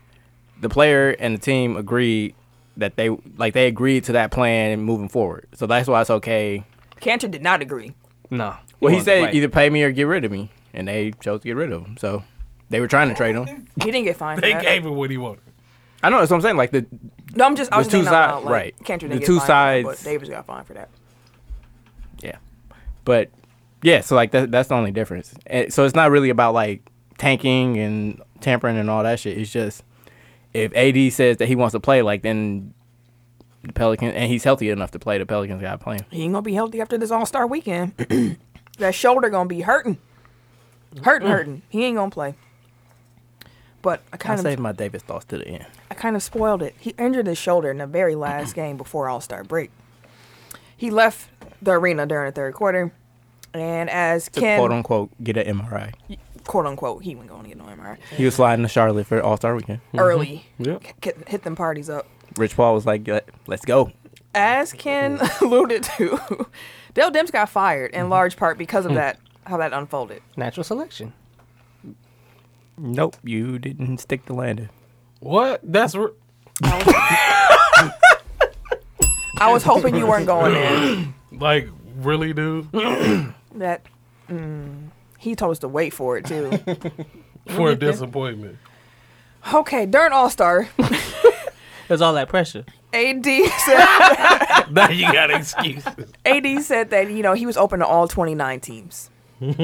Speaker 2: The player and the team agreed that they like they agreed to that plan moving forward. So that's why it's okay.
Speaker 3: Cantor did not agree.
Speaker 1: No.
Speaker 2: Well, he
Speaker 1: wants to
Speaker 2: said
Speaker 1: play.
Speaker 2: either pay me or get rid of me, and they chose to get rid of him. So they were trying to trade him.
Speaker 3: He didn't get fined. for
Speaker 4: They
Speaker 3: that.
Speaker 4: gave him what he wanted.
Speaker 2: I know that's what I'm saying. Like the
Speaker 3: No, I'm just. I
Speaker 2: The
Speaker 3: was
Speaker 2: two
Speaker 3: two
Speaker 2: side-
Speaker 3: sides, like,
Speaker 2: right.
Speaker 3: Cantor
Speaker 2: The
Speaker 3: didn't
Speaker 2: two
Speaker 3: get
Speaker 2: sides-
Speaker 3: fined, but Davis got fined for that.
Speaker 2: Yeah, but yeah, so like that, that's the only difference. And so it's not really about like tanking and tampering and all that shit. It's just if AD says that he wants to play, like then the Pelicans and he's healthy enough to play, the Pelicans got to play him.
Speaker 3: He ain't gonna be healthy after this All Star weekend. that shoulder gonna be hurting, hurting, hurting. He ain't gonna play. But I
Speaker 2: Mm. I
Speaker 3: kind
Speaker 2: saved
Speaker 3: of,
Speaker 2: my Davis thoughts to the end.
Speaker 3: I kind of spoiled it. He injured his shoulder in the very last game before All Star break. He left the arena during the third quarter, and as
Speaker 2: To
Speaker 3: Ken,
Speaker 2: quote unquote get an MRI.
Speaker 3: quote unquote, he wasn't gonna get no MRI
Speaker 2: He was sliding to Charlotte for All Star Weekend.
Speaker 3: early.
Speaker 2: Mm-hmm.
Speaker 4: Yep.
Speaker 3: K- hit them parties up.
Speaker 2: Rich Paul was like, "Let- "Let's go."
Speaker 3: as Ken alluded to, Dale Demps got fired in large part because of that, how that unfolded.
Speaker 1: Natural selection.
Speaker 2: Nope, you didn't stick the landing.
Speaker 4: What? That's re-
Speaker 3: I was hoping you weren't going there.
Speaker 4: like really, dude.
Speaker 3: That mm, he told us to wait for it too.
Speaker 4: For a disappointment.
Speaker 3: Okay, during All Star,
Speaker 1: There's all that pressure.
Speaker 3: AD said,
Speaker 4: now you got excuses.
Speaker 3: AD said that you know he was open to all 29 teams. they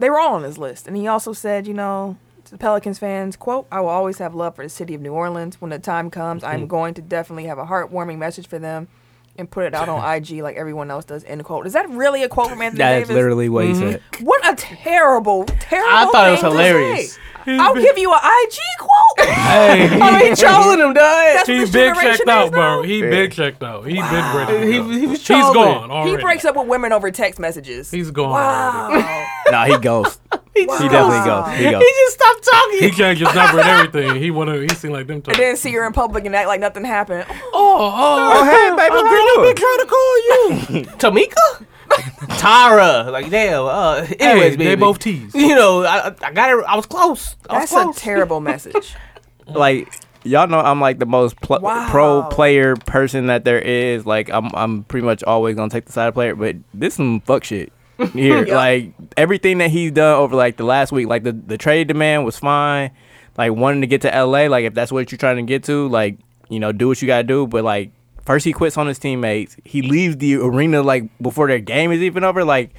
Speaker 3: were all on his list, and he also said, you know. To the Pelicans fans, quote, I will always have love for the city of New Orleans. When the time comes,
Speaker 1: Mm-hmm.
Speaker 3: I'm going to definitely have a heartwarming message for them and put it out on IG like everyone else does, end quote. Is that really a quote from Anthony
Speaker 2: That's
Speaker 3: Davis?
Speaker 2: literally what he said.
Speaker 3: What a terrible, terrible.
Speaker 1: I thought it was
Speaker 3: thing to
Speaker 1: hilarious.
Speaker 3: say. I'll give you an IG quote.
Speaker 1: I mean, Oh, trolling him, dog.
Speaker 3: That's what
Speaker 4: He
Speaker 3: this
Speaker 4: been
Speaker 3: generation
Speaker 4: checked
Speaker 3: is
Speaker 4: out,
Speaker 3: now.
Speaker 4: bro. He been checked out. He been
Speaker 1: He-
Speaker 4: ready. to go.
Speaker 1: he was
Speaker 4: He's
Speaker 1: trolling.
Speaker 4: gone already.
Speaker 3: Oh, He breaks up with women over text messages.
Speaker 4: He's gone. already.
Speaker 3: wow.
Speaker 2: nah, he goes.
Speaker 1: He
Speaker 2: He
Speaker 1: just,
Speaker 2: definitely goes. He goes.
Speaker 1: he just stopped talking.
Speaker 4: He checked his number and everything. He wanna. He seemed like them.
Speaker 3: I
Speaker 4: Talking.
Speaker 3: didn't see her in public and act like nothing happened.
Speaker 2: Oh, hey, baby,
Speaker 1: Oh, girl, I've
Speaker 2: how you doing?
Speaker 1: been trying to call you. Tamika? Tara. Like, damn. Uh, anyways,
Speaker 4: Hey,
Speaker 1: baby.
Speaker 4: they both teased.
Speaker 1: You know, I, I got it. I was close. I was
Speaker 3: That's a
Speaker 1: close.
Speaker 3: terrible message.
Speaker 2: like y'all know I'm like the most pl-
Speaker 3: Wow.
Speaker 2: pro player person that there is. Like I'm I'm pretty much always gonna take the side player, but this some fuck shit here.
Speaker 3: Yeah.
Speaker 2: Like everything that he's done over like the last week, like the the trade demand was fine. Like wanting to get to LA, like if that's what you're trying to get to, like you know do what you gotta do. But like first he quits on his teammates, he leaves the arena like before their game is even over. Like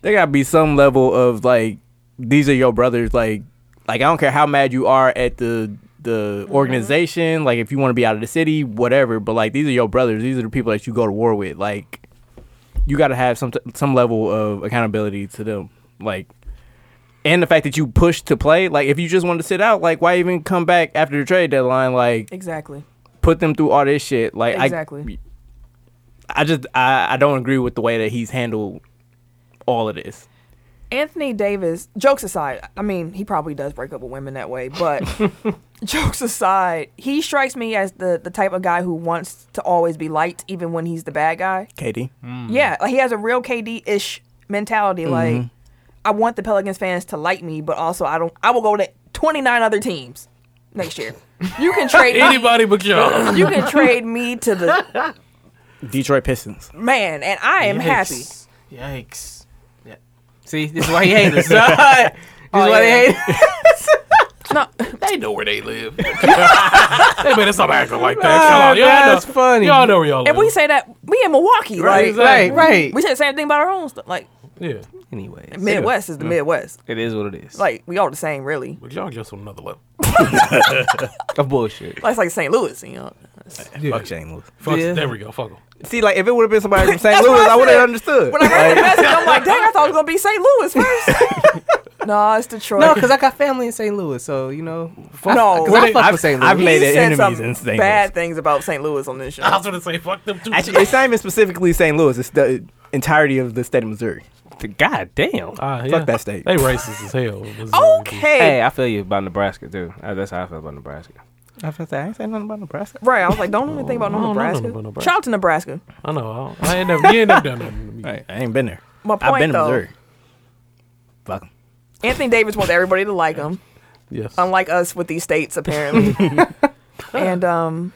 Speaker 2: there gotta be some level of like these are your brothers like like i don't care how mad you are at the the organization like if you want to be out of the city whatever but like these are your brothers these are the people that you go to war with like you gotta have some some level of accountability to them like and the fact that you push to play like if you just want to sit out like why even come back after the trade deadline like
Speaker 3: exactly.
Speaker 2: put them through all this shit like I-
Speaker 3: Exactly.
Speaker 2: I, just I, I don't agree with the way that he's handled all of this
Speaker 3: Anthony Davis, jokes aside, I mean, he probably does break up with women that way, but jokes aside, he strikes me as the, the type of guy who wants to always be liked, even when he's the bad guy.
Speaker 2: katie
Speaker 3: Yeah, like he has a real KD ish mentality. Like, I want the Pelicans fans to like me, but also I don't. I will go to twenty nine other teams next year. You can trade me.
Speaker 4: Anybody but y'all.
Speaker 3: You can trade me to the
Speaker 2: detroit pistons
Speaker 3: man, and I am happy.
Speaker 1: happy. Yikes. Yeah. See, this is why he hates us. this is why they hate
Speaker 4: They know where they live. hey man, stop acting like that. Come on, y'all
Speaker 1: Ah, that's
Speaker 4: know,
Speaker 1: funny.
Speaker 4: Y'all know where y'all live.
Speaker 3: And we say that we in Milwaukee,
Speaker 4: Right,
Speaker 3: right?
Speaker 4: exactly.
Speaker 1: Right, right.
Speaker 3: We say the same thing about our own stuff. Like
Speaker 4: yeah,
Speaker 1: Anyways.
Speaker 3: Midwest is the Midwest.
Speaker 1: It is what it is.
Speaker 3: Like we all the same, really.
Speaker 4: but y'all just on another level.
Speaker 1: Of bullshit.
Speaker 3: Like it's like St. Louis, you know.
Speaker 1: nuts.
Speaker 4: Yeah.
Speaker 2: Fuck Shane Lewis.
Speaker 4: Fuck,
Speaker 1: Yeah.
Speaker 4: There we go. Fuck him.
Speaker 2: See, like if it would have been somebody from St.
Speaker 3: That's
Speaker 2: Louis,
Speaker 3: what I
Speaker 2: I would have
Speaker 3: said.
Speaker 2: understood.
Speaker 3: When I heard the
Speaker 2: Like,
Speaker 3: message, I'm like, dang, I thought it was gonna be St. Louis first. no, it's Detroit.
Speaker 1: No, because I got family in St. Louis, so you know. Fuck,
Speaker 3: No.
Speaker 1: 'cause I fuck
Speaker 2: I've-
Speaker 1: with St. Louis.
Speaker 2: I've
Speaker 3: He
Speaker 2: made it
Speaker 3: said
Speaker 2: enemies
Speaker 3: some
Speaker 2: in St. Louis.
Speaker 3: Bad things about St. Louis on this show.
Speaker 4: I was gonna say fuck them too.
Speaker 2: Actually, it's not even specifically St. Louis. It's the entirety of the state of Missouri.
Speaker 1: God damn.
Speaker 4: Ah, yeah.
Speaker 2: Fuck that state.
Speaker 4: They racist as hell. Missouri.
Speaker 3: Okay.
Speaker 1: Hey, I feel you about Nebraska too. Uh, That's how I feel about Nebraska.
Speaker 2: I was gonna say, I ain't saying nothing about Nebraska.
Speaker 3: Right, I was like, don't even think about
Speaker 4: I
Speaker 3: no
Speaker 4: don't know nothing
Speaker 3: Nebraska.
Speaker 4: about Nebraska.
Speaker 3: Shout out to Nebraska.
Speaker 4: I know. I, I ain't never. You ain't never done nothing to me.
Speaker 2: Right, I ain't been there.
Speaker 3: My point
Speaker 2: I've been to
Speaker 3: though,
Speaker 2: Missouri. Fuck 'em.
Speaker 3: Anthony Davis wants everybody to like him,
Speaker 4: Yes.
Speaker 3: unlike us with these states apparently. and um,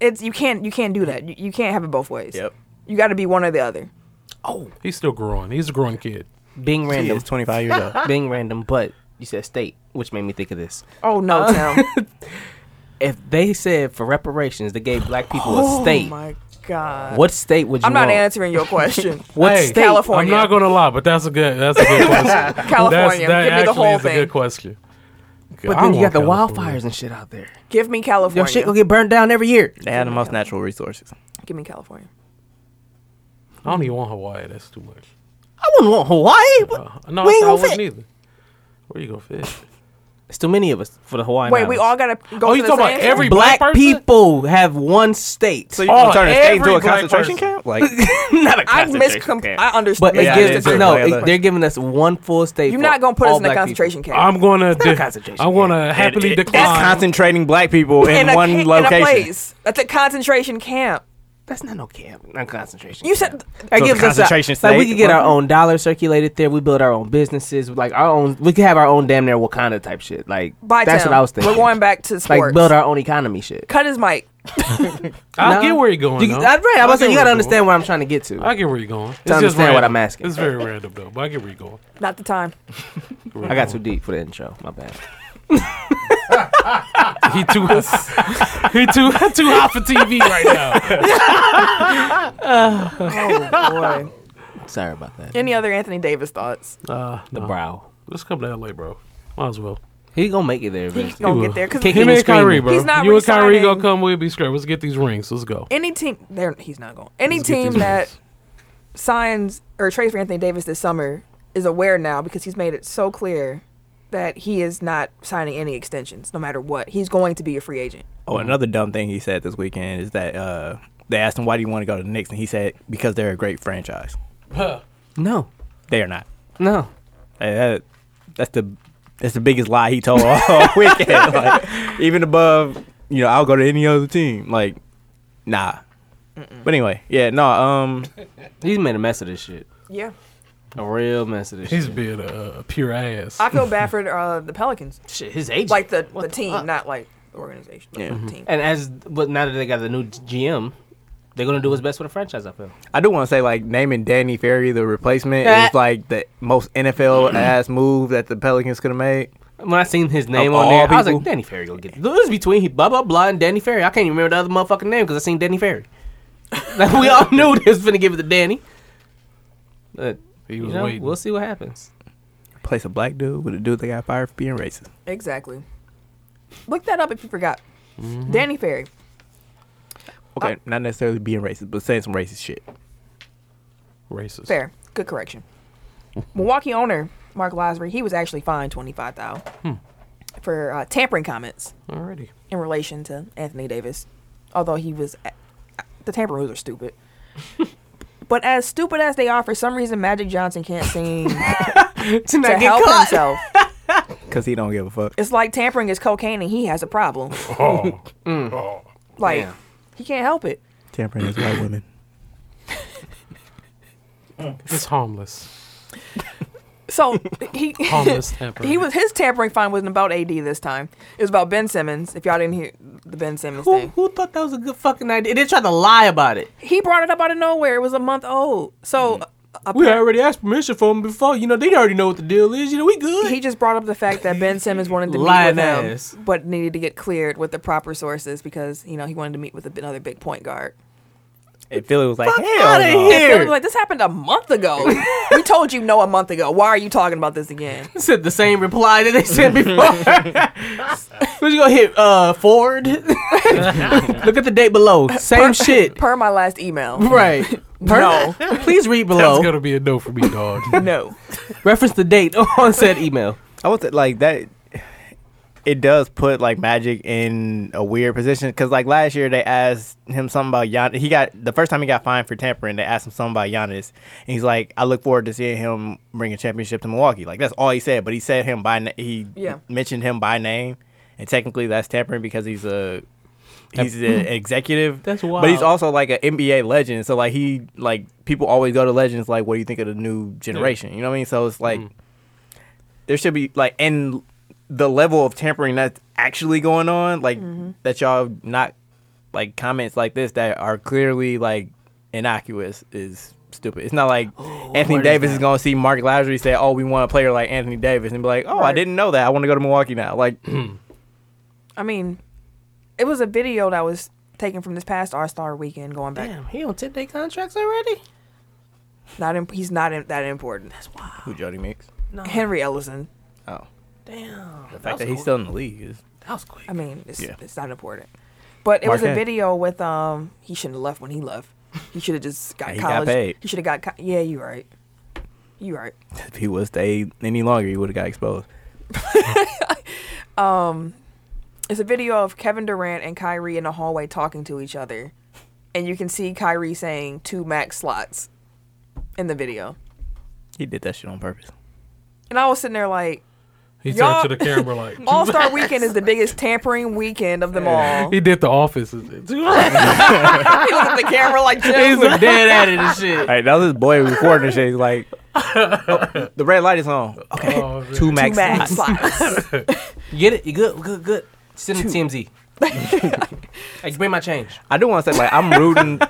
Speaker 3: it's you can't you can't do that. You, you can't have it both ways.
Speaker 2: Yep.
Speaker 3: You got to be one or the other.
Speaker 4: oh, he's still growing. He's a growing kid.
Speaker 1: Being
Speaker 2: He
Speaker 1: random.
Speaker 2: is 25 years old.
Speaker 1: Being random, but you said state, which made me think of this.
Speaker 3: Oh no,
Speaker 4: Uh,
Speaker 3: Tim.
Speaker 1: If they said for reparations they gave black people a
Speaker 3: Oh
Speaker 1: state,
Speaker 3: my god.
Speaker 1: what state would you
Speaker 3: I'm not
Speaker 1: want?
Speaker 3: answering your question.
Speaker 1: What
Speaker 4: Hey,
Speaker 1: state?
Speaker 3: California.
Speaker 4: I'm not gonna lie, but that's a good. That's a good question. That's-
Speaker 3: California. Give
Speaker 4: that
Speaker 3: me the
Speaker 4: actually
Speaker 3: whole
Speaker 4: is a
Speaker 3: thing.
Speaker 4: good question.
Speaker 1: But
Speaker 4: I
Speaker 1: then you
Speaker 4: want
Speaker 1: got the
Speaker 4: California.
Speaker 1: wildfires and shit out there.
Speaker 3: Give me
Speaker 1: Your
Speaker 3: California.
Speaker 1: shit gonna get burned down every year.
Speaker 2: They have the most natural resources.
Speaker 3: Give me California.
Speaker 4: I don't even want Hawaii. That's too much.
Speaker 1: I wouldn't want Hawaii. What-
Speaker 4: Uh, no,
Speaker 1: we ain't
Speaker 4: I, I
Speaker 1: gonna
Speaker 4: wouldn't
Speaker 1: fit.
Speaker 4: either. Where you gonna fit?
Speaker 1: It's too many of us for the Hawaiian.
Speaker 3: Wait, we
Speaker 1: Islands.
Speaker 3: all gotta go.
Speaker 4: Oh,
Speaker 3: to
Speaker 4: you
Speaker 3: the
Speaker 4: talking
Speaker 3: same-
Speaker 4: about every
Speaker 1: black,
Speaker 4: black, person?
Speaker 1: people have one state.
Speaker 2: So
Speaker 1: So
Speaker 2: you
Speaker 1: you
Speaker 2: gonna
Speaker 4: Oh,
Speaker 2: turn a state into a
Speaker 4: every black
Speaker 2: concentration
Speaker 4: person.
Speaker 2: camp? Like,
Speaker 1: not a
Speaker 3: I
Speaker 1: concentration
Speaker 3: miscom.
Speaker 1: camp.
Speaker 3: I understand.
Speaker 1: But it
Speaker 2: Yeah, I
Speaker 1: gives
Speaker 2: didn't
Speaker 1: us,
Speaker 2: know
Speaker 1: no.
Speaker 2: that.
Speaker 1: It, they're giving us one full state.
Speaker 3: You're
Speaker 1: for
Speaker 3: not gonna put
Speaker 1: all
Speaker 3: us in a
Speaker 1: black people.
Speaker 3: concentration camp.
Speaker 4: I'm gonna.
Speaker 1: not a
Speaker 4: De-
Speaker 1: concentration
Speaker 4: I'm gonna
Speaker 1: camp.
Speaker 4: happily
Speaker 2: that's
Speaker 4: decline.
Speaker 2: concentrating black people in,
Speaker 3: a
Speaker 2: one
Speaker 3: ca-
Speaker 2: location.
Speaker 3: In a place. That's a concentration camp.
Speaker 1: That's not no camp. Not concentration.
Speaker 3: You
Speaker 1: camp.
Speaker 3: said
Speaker 1: that
Speaker 2: So it's
Speaker 1: gives us a-
Speaker 2: concentration
Speaker 1: like we
Speaker 2: state?
Speaker 1: could get our own dollar circulated there. We build our own businesses, like our own. We could have our own damn near Wakanda type shit. Like
Speaker 3: by
Speaker 1: that's
Speaker 3: town.
Speaker 1: what I was thinking.
Speaker 3: We're going back to sports.
Speaker 1: like build our own economy shit.
Speaker 3: Cut his mic.
Speaker 4: I
Speaker 1: No.
Speaker 4: get where you're going.
Speaker 1: You,
Speaker 4: though.
Speaker 1: that's right. I was
Speaker 4: get
Speaker 1: saying you gotta
Speaker 4: where you're going.
Speaker 1: understand where I'm trying to get to.
Speaker 4: I get where you're going. It's
Speaker 1: understand what I'm
Speaker 4: random.
Speaker 1: asking.
Speaker 4: It's very random though, but I get where you're going.
Speaker 3: Not the time.
Speaker 1: I got too deep for the intro. My bad.
Speaker 4: He too. he too too hot for TV right now.
Speaker 3: Oh boy.
Speaker 1: Sorry about that.
Speaker 3: Any other Anthony Davis thoughts?
Speaker 4: Uh,
Speaker 1: The
Speaker 4: no.
Speaker 1: brow.
Speaker 4: Let's come to LA, bro. Might as well.
Speaker 1: He gonna make it there
Speaker 3: He
Speaker 1: eventually.
Speaker 3: gonna
Speaker 4: will.
Speaker 3: get there because
Speaker 1: Kick
Speaker 4: Him
Speaker 1: He
Speaker 4: and
Speaker 1: was screaming.
Speaker 4: Kyrie, bro.
Speaker 3: He's not
Speaker 4: you and Kyrie
Speaker 3: resigning.
Speaker 4: gonna come. We'll be screwed. Let's get these rings. Let's go.
Speaker 3: any team there he's not going. Any
Speaker 4: Let's get
Speaker 3: team
Speaker 4: these
Speaker 3: that
Speaker 4: rings.
Speaker 3: signs or trades for Anthony Davis this summer is aware now because he's made it so clear that he is not signing any extensions, no matter what. He's going to be a free agent.
Speaker 2: Oh, another dumb thing he said this weekend is that uh, they asked him why do you want to go to the Knicks, and he said because they're a great franchise.
Speaker 1: No,
Speaker 2: They are not.
Speaker 1: no.
Speaker 2: Hey, that- that's the that's the biggest lie he told all weekend. Like, even above, you know, I'll go to any other team. Like, nah. But anyway, yeah, no. Um,
Speaker 1: He's made a mess of this shit.
Speaker 3: Yeah,
Speaker 1: A real mess of this
Speaker 4: He's
Speaker 1: shit.
Speaker 4: being a, a pure ass.
Speaker 3: I feel bad for uh, the Pelicans,
Speaker 1: shit. His agent.
Speaker 3: like the,
Speaker 1: What
Speaker 3: the team,
Speaker 1: fuck?
Speaker 3: not like the organization. but
Speaker 2: Yeah.
Speaker 3: the team.
Speaker 1: And as but now that they got the new GM, they're gonna do what's best for the franchise. I feel.
Speaker 2: I do want to say like naming Danny Ferry the replacement
Speaker 1: Ah.
Speaker 2: is like the most NFL ass move that the Pelicans could have made.
Speaker 1: When I seen his name
Speaker 2: Of
Speaker 1: on
Speaker 2: all
Speaker 1: there, I was
Speaker 2: people?
Speaker 1: like, Danny Ferry gonna get this. This is between he blah blah blah and Danny Ferry. I can't even remember the other motherfucking name because I seen Danny Ferry. Like, we all knew they was finna give it to Danny. But
Speaker 4: he
Speaker 1: you
Speaker 4: was
Speaker 1: know,
Speaker 4: waiting.
Speaker 1: we'll see what happens.
Speaker 2: Replace a black dude with a dude that got fired for being racist.
Speaker 3: Exactly. Look that up if you forgot. Danny Ferry.
Speaker 2: Okay, not necessarily being racist, but saying some racist shit.
Speaker 4: Racist.
Speaker 3: Fair. Good correction. Milwaukee owner Mark Lazary, he was actually fined twenty five thousand for uh, tampering comments
Speaker 4: Alrighty.
Speaker 3: in relation to Anthony Davis, although he was uh, the tampering rules are stupid. but as stupid as they are, for some reason Magic Johnson can't seem to
Speaker 1: To
Speaker 3: help himself.
Speaker 2: Cause he don't give a fuck.
Speaker 3: It's like tampering is cocaine, and he has a problem.
Speaker 4: Oh.
Speaker 3: Like
Speaker 1: Damn.
Speaker 3: he can't help it.
Speaker 2: Tampering is white women.
Speaker 4: It's harmless.
Speaker 3: So he
Speaker 4: Harmless temper.
Speaker 3: He was his tampering fine wasn't about AD this time. It was about Ben Simmons. If y'all didn't hear the Ben Simmons
Speaker 1: Who,
Speaker 3: thing,
Speaker 1: who thought that was a good fucking idea? They tried to lie about it.
Speaker 3: he brought it up out of nowhere. It was a month old. So uh,
Speaker 1: We already asked permission for him before. You know, they already know what the deal is. You know, we good.
Speaker 3: he just brought up the fact that Ben Simmons wanted to meet
Speaker 1: Mm. Lying
Speaker 3: with him,
Speaker 1: ass.
Speaker 3: but needed to get cleared with the proper sources because you know he wanted to meet with another big point guard.
Speaker 2: And Philly was like, hell
Speaker 3: Outta
Speaker 2: no.
Speaker 3: here. Philly was Like this happened a month ago. we told you no a month ago. Why are you talking about this again?
Speaker 1: said the same reply that they said before. We're just gonna hit uh, Ford. Look at the date below. Same shit.
Speaker 3: Per my last email.
Speaker 1: Right.
Speaker 3: No.
Speaker 1: Please read
Speaker 4: That's
Speaker 1: below.
Speaker 4: gonna be a no for me, dog.
Speaker 3: No.
Speaker 1: Reference the date on said email.
Speaker 2: I would say like that. It does put like Magic in a weird position because like last year they asked him something about Giannis. He got the first time he got fined for tampering. They asked him something about Giannis, and he's like, "I look forward to seeing him bring a championship to Milwaukee." Like that's all he said, but he said him by na- he
Speaker 3: Yeah.
Speaker 2: mentioned him by name, and technically that's tampering because he's a he's an executive.
Speaker 1: Mm. That's
Speaker 2: But he's
Speaker 1: wild.
Speaker 2: also like an NBA legend, so like he like people always go to legends. Like, what do you think of the new generation? You know what I mean? So it's like
Speaker 1: Mm.
Speaker 2: there should be like and the level of tampering that's actually going on like
Speaker 1: Mm-hmm.
Speaker 2: that y'all not like comments like this that are clearly like innocuous is stupid it's not like anthony
Speaker 1: word is
Speaker 2: davis is,
Speaker 1: that?
Speaker 2: going to see mark Lazary say oh we want a player like anthony davis and be like oh i
Speaker 3: Right.
Speaker 2: didn't know that i want to go to milwaukee now like
Speaker 3: I mean, it was a video that was taken from this past All Star weekend going back.
Speaker 1: he on ten day contracts already.
Speaker 3: Not imp- he's not im- that important. That's why.
Speaker 2: who jody Meeks?
Speaker 1: No,
Speaker 3: Henry Ellison.
Speaker 2: oh
Speaker 1: damn.
Speaker 2: the fact that he's still in the league is
Speaker 1: that was quick.
Speaker 3: I mean, it's,
Speaker 2: Yeah.
Speaker 3: it's not important. But it was a
Speaker 2: Marquette.
Speaker 3: video with um. He shouldn't have left when he left. He should have just got
Speaker 2: He got
Speaker 3: college.
Speaker 2: paid.
Speaker 3: He should have got. Co- yeah, you right. You right.
Speaker 2: if he would have stayed any longer he would have got exposed
Speaker 3: It's a video of Kevin Durant and Kyrie in the hallway talking to each other, and you can see Kyrie saying two max slots in the video.
Speaker 2: he did that shit on purpose
Speaker 3: And I was sitting there like,
Speaker 4: He
Speaker 3: Y'all-
Speaker 4: turned to the camera like
Speaker 3: All Star Weekend is the biggest tampering weekend of them all.
Speaker 4: he did the office. He's
Speaker 3: he looked at the camera like, Jim,
Speaker 4: a dead at it and shit.
Speaker 2: all right that was his boy recording and shit he's like oh, the red light is on okay
Speaker 4: Oh, man.
Speaker 2: two
Speaker 3: two
Speaker 2: max,
Speaker 3: max
Speaker 2: slots.
Speaker 3: slots.
Speaker 1: You get it? You good? Good? Good? Send him TMZ. hey, bring my change.
Speaker 2: I do want to say like I'm rooting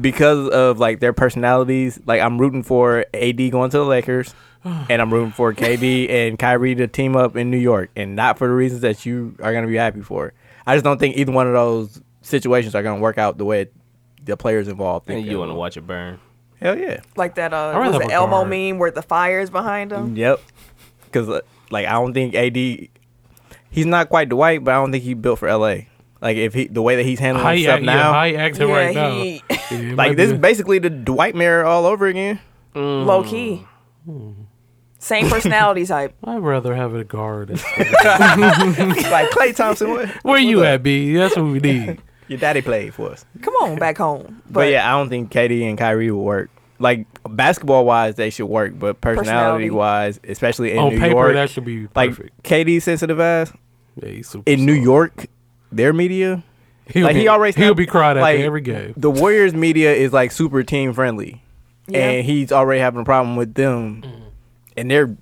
Speaker 2: because of like their personalities. Like I'm rooting for AD going to the Lakers, and I'm rooting for KD and Kyrie to team up in New York, and not for the reasons that you are gonna be happy for. I just don't think either one of those situations are gonna work out the way the players involved. Think they will.
Speaker 1: watch it burn?
Speaker 2: Hell yeah.
Speaker 3: like that uh,
Speaker 4: I'd rather
Speaker 3: was
Speaker 4: have
Speaker 3: the
Speaker 4: a
Speaker 3: Elmo
Speaker 4: guard.
Speaker 3: meme where the fire's behind him.
Speaker 2: Yep. Because like I don't think AD, he's not quite Dwight, but I don't think he built for LA. Like if he the way that he's handling
Speaker 4: How he,
Speaker 2: stuff
Speaker 4: act,
Speaker 2: now,
Speaker 4: yeah, how he acting
Speaker 3: Yeah,
Speaker 4: right now?
Speaker 3: he-
Speaker 4: Yeah, it might
Speaker 2: like this
Speaker 4: be-
Speaker 2: is basically the Dwight mirror all over again.
Speaker 3: Low key. Same personality type.
Speaker 4: I'd rather have a guard.
Speaker 2: like Clay Thompson. What,
Speaker 4: Where you at, B? That's what we need.
Speaker 2: Your daddy played for us.
Speaker 3: Come on, back home. But,
Speaker 2: But, yeah, I don't think KD and Kyrie will work. Like basketball wise, they should work, but personality,
Speaker 3: Personality.
Speaker 2: wise, especially in
Speaker 4: On
Speaker 2: New
Speaker 4: paper,
Speaker 2: York,
Speaker 4: that should be
Speaker 2: like
Speaker 4: perfect.
Speaker 2: KD sensitive ass
Speaker 4: yeah, he's super
Speaker 2: in New
Speaker 4: soft.
Speaker 2: York, their media,
Speaker 4: he'll
Speaker 2: like
Speaker 4: be,
Speaker 2: he always
Speaker 4: he'll
Speaker 2: not-
Speaker 4: be cried at
Speaker 2: like,
Speaker 4: every game.
Speaker 2: the Warriors media is like super team friendly,
Speaker 3: Yeah.
Speaker 2: and he's already having a problem with them, and they're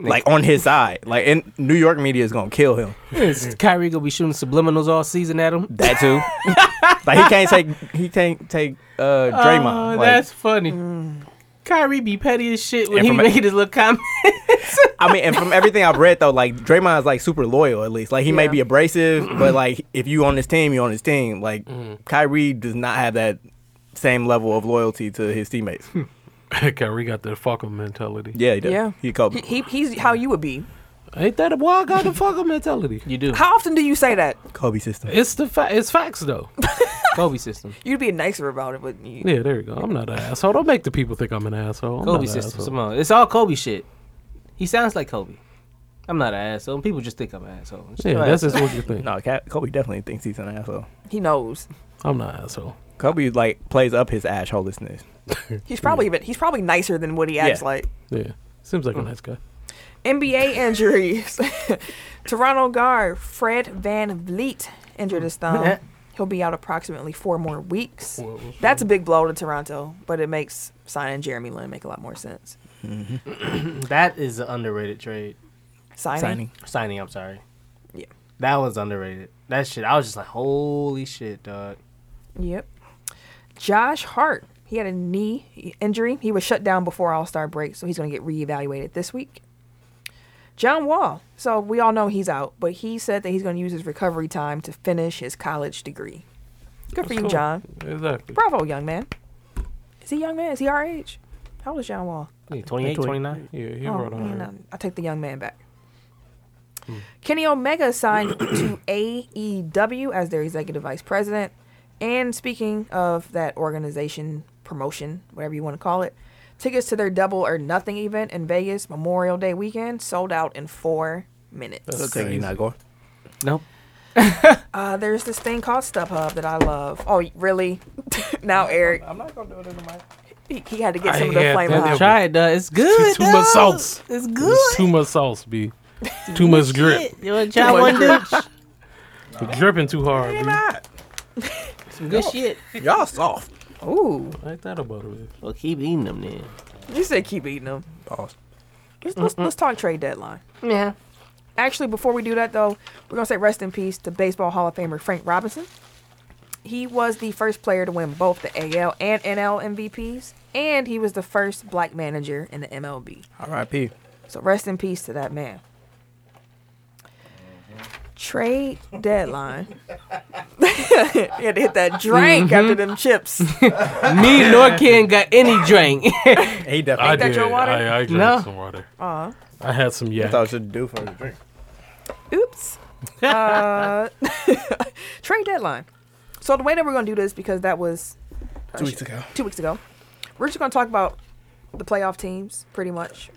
Speaker 2: like on his side. Like, and New York media is gonna kill him.
Speaker 1: Is Kyrie gonna be shooting subliminals all season at him?
Speaker 2: That too. like he can't take he can't take uh Draymond.
Speaker 4: Ah,
Speaker 1: Oh,
Speaker 2: like,
Speaker 1: that's funny. Kyrie be petty as shit when
Speaker 2: And
Speaker 1: he
Speaker 2: from a-
Speaker 1: made his little comment.
Speaker 2: I mean, and from everything I've read though, like Draymond's like super loyal at least. Like he may
Speaker 3: Yeah.
Speaker 2: be abrasive, but like if you on this team, you on his team. Like Kyrie does not have that same level of loyalty to his teammates.
Speaker 4: Kyrie got the fuck 'em mentality.
Speaker 2: Yeah, he does.
Speaker 3: Yeah.
Speaker 2: He called
Speaker 3: He, he, he's how you would be.
Speaker 4: Ain't that a wild got the fuck 'em mentality?
Speaker 1: You do.
Speaker 3: How often do you say that?
Speaker 2: Kobe system.
Speaker 4: It's the fa- it's facts though.
Speaker 1: Kobe system.
Speaker 3: You'd be nicer about it, but you,
Speaker 4: Yeah, there you go. I'm not an asshole. Don't make the people think I'm an asshole. I'm
Speaker 1: Kobe
Speaker 4: not an
Speaker 1: system.
Speaker 4: asshole.
Speaker 1: Come on. It's all Kobe shit. He sounds like Kobe. I'm not an asshole. People just think I'm an asshole. Just
Speaker 4: Yeah,
Speaker 1: an
Speaker 4: that's
Speaker 1: asshole.
Speaker 4: just what you think.
Speaker 2: No, Ka- Kobe definitely thinks he's an asshole.
Speaker 3: he knows.
Speaker 4: I'm not an asshole.
Speaker 2: Kobe like plays up his assholeness.
Speaker 3: He's probably even he's probably nicer than what he acts
Speaker 2: Yeah.
Speaker 3: like.
Speaker 4: Yeah, seems like a nice guy.
Speaker 3: NBA injuries. Toronto guard Fred Van Vliet injured his thumb. He'll be out approximately four more weeks. That's a big blow to Toronto, but it makes signing Jeremy Lin make a lot more sense.
Speaker 1: That is an underrated trade.
Speaker 3: Signing.
Speaker 2: Signing.
Speaker 1: Signing, I'm sorry.
Speaker 3: Yeah.
Speaker 1: That was underrated. That shit. I was just like, holy shit, dog.
Speaker 3: Yep. Josh Hart. He had a knee injury. He was shut down before All Star break, so he's going to get reevaluated this week. John Wall. So we all know he's out, but he said that he's going to use his recovery time to finish his college degree. Good for
Speaker 4: That's
Speaker 3: you,
Speaker 4: cool.
Speaker 3: John.
Speaker 4: Exactly.
Speaker 3: Bravo, young man. Is he young man? Is he our age? How old is John Wall?
Speaker 2: 28, 29?
Speaker 4: Yeah, he
Speaker 3: Oh,
Speaker 4: wrote Hmm. on
Speaker 3: man,
Speaker 4: her.
Speaker 3: I, I take the young man back. Kenny Omega signed to AEW as their executive vice president. And speaking of that organization, promotion, whatever you want to call it, tickets to their Double or Nothing event in Vegas Memorial Day weekend sold out in four minutes.
Speaker 4: That's-
Speaker 2: Okay,
Speaker 4: crazy.
Speaker 2: you're not going.
Speaker 1: Nope.
Speaker 3: Uh, there's this thing called StubHub that I love. Oh, really? now Eric,
Speaker 2: I'm not gonna do it in the mic.
Speaker 3: he, he had to get
Speaker 4: I
Speaker 3: some of the
Speaker 4: had
Speaker 3: flame
Speaker 4: that
Speaker 3: hot.
Speaker 4: joke.
Speaker 1: Try it, duh. It's good.
Speaker 4: too much
Speaker 1: duh.
Speaker 4: sauce.
Speaker 1: It's good.
Speaker 4: It's too much sauce, B. Too much grip.
Speaker 1: You know, John one dude.
Speaker 4: You're Dripping too hard, B.
Speaker 1: Some good shit.
Speaker 2: Y'all soft.
Speaker 3: Ooh,
Speaker 4: Ain't that about it?
Speaker 1: Well, keep eating them then.
Speaker 3: you said keep eating them.
Speaker 2: Pause.
Speaker 3: Let's, let's, let's talk trade deadline.
Speaker 1: Yeah.
Speaker 3: Actually, before we do that, though, we're going to say rest in peace to Baseball Hall of Famer Frank Robinson. He was the first player to win both the AL and NL MVPs, and he was the first black manager in the MLB.
Speaker 2: R.I.P.
Speaker 3: So rest in peace to that man. Trade deadline. you had to hit that drink after them chips.
Speaker 1: Me nor Ken got any drink.
Speaker 2: Hey,
Speaker 4: I
Speaker 2: definitely.
Speaker 3: that
Speaker 4: did.
Speaker 3: your water?
Speaker 4: I, I drank
Speaker 1: No.
Speaker 4: some water.
Speaker 3: Aw.
Speaker 4: I had some
Speaker 2: I
Speaker 4: yak.
Speaker 2: thought you should do for the drink.
Speaker 3: Oops. Uh, trade deadline. So the way that we're going to do this, because that was
Speaker 2: Two weeks ago.
Speaker 3: two weeks ago. We're just going to talk about the playoff teams, pretty much,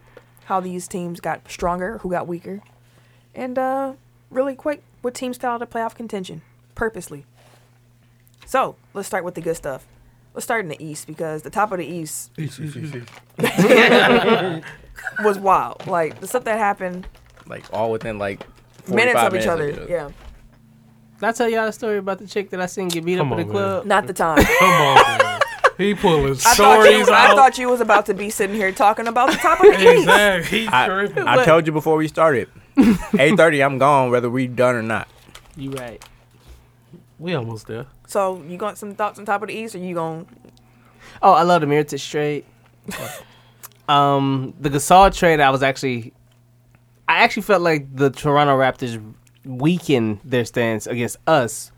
Speaker 3: how these teams got stronger, who got weaker, and uh, really quick, what teams fell out of playoff contention purposely. So let's start with the good stuff. Let's start in the East because the top of the East was wild. Like the stuff that happened
Speaker 2: Like all within like
Speaker 3: minutes
Speaker 2: 45
Speaker 3: of each other.
Speaker 2: of
Speaker 3: Yeah,
Speaker 1: Did I tell y'all a story about the chick that I seen get beat
Speaker 4: Come
Speaker 1: up at
Speaker 4: on,
Speaker 1: the
Speaker 4: man.
Speaker 1: club?
Speaker 3: not the time.
Speaker 4: Come on, man. He pulling
Speaker 3: I thought, you,
Speaker 4: stories
Speaker 3: I
Speaker 4: out.
Speaker 3: thought you was about to be sitting here talking about the top of the East.
Speaker 4: Exactly. He tripping.
Speaker 2: I told you before we started. 8:30, I'm gone whether we done or not.
Speaker 1: You right.
Speaker 4: We almost there.
Speaker 3: So you got some thoughts on top of the East, or you going
Speaker 1: Oh, I love the Meritage trade. um, the Gasol trade, I was actually, I actually felt like the Toronto Raptors weakened their stance against us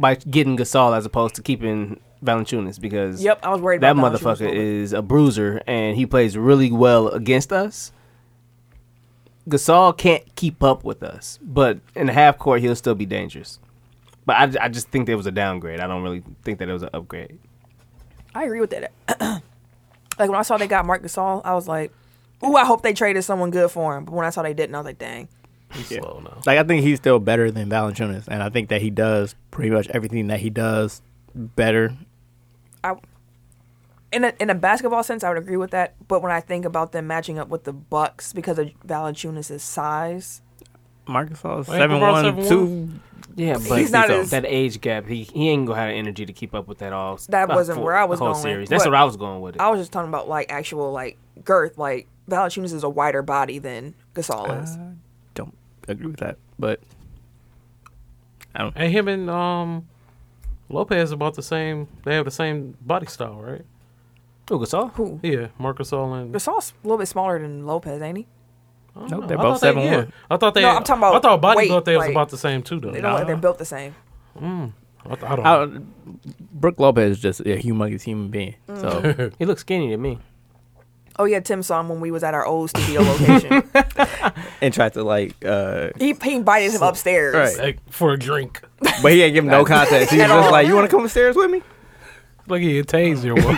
Speaker 1: by getting Gasol as opposed to keeping Valanciunas because
Speaker 3: Yep, I was worried
Speaker 1: that
Speaker 3: about Valanciunas
Speaker 1: motherfucker
Speaker 3: moving.
Speaker 1: is a bruiser and he plays really well against us. Gasol can't keep up with us, but in the half court he'll still be dangerous. But I, I just think there was a downgrade. I don't really think that it was an upgrade.
Speaker 3: I agree with that. like when I saw they got Mark Gasol, I was like, "Ooh, I hope they traded someone good for him." But when I saw they didn't, I was like, "Dang."
Speaker 4: He's slow now.
Speaker 2: Like I think he's still better than Valanciunas, and I think that he does pretty much everything that he does uh, better.
Speaker 3: I in a in a basketball sense, I would agree with that. But when I think about them matching up with the Bucks because of Valanciunas' size,
Speaker 2: Marcus is
Speaker 4: Ain't
Speaker 2: seven
Speaker 4: LeBron
Speaker 2: one
Speaker 4: 7'1"?
Speaker 2: two.
Speaker 1: Yeah, but
Speaker 3: He's not as-
Speaker 1: that age gap. He he ain't gonna have the energy to keep up with that all.
Speaker 3: That
Speaker 1: uh,
Speaker 3: wasn't
Speaker 1: full-
Speaker 3: where I was
Speaker 1: whole
Speaker 3: going,
Speaker 1: Series. That's
Speaker 3: but-
Speaker 1: what I was going with it.
Speaker 3: I was just talking about like actual like girth. Like Valanciunas is a wider body than Gasol is.
Speaker 2: I don't agree with that, but
Speaker 4: And him and um, Lopez about the same. They have the same body style, right?
Speaker 1: Who Gasol?
Speaker 3: Who?
Speaker 4: Yeah, Marcus All and.
Speaker 3: Gasol's a little bit smaller than Lopez, ain't he?
Speaker 4: I don't
Speaker 2: Nope,
Speaker 4: know.
Speaker 2: they're
Speaker 4: I
Speaker 2: both
Speaker 4: thought they-
Speaker 2: 7'1".
Speaker 4: I thought they.
Speaker 3: No, I'm talking about
Speaker 4: I thought body
Speaker 3: weight,
Speaker 4: growth they was
Speaker 3: like-
Speaker 4: about the same too, though.
Speaker 3: They don't like they're built the same.
Speaker 4: I, th- I don't.
Speaker 2: I, uh, Brooke Lopez is just a humongous human being. So
Speaker 1: He looks skinny to me.
Speaker 3: Oh yeah, Tim saw him when we was at our old studio location.
Speaker 2: and tried to like, uh
Speaker 3: he he invited him upstairs.
Speaker 2: Right.
Speaker 4: like, for a drink.
Speaker 2: but he ain't give him no context. He was
Speaker 3: all.
Speaker 2: just like, "You want to come upstairs with me?"
Speaker 4: Look at your taser. one.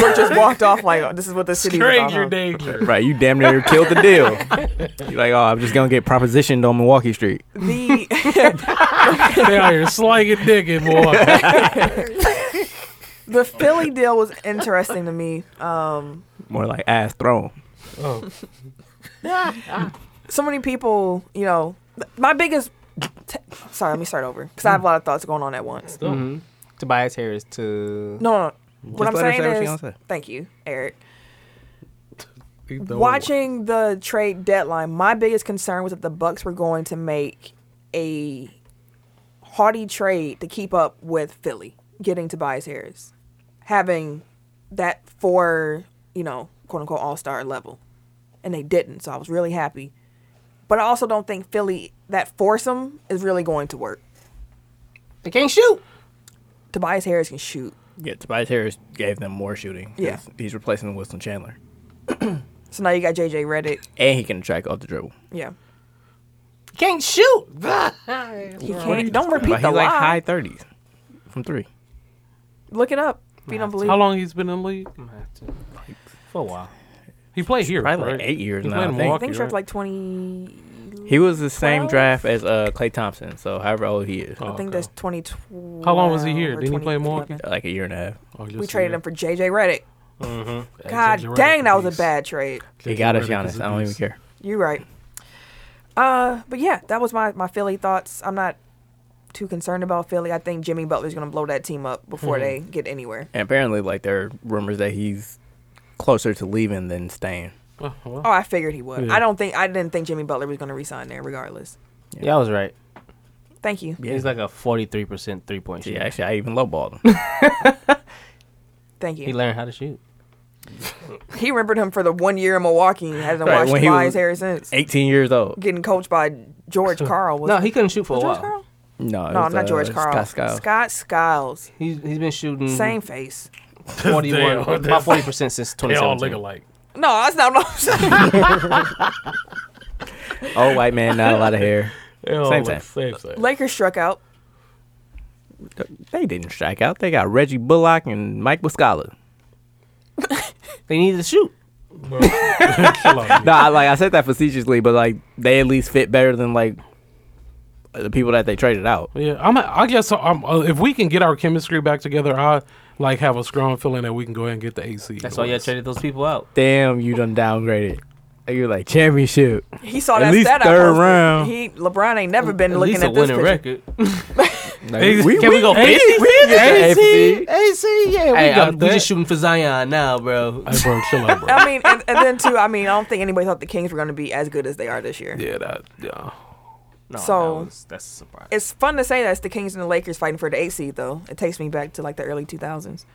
Speaker 3: Brooke just walked off like oh, this is what the city was about,
Speaker 4: Stranger
Speaker 3: huh?
Speaker 4: danger.
Speaker 2: Right, you damn near killed the deal. You're like, "Oh, I'm just gonna get propositioned on Milwaukee Street."
Speaker 3: The
Speaker 4: they out here slanging dick and boy.
Speaker 3: the Philly deal was interesting to me. Um,
Speaker 2: More like ass thrown.
Speaker 4: Oh,
Speaker 3: so many people, you know, th- my biggest. T- sorry, let me start over because I have a lot of thoughts going on at once. No,
Speaker 1: Mm-hmm. Tobias Harris to
Speaker 3: no, no. what
Speaker 2: Just let
Speaker 3: I'm
Speaker 2: her say what
Speaker 3: saying
Speaker 2: she
Speaker 3: is,
Speaker 2: gonna say.
Speaker 3: thank you, Eric.
Speaker 4: he throw
Speaker 3: Watching the trade deadline, my biggest concern was that the Bucks were going to make a haughty trade to keep up with Philly, getting Tobias Harris, having that for you know quote unquote all star level, and they didn't. So I was really happy, but I also don't think Philly that foursome is really going to work.
Speaker 1: they can't shoot.
Speaker 3: Tobias Harris can shoot.
Speaker 2: Yeah, Tobias Harris gave them more shooting. 'cause
Speaker 3: Yeah.
Speaker 2: he's replacing Winston Chandler,
Speaker 3: So now you got JJ Reddick.
Speaker 2: and he can track off the dribble.
Speaker 3: Yeah.
Speaker 1: Can't shoot.
Speaker 3: He can't. Don't repeat
Speaker 2: But
Speaker 3: the
Speaker 2: he's like
Speaker 3: lie.
Speaker 2: high thirties from three.
Speaker 3: Look it up. If you don't believe.
Speaker 4: How long he's been in the league? For a while. He played here.
Speaker 2: Probably like
Speaker 4: right?
Speaker 2: eight years
Speaker 4: He
Speaker 2: now,
Speaker 4: played
Speaker 2: I
Speaker 4: in
Speaker 2: think.
Speaker 3: I
Speaker 4: Milwaukee,
Speaker 3: think Shrek's
Speaker 4: right?
Speaker 3: like 20.
Speaker 2: He was the same
Speaker 3: Well-
Speaker 2: draft as uh, Clay Thompson, so however old he is,
Speaker 4: Oh,
Speaker 3: I think
Speaker 4: okay.
Speaker 3: that's 2012.
Speaker 4: How long was he here?
Speaker 3: or
Speaker 4: Didn't he play
Speaker 3: 2011.
Speaker 4: Milwaukee?
Speaker 2: like a year and a half.
Speaker 4: Oh, just
Speaker 3: We
Speaker 4: a
Speaker 3: traded
Speaker 4: year.
Speaker 3: him for JJ Reddick.
Speaker 4: Yeah,
Speaker 3: God
Speaker 4: JJ Redick
Speaker 3: dang, that was a
Speaker 4: beast.
Speaker 3: bad trade.
Speaker 2: He
Speaker 4: JJ
Speaker 2: got us
Speaker 4: Redick is
Speaker 2: Giannis.
Speaker 4: a
Speaker 2: I don't even
Speaker 4: beast.
Speaker 2: care.
Speaker 3: You're right. Uh, but yeah, that was my my Philly thoughts. I'm not too concerned about Philly. I think Jimmy Butler's gonna blow that team up before
Speaker 4: Mm-hmm.
Speaker 3: they get anywhere.
Speaker 2: And apparently, like there are rumors that he's closer to leaving than staying.
Speaker 4: Oh, well.
Speaker 3: Oh, I figured he would.
Speaker 4: Yeah.
Speaker 3: I don't think I didn't think Jimmy Butler was gonna resign there, regardless.
Speaker 1: Yeah, I was right.
Speaker 3: Thank you,
Speaker 1: He's like a forty-three percent three-point shooter.
Speaker 2: Yeah, actually, I even lowballed him.
Speaker 3: thank
Speaker 1: He
Speaker 3: you.
Speaker 1: learned how to shoot.
Speaker 3: He, remembered him for the one year in Milwaukee and hasn't
Speaker 2: Right,
Speaker 3: watched
Speaker 2: when he
Speaker 3: Tobias
Speaker 2: was-
Speaker 3: Harris since.
Speaker 2: Eighteen years old.
Speaker 3: Getting coached by George Carl. Was
Speaker 1: No, he couldn't shoot for a
Speaker 3: George
Speaker 1: while.
Speaker 3: Carl?
Speaker 2: No, it
Speaker 3: No,
Speaker 2: was,
Speaker 3: not
Speaker 2: uh,
Speaker 3: George Carl.
Speaker 2: Scott Skiles. Mm-hmm.
Speaker 3: Scott Skiles.
Speaker 1: He's he's been shooting
Speaker 3: Same face.
Speaker 1: forty-one,
Speaker 4: Damn,
Speaker 1: about
Speaker 4: that's-
Speaker 1: forty percent since
Speaker 4: They
Speaker 1: twenty
Speaker 4: all look
Speaker 1: seventeen.
Speaker 4: alike.
Speaker 3: No, that's not what I'm saying.
Speaker 2: Old white man, not a lot of hair.
Speaker 4: They all
Speaker 2: Same
Speaker 4: look
Speaker 2: time.
Speaker 4: Same same.
Speaker 3: Lakers struck out.
Speaker 2: They didn't strike out. They got Reggie Bullock and Mike Muscala.
Speaker 1: They needed to shoot.
Speaker 4: Bro. Chill out,
Speaker 2: No, I, like I said that facetiously, but like they at least fit better than like the people that they traded out.
Speaker 4: Yeah, I'm. I guess I'm, uh, if we can get our chemistry back together, I like have a strong feeling that we can go ahead and get the AC.
Speaker 1: That's why y'all traded those people out.
Speaker 2: Damn, you done downgraded. Like, You're like championship.
Speaker 3: He saw
Speaker 2: At
Speaker 3: that
Speaker 2: least
Speaker 3: stat I
Speaker 2: third
Speaker 3: posted.
Speaker 2: round.
Speaker 3: He LeBron ain't never been
Speaker 1: At
Speaker 3: looking
Speaker 1: least a
Speaker 3: at this
Speaker 1: winning
Speaker 3: picture.
Speaker 1: record.
Speaker 2: Like,
Speaker 4: Hey, can we go
Speaker 2: hey,
Speaker 4: 50?
Speaker 2: we can get the AFC.
Speaker 1: AC, yeah, we
Speaker 2: Hey,
Speaker 1: got.
Speaker 2: I'm-
Speaker 1: we
Speaker 2: that-
Speaker 1: just shooting for Zion now, bro.
Speaker 4: Hey, bro, chill out, bro.
Speaker 3: I mean, and, and then too, I mean, I don't think anybody thought the Kings were going to be as good as they are this year.
Speaker 4: yeah, that. Yeah.
Speaker 1: No,
Speaker 3: So-
Speaker 1: that was- that's a surprise.
Speaker 3: It's fun to say that's the Kings and the Lakers fighting for the eight seed, though. It takes me back to like the early 2000s.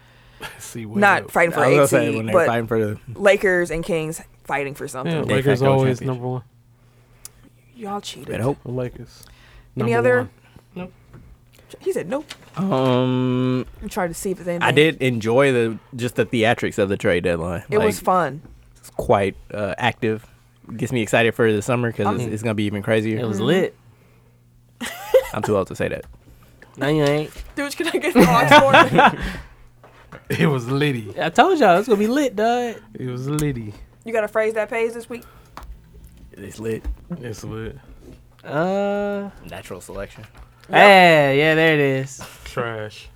Speaker 4: See, what
Speaker 3: Not
Speaker 4: up.
Speaker 3: fighting for
Speaker 2: I was
Speaker 3: eight
Speaker 2: gonna say when
Speaker 3: seed,
Speaker 2: they
Speaker 3: but
Speaker 2: fighting for the
Speaker 3: Lakers and Kings fighting for something.
Speaker 4: Yeah,
Speaker 2: de
Speaker 4: Lakers
Speaker 2: facto
Speaker 4: always
Speaker 2: champions.
Speaker 4: number one.
Speaker 3: Y'all cheated.
Speaker 2: better hope.
Speaker 4: The Lakers.
Speaker 3: Any
Speaker 4: number
Speaker 3: other?
Speaker 4: one.
Speaker 3: He said nope.
Speaker 2: Um,
Speaker 3: I'm trying to see if there's anything.
Speaker 2: I did enjoy the just the theatrics of the trade deadline.
Speaker 3: It
Speaker 2: Like,
Speaker 3: was fun.
Speaker 2: it's quite uh, active. Gets me excited for the summer because it's,
Speaker 1: I'm-
Speaker 2: it's gonna be even crazier.
Speaker 1: It was lit.
Speaker 2: I'm too old to say that.
Speaker 1: No, you ain't.
Speaker 3: Dude, can I get an oxford?
Speaker 4: It was Liddy.
Speaker 1: I told y'all it's gonna be lit, dog.
Speaker 4: It was Liddy.
Speaker 3: you got a phrase that pays this week?
Speaker 2: It's lit.
Speaker 4: It's lit.
Speaker 1: Uh,
Speaker 2: Natural selection.
Speaker 1: yeah, yeah, there it is.
Speaker 4: Trash.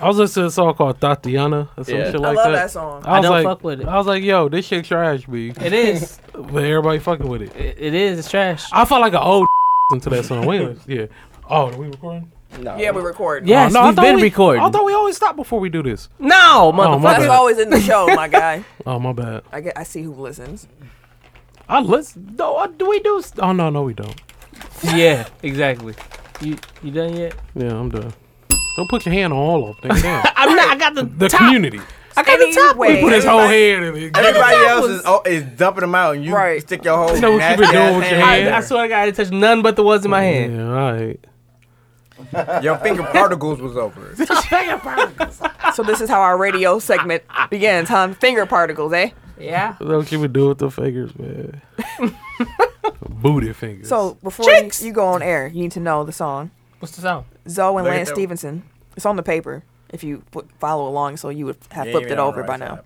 Speaker 4: I was listening to a song called Tatiana or some
Speaker 2: Yeah.
Speaker 4: shit
Speaker 3: I
Speaker 4: like
Speaker 3: love
Speaker 4: that. Uh,
Speaker 3: that song.
Speaker 4: I was
Speaker 1: don't
Speaker 4: like,
Speaker 1: fuck with it.
Speaker 4: I was like, yo, this shit trash, B.
Speaker 1: It is.
Speaker 4: But everybody fucking with it.
Speaker 1: it, it is. It's trash.
Speaker 4: I felt like an old into that song. We ain't- yeah. Oh, are we recording?
Speaker 2: No.
Speaker 3: Yeah, we record.
Speaker 1: Yes,
Speaker 4: oh, I
Speaker 1: we've
Speaker 4: thought
Speaker 1: been
Speaker 4: we,
Speaker 1: recording.
Speaker 4: I thought we always stop before we do this.
Speaker 1: no,
Speaker 4: Oh, my
Speaker 1: motherfucker.
Speaker 3: That's
Speaker 4: bad.
Speaker 3: always in the show, my guy.
Speaker 4: Oh my bad.
Speaker 3: I get. I see who listens.
Speaker 4: I listen. No, I- do we do? s- Oh no, no, we don't.
Speaker 1: yeah, exactly. You you done yet?
Speaker 4: Yeah, I'm done. Don't put your hand on all of them. Nigga, Damn.
Speaker 1: I'm not. I got the
Speaker 4: the
Speaker 1: top.
Speaker 4: community.
Speaker 3: I got the top
Speaker 4: He put his whole hand in it.
Speaker 5: Everybody else is oh, is dumping them out, and you
Speaker 3: Right.
Speaker 5: stick your whole.
Speaker 4: know what you
Speaker 5: nasty
Speaker 4: been doing
Speaker 5: ass
Speaker 4: with your
Speaker 5: hand
Speaker 1: I, I swear I got to touch none but the ones in my hand.
Speaker 4: Yeah, all right.
Speaker 5: there. Your finger particles was over. it.
Speaker 3: So this is how our radio segment begins, huh? Finger particles, eh?
Speaker 1: Yeah.
Speaker 4: That's what you would do with the fingers, man. Booty fingers.
Speaker 3: So before you, you go on air, you need to know the song.
Speaker 1: What's the sound?
Speaker 3: Zoe and
Speaker 5: Look at
Speaker 3: Lance
Speaker 5: that.
Speaker 3: Stevenson. It's on the paper. If you fo- follow along, so you would have
Speaker 5: You ain't
Speaker 3: flipped
Speaker 5: even
Speaker 3: it
Speaker 5: on
Speaker 3: over
Speaker 5: the
Speaker 3: by
Speaker 5: right
Speaker 3: now.
Speaker 5: side.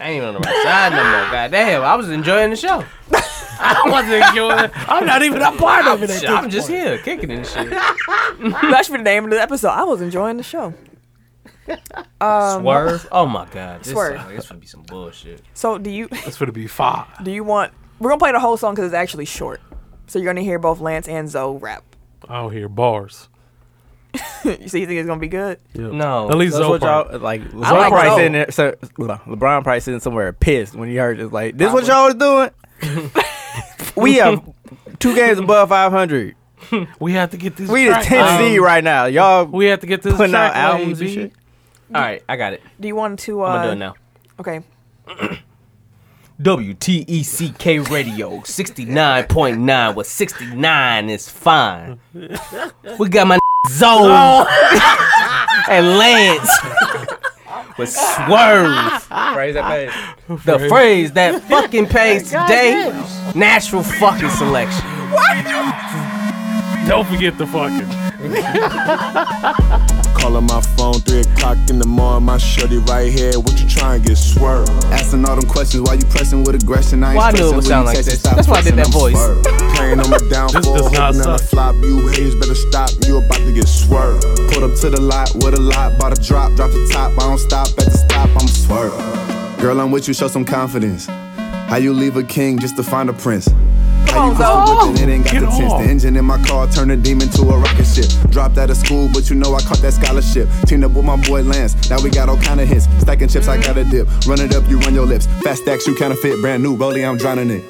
Speaker 1: I ain't even on the right side no more. Goddamn, I was enjoying the show. I wasn't enjoying.
Speaker 4: I'm not even a part of it. at
Speaker 1: Shit,
Speaker 4: this
Speaker 1: I'm just
Speaker 4: point.
Speaker 1: here kicking and shit.
Speaker 3: That should be the name of the episode. I was enjoying the show. Um,
Speaker 1: Swerve. Oh my god. This
Speaker 3: Swerve.
Speaker 1: sound- This would be some bullshit.
Speaker 3: So do you
Speaker 4: It's for to be five.
Speaker 3: do you want? We're gonna play the whole song because it's actually short. So you're gonna hear both Lance and Zoe rap.
Speaker 4: Out here, bars.
Speaker 3: so you think it's gonna be good?
Speaker 4: Yep.
Speaker 1: No.
Speaker 4: at least
Speaker 2: That's
Speaker 4: Zoe
Speaker 2: what
Speaker 4: part.
Speaker 2: y'all like. LeBron
Speaker 3: like
Speaker 2: probably
Speaker 3: Zoe.
Speaker 2: sitting there. So, LeBron probably sitting somewhere pissed when he heard this. Like this, what y'all was doing? we are two games above five hundred.
Speaker 4: We have to get this.
Speaker 2: We the
Speaker 4: track,
Speaker 2: ten seed
Speaker 4: um,
Speaker 2: right now. Y'all
Speaker 4: We have to get this.
Speaker 2: putting out
Speaker 4: track, like,
Speaker 2: albums and
Speaker 4: B.
Speaker 2: shit.
Speaker 1: All right, I got it.
Speaker 3: Do you want to? Uh,
Speaker 1: I'm gonna do it now.
Speaker 3: Okay.
Speaker 1: WTECK E Radio 69.9 with 69 is fine. We got my zone. and Lance with swerve.
Speaker 5: Praise that page.
Speaker 1: The phrase that fucking pays today. Natural fucking selection.
Speaker 4: Don't forget the fucking.
Speaker 6: Calling my phone, 3 o'clock in the morning. My shorty right here. What you trying to get swerved? Asking all them questions. Why you pressing with aggression? I ain't
Speaker 1: Well, I knew it
Speaker 6: stressing
Speaker 1: would
Speaker 6: when
Speaker 1: sound
Speaker 6: you
Speaker 1: like
Speaker 6: text
Speaker 1: this.
Speaker 6: it, stop
Speaker 1: That's why I did that
Speaker 6: pressing, I'm
Speaker 1: voice.
Speaker 6: swerved. Playing on my downfall.
Speaker 4: does not
Speaker 6: hoping that I
Speaker 4: suck.
Speaker 6: flop. You haters better stop. You about to get swerved. Pulled up to the lot with a lot. Bought a drop. Drop the top. I don't stop at the stop. I'm swerved. Girl, I'm with you. Show some confidence. How you leave a king just to find a prince? How you
Speaker 3: Zoe.
Speaker 6: cross the whip and it ain't got
Speaker 4: Get
Speaker 6: the tense.
Speaker 4: off.
Speaker 6: The engine in my car turned a demon to a rocket ship. Dropped out of school, but you know I caught that scholarship. Teamed up with my boy Lance. Now we got all kind of hits. Stacking chips, I got a dip. Run it up, you run your lips. Fast stacks, you counterfeit. Brand new rollie, I'm drowning it.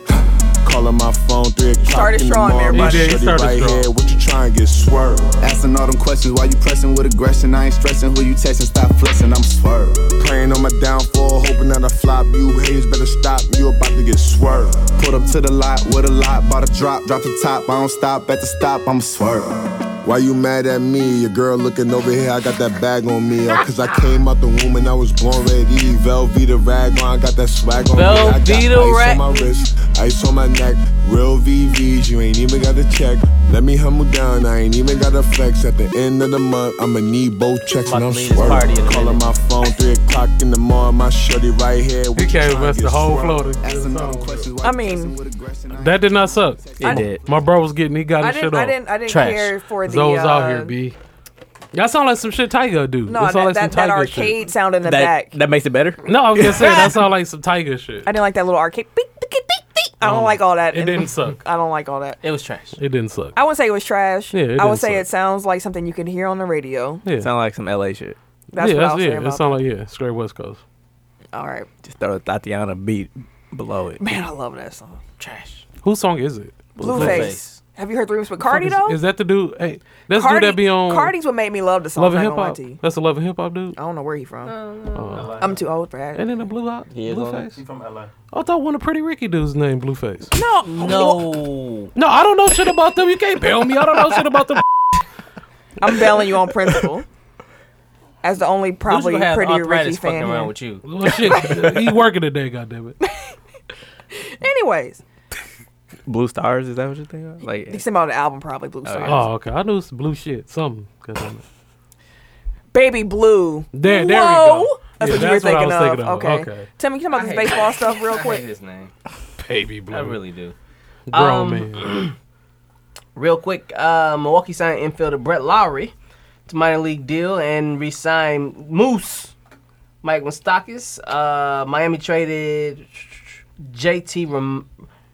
Speaker 6: Calling my phone, three o'clock.
Speaker 3: Started
Speaker 6: in the
Speaker 3: strong there,
Speaker 6: morning.
Speaker 4: buddy. He did, he
Speaker 6: Shorty
Speaker 4: started
Speaker 6: right
Speaker 4: strong.
Speaker 6: here, what you trying to get swerved? Asking all them questions, why you pressing with aggression? I ain't stressing who you texting, stop flexing, I'm swerved. Playing on my downfall, hoping that I flop. You haters better stop, you about to get swerved. Put up to the lot with a lot, bought a drop, drop the top. I don't stop at the stop, I'm swerved. Why you mad at me? Your girl looking over here, I got that bag on me. Oh, cause I came out the womb and I was born ready. Velveeta rag on, I got that swag on me. I got
Speaker 1: Velveeta
Speaker 6: ice on
Speaker 1: rag-
Speaker 6: my wrist, ice on my neck. Real VVs, you ain't even got to check. Let me humble down, I ain't even got to flex. At the end of the month, I'ma need both checks
Speaker 1: About
Speaker 6: and I'm
Speaker 1: to leave this party in
Speaker 6: swerving.
Speaker 1: a
Speaker 6: Calling my phone, three o'clock in the morning. My shorty right here.
Speaker 4: He can't mess the whole flow to get a song.
Speaker 3: I mean,
Speaker 4: That did not suck.
Speaker 2: It did.
Speaker 4: My bro was getting, he got
Speaker 3: I
Speaker 4: his shit
Speaker 3: didn't,
Speaker 4: off.
Speaker 3: I didn't, I didn't
Speaker 1: Trash.
Speaker 3: care for the.
Speaker 4: Zoe's out
Speaker 3: uh,
Speaker 4: here, B. Y'all sound like some shit Tiger do.
Speaker 3: No,
Speaker 4: that sound
Speaker 3: that,
Speaker 4: like
Speaker 3: that,
Speaker 4: some
Speaker 3: that
Speaker 4: Tiger
Speaker 3: arcade sound in the
Speaker 2: That,
Speaker 3: back.
Speaker 2: that makes it better.
Speaker 4: shit. No, I was gonna say that sound like some Tiger shit.
Speaker 3: I didn't like that little arcade. Beep, beep, beep, beep. I don't like all that.
Speaker 4: Mm. It didn't suck.
Speaker 3: I don't like all that.
Speaker 1: It was trash.
Speaker 4: It didn't suck.
Speaker 3: I wouldn't say it was trash.
Speaker 4: Yeah, it
Speaker 3: I would
Speaker 4: didn't
Speaker 3: say
Speaker 4: suck.
Speaker 3: it sounds like something you could hear on the radio.
Speaker 4: Yeah,
Speaker 2: Sound like some LA shit.
Speaker 3: That's
Speaker 4: yeah,
Speaker 3: what I was
Speaker 4: yeah.
Speaker 3: saying
Speaker 4: it
Speaker 3: about.
Speaker 4: sound like yeah, straight West Coast.
Speaker 3: all right,
Speaker 2: Just throw a Tatiana beat below it.
Speaker 3: man, I love that song.
Speaker 1: Trash.
Speaker 4: Whose song is it?
Speaker 3: Blueface.
Speaker 1: Blueface.
Speaker 3: Have you heard Three Rooms with Cardi
Speaker 4: Is,
Speaker 3: though?
Speaker 4: is that the dude? Hey, that's the
Speaker 3: Cardi,
Speaker 4: dude that be on
Speaker 3: Cardi's what made me love the song.
Speaker 4: Love and
Speaker 3: I'm
Speaker 4: Hip
Speaker 3: not gonna lie
Speaker 4: Hop.
Speaker 3: to Uh, you.
Speaker 4: That's the Love and Hip Hop dude.
Speaker 3: I don't know where he from.
Speaker 1: Oh,
Speaker 4: Oh.
Speaker 3: I'm too old for that.
Speaker 4: And then the Blue Hop, Blueface.
Speaker 5: from LA.
Speaker 4: I thought one of Pretty Ricky dudes named Blueface.
Speaker 3: No, well,
Speaker 1: No.
Speaker 4: No, I don't know shit about them. You can't bail me. I don't know shit about them.
Speaker 3: I'm bailing you on principle. As the only
Speaker 1: Who's
Speaker 3: probably
Speaker 1: gonna have
Speaker 3: pretty
Speaker 1: arthritis
Speaker 3: Ricky
Speaker 1: fucking
Speaker 3: fan.
Speaker 1: around
Speaker 3: here.
Speaker 1: with you?
Speaker 4: Well, shit, he working today. Goddamn it.
Speaker 3: Anyways,
Speaker 2: Blue Stars, is that what you think of? Like,
Speaker 3: he's about the album probably Blue Stars.
Speaker 4: Oh, okay. I knew it's blue shit. Something. Goddamn it.
Speaker 3: Baby Blue.
Speaker 4: There, there
Speaker 3: Whoa.
Speaker 4: we go.
Speaker 3: That's
Speaker 4: Yeah,
Speaker 3: what you were
Speaker 4: that's what I
Speaker 3: thinking,
Speaker 4: was
Speaker 3: of.
Speaker 4: thinking of.
Speaker 3: Okay.
Speaker 4: Okay.
Speaker 3: Tell me, can you talk about this baseball stuff real
Speaker 1: I hate
Speaker 3: quick?
Speaker 1: his name.
Speaker 4: Baby blue.
Speaker 1: I really do.
Speaker 4: Grown
Speaker 1: Um,
Speaker 4: man.
Speaker 1: Real quick, uh, Milwaukee signed infielder Brett Lowry to minor league deal and re-signed Moose Mike Mostakis. Uh, Miami traded JT Ram-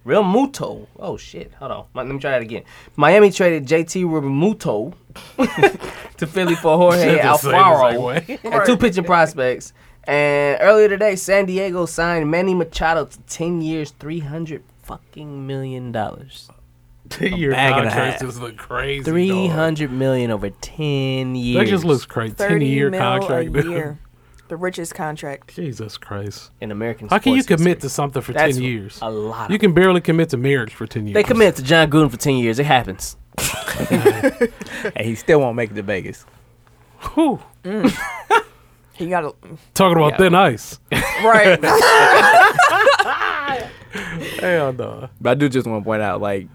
Speaker 1: Real Muto. Oh shit! Hold on. Let me try that again. Miami traded JT Remuto to Philly for Jorge
Speaker 4: That's the same exact
Speaker 1: Alfaro
Speaker 4: way.
Speaker 1: and two pitching prospects. And earlier today, San Diego signed Manny Machado to ten years, three hundred fucking million dollars.
Speaker 4: Your
Speaker 2: bag and a
Speaker 4: contracts
Speaker 2: half.
Speaker 4: just look crazy. dog.
Speaker 1: Three hundred million over ten years.
Speaker 4: That just looks crazy. Ten
Speaker 3: 30
Speaker 4: year
Speaker 3: mil
Speaker 4: contract.
Speaker 3: a
Speaker 4: dude.
Speaker 3: year. The richest contract.
Speaker 4: Jesus Christ.
Speaker 1: in American.
Speaker 4: How can you
Speaker 1: sports history.
Speaker 4: commit to something for
Speaker 1: That's
Speaker 4: ten years?
Speaker 1: A lot.
Speaker 4: You
Speaker 1: Of
Speaker 4: can barely commit to marriage for ten years.
Speaker 1: they commit to John Gruden for ten years. It happens.
Speaker 2: and he still won't make it to Vegas.
Speaker 4: Whew.
Speaker 3: He got a
Speaker 4: Talking about thin ice.
Speaker 3: right.
Speaker 4: Hell no.
Speaker 2: But I do just want to point out, like,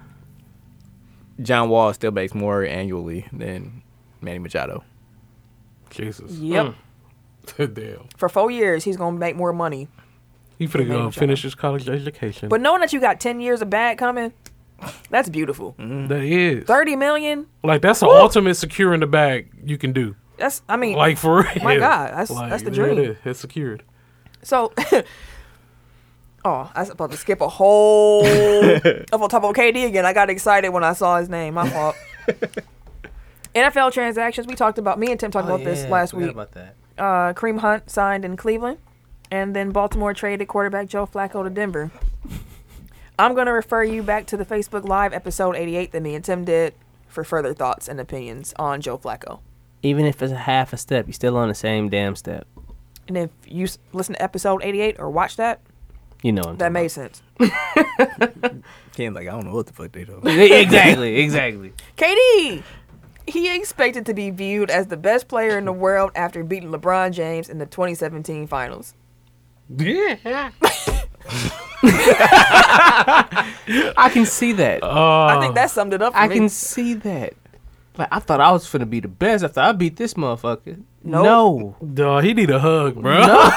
Speaker 2: John Wall still makes more annually than Manny Machado.
Speaker 4: Jesus.
Speaker 3: yep.
Speaker 4: Damn.
Speaker 3: For four years, he's gonna make more money.
Speaker 4: He finna
Speaker 3: Manny
Speaker 4: go
Speaker 3: Machado.
Speaker 4: finish his college education.
Speaker 3: But knowing that you got ten years of bad coming, that's beautiful.
Speaker 1: Mm-hmm.
Speaker 4: that is
Speaker 3: Thirty million.
Speaker 4: like that's the ultimate secure in the bag you can do.
Speaker 3: That's I mean.
Speaker 4: Like for real.
Speaker 3: My God, that's- that's the
Speaker 4: there it
Speaker 3: dream.
Speaker 4: is. It's secured.
Speaker 3: So, oh, I was about to skip a whole. I'm gonna talk about KD again. I got excited when I saw his name. My fault. NFL transactions. We talked about. Me and Tim talked
Speaker 1: Oh,
Speaker 3: about this last week.
Speaker 1: About that.
Speaker 3: Uh, Kareem Hunt signed in Cleveland, and then Baltimore traded quarterback Joe Flacco to Denver. I'm gonna refer you back to the Facebook Live episode 88 that me and Tim did for further thoughts and opinions on Joe Flacco.
Speaker 1: Even if it's a half a step, you're still on the same damn step.
Speaker 3: And if you s- listen to episode 88 or watch that,
Speaker 1: You know what I'm talking
Speaker 3: that made sense.
Speaker 2: Ken's like, I don't know what the fuck they do.
Speaker 1: about. exactly, exactly.
Speaker 3: KD He expected to be viewed as the best player in the world after beating LeBron James in the 2017 finals.
Speaker 4: Yeah.
Speaker 2: I can see that.
Speaker 4: Uh,
Speaker 3: I
Speaker 2: Um,
Speaker 3: think that summed it up for
Speaker 2: I
Speaker 3: me.
Speaker 2: can see that. Like I thought I was finna be the best after I beat this motherfucker.
Speaker 3: Nope.
Speaker 2: No,
Speaker 4: Dog, he need a hug, bro.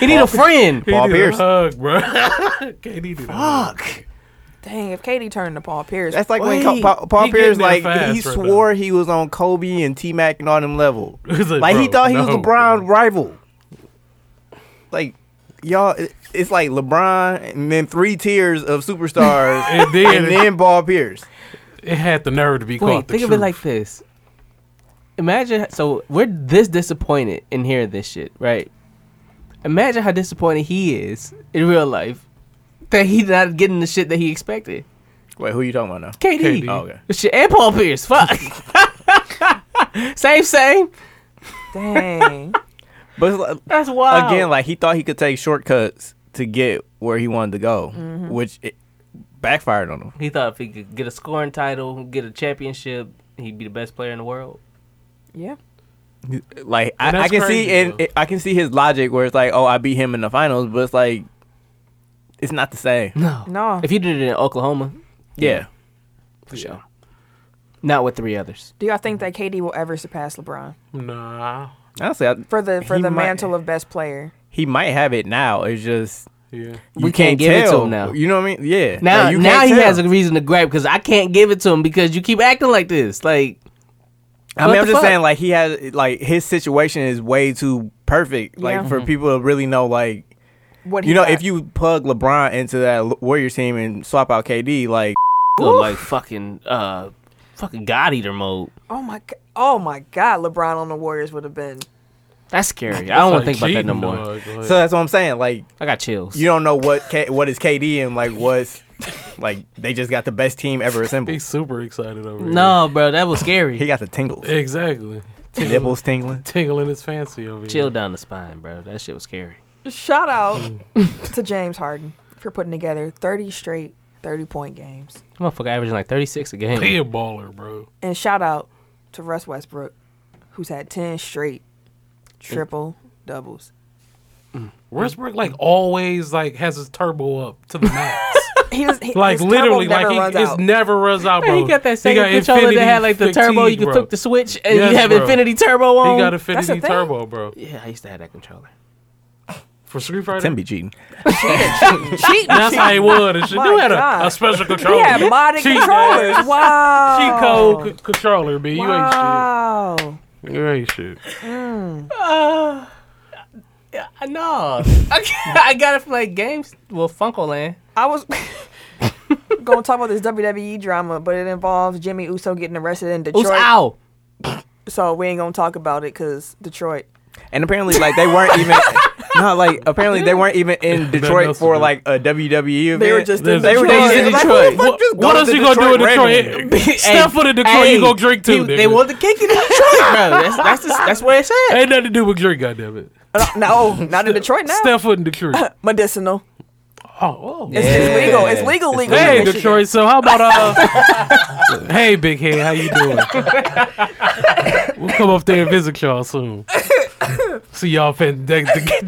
Speaker 2: he need a friend.
Speaker 4: He
Speaker 2: Paul
Speaker 4: need
Speaker 2: Pierce.
Speaker 4: a hug, bro. KD need a hug.
Speaker 2: Fuck.
Speaker 3: Dang, if Katie turned to Paul Pierce,
Speaker 2: That's like when Ca-
Speaker 4: Wait,
Speaker 2: Paul, Paul
Speaker 4: he getting
Speaker 2: Pierce,
Speaker 4: there
Speaker 2: like
Speaker 4: fast
Speaker 2: he
Speaker 4: right
Speaker 2: swore he was on Kobe and T Mac and all them level.
Speaker 4: He's like,
Speaker 2: like he
Speaker 4: "Bro,
Speaker 2: thought he was
Speaker 4: no,
Speaker 2: LeBron's
Speaker 4: bro."
Speaker 2: rival. Like y'all, it- it's like LeBron and then three tiers of superstars,
Speaker 4: And
Speaker 2: and
Speaker 4: then-
Speaker 2: then Paul Pierce.
Speaker 4: It had the nerve to be
Speaker 1: Wait,
Speaker 4: called the
Speaker 1: think of
Speaker 4: truth.
Speaker 1: it like this. Imagine so we're this disappointed in hearing this shit, right? Imagine how disappointed he is in real life that he not getting the shit that he expected.
Speaker 2: Wait, who you talking about now?
Speaker 1: KD,
Speaker 4: KD.
Speaker 2: Oh, okay.
Speaker 1: shit, and Paul Pierce, fuck. same, same.
Speaker 3: dang.
Speaker 2: But it's like-
Speaker 1: That's
Speaker 4: Oh.
Speaker 1: wild.
Speaker 2: again, like he thought he could take shortcuts to get where he wanted to go,
Speaker 4: Mm-hmm.
Speaker 2: which it backfired on him.
Speaker 1: he thought if he could get a scoring title, get a championship, he'd be the best player in the world.
Speaker 3: yeah.
Speaker 2: Like
Speaker 4: And
Speaker 2: I, I
Speaker 4: that's
Speaker 2: can
Speaker 4: crazy,
Speaker 2: see and
Speaker 4: though.
Speaker 2: it, I can see his logic where it's like, oh, I beat him in the finals, but it's like it's not the same.
Speaker 1: No,
Speaker 3: No.
Speaker 1: If you did it in Oklahoma,
Speaker 2: Yeah.
Speaker 1: for sure. Not with three others.
Speaker 3: Do y'all think that Katie will ever surpass LeBron
Speaker 4: Nah.
Speaker 2: Honestly, I,
Speaker 3: for the for
Speaker 2: He
Speaker 3: the
Speaker 2: might-
Speaker 3: mantle of best player?
Speaker 2: he might have it now. It's just
Speaker 4: Yeah.
Speaker 2: you
Speaker 1: We can't give it to
Speaker 2: tell.
Speaker 1: him now.
Speaker 2: You know what I mean? Yeah.
Speaker 1: Now,
Speaker 2: Like, you
Speaker 1: now
Speaker 2: can't
Speaker 1: he
Speaker 2: tell.
Speaker 1: has a reason to gripe because I can't give it to him because you keep acting like this. Like,
Speaker 2: I
Speaker 1: what
Speaker 2: mean, I'm
Speaker 1: the
Speaker 2: just
Speaker 1: fuck?
Speaker 2: saying, like he has, like his situation is way too perfect, like
Speaker 3: Yeah.
Speaker 4: Mm-hmm.
Speaker 2: for people to really know, like
Speaker 3: What he
Speaker 2: you know,
Speaker 3: got.
Speaker 2: if you plug LeBron into that L- Warriors team and swap out KD, like
Speaker 1: go like fucking uh, fucking God eater mode.
Speaker 3: oh my god, oh my god, LeBron on the Warriors would have been
Speaker 1: That's scary. I don't want to think about that no more.
Speaker 2: so that's what I'm saying. Like
Speaker 1: I got chills.
Speaker 2: you don't know what K- what is KD and like what's like they just got the best team ever assembled.
Speaker 4: He's super excited over here.
Speaker 1: no, bro, that was
Speaker 2: He
Speaker 1: scary.
Speaker 2: got the tingles,
Speaker 4: Exactly.
Speaker 2: nipples tingling.
Speaker 4: Tingling his fancy over
Speaker 1: Chill
Speaker 4: here.
Speaker 1: down the spine, bro. That shit was scary.
Speaker 3: shout out
Speaker 2: Hmm.
Speaker 3: to James Harden for putting together 30 straight 30 point games.
Speaker 1: Motherfucker averaging like thirty six a
Speaker 4: He
Speaker 1: game.
Speaker 4: a baller, bro.
Speaker 3: And shout out to Russ Westbrook who's had 10 straight triple doubles.
Speaker 4: Westbrook like always like has his turbo up to the max.
Speaker 3: He was he,
Speaker 4: like
Speaker 3: his turbo
Speaker 4: literally,
Speaker 3: never
Speaker 4: like he
Speaker 3: runs
Speaker 4: it's
Speaker 3: out.
Speaker 4: never runs out, bro.
Speaker 1: he got that same controller that had like the turbo. You could flip the switch and
Speaker 4: Yes,
Speaker 1: you have
Speaker 4: bro.
Speaker 1: infinity turbo on.
Speaker 4: He got
Speaker 3: That's the
Speaker 4: Infinity
Speaker 3: thing.
Speaker 4: Turbo, bro.
Speaker 1: yeah, I used to have that controller.
Speaker 4: For Street Fighter,
Speaker 2: Tim be cheating.
Speaker 3: Cheat-
Speaker 4: that's how he would. And shit.
Speaker 3: My
Speaker 4: You had
Speaker 3: God.
Speaker 4: a, a special
Speaker 3: He
Speaker 4: controller.
Speaker 3: had modded
Speaker 4: Cheat
Speaker 3: controllers.
Speaker 4: ass.
Speaker 3: Wow.
Speaker 4: Cheat code c- controller, B.
Speaker 3: Wow.
Speaker 4: You ain't shit. You ain't shit.
Speaker 1: I know. I got it from like games. Well, Funkoland.
Speaker 3: I was going to talk about this WWE drama, but it involves Jimmy Uso getting arrested in Detroit.
Speaker 1: Who's ow?
Speaker 3: So we ain't going to talk about it because Detroit.
Speaker 2: And apparently, like they weren't even. No, like apparently they weren't even in Detroit
Speaker 4: else
Speaker 2: for
Speaker 4: to do.
Speaker 2: like a WWE event.
Speaker 3: They were just in
Speaker 2: they were
Speaker 3: Detroit.
Speaker 2: just in
Speaker 3: Like,
Speaker 2: Detroit.
Speaker 4: What,
Speaker 2: Just go
Speaker 4: what
Speaker 2: to
Speaker 4: else you gonna do in
Speaker 2: Detroit
Speaker 4: Detroit?
Speaker 2: randomly.
Speaker 4: Step foot in Detroit, you gonna drink too.
Speaker 1: They,
Speaker 4: nigga.
Speaker 1: they want the cake in Detroit, bro. That's that's the, that's where it's at.
Speaker 4: Ain't nothing to do with drink, goddamn it.
Speaker 3: No, not in Detroit now.
Speaker 4: Step foot in Detroit. Oh,
Speaker 3: Medicinal.
Speaker 4: oh.
Speaker 3: It's, it's legal. It's legal. Legal.
Speaker 4: Hey,
Speaker 3: in Michigan.
Speaker 4: Detroit. So how about uh? hey, big head, how you doing? we'll come up there and visit y'all soon. See y'all fin the, the,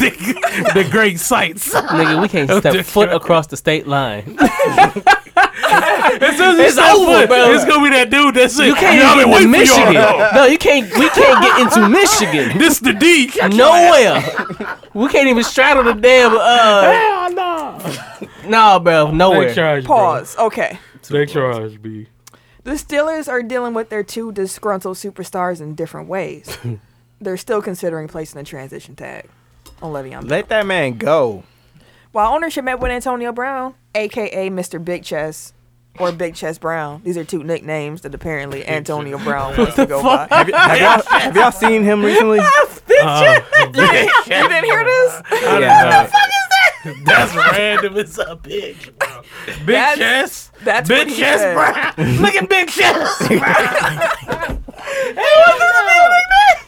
Speaker 4: the, the great sights. As
Speaker 1: Nigga, we can't step foot across the state line.
Speaker 4: soon as you
Speaker 1: It's
Speaker 4: step
Speaker 1: over,
Speaker 4: foot,
Speaker 1: bro.
Speaker 4: It's gonna be that dude. That's it.
Speaker 1: You can't
Speaker 4: Y'all
Speaker 1: even
Speaker 4: been
Speaker 1: get into
Speaker 4: waiting for y'all.
Speaker 1: Michigan. No, you can't. We can't get into Michigan.
Speaker 4: This the D.
Speaker 1: Nowhere. We can't even straddle the damn. Uh,
Speaker 4: Hell no.
Speaker 1: no, bro.
Speaker 4: Take
Speaker 1: Nowhere.
Speaker 4: charge.
Speaker 3: Pause. Okay.
Speaker 4: Bro. Take charge, B.
Speaker 3: The Steelers are dealing with their two disgruntled superstars in different ways. They're still considering placing a transition tag on Le'Veon. Bell.
Speaker 2: Let that man go.
Speaker 3: While ownership met with Antonio Brown, aka Mr. Big Chess or Big Chess Brown, these are two nicknames that apparently Antonio Brown wants to go by.
Speaker 2: Have, Uh, y- have y'all, have y'all seen him recently?
Speaker 3: Uh, You didn't hear this?
Speaker 2: Yeah.
Speaker 4: That's random. It's a bitch, bro. Big
Speaker 3: That's-
Speaker 4: chest.
Speaker 3: That's what
Speaker 4: Big
Speaker 3: he
Speaker 4: chest,
Speaker 3: said.
Speaker 4: bro. Look at big chest.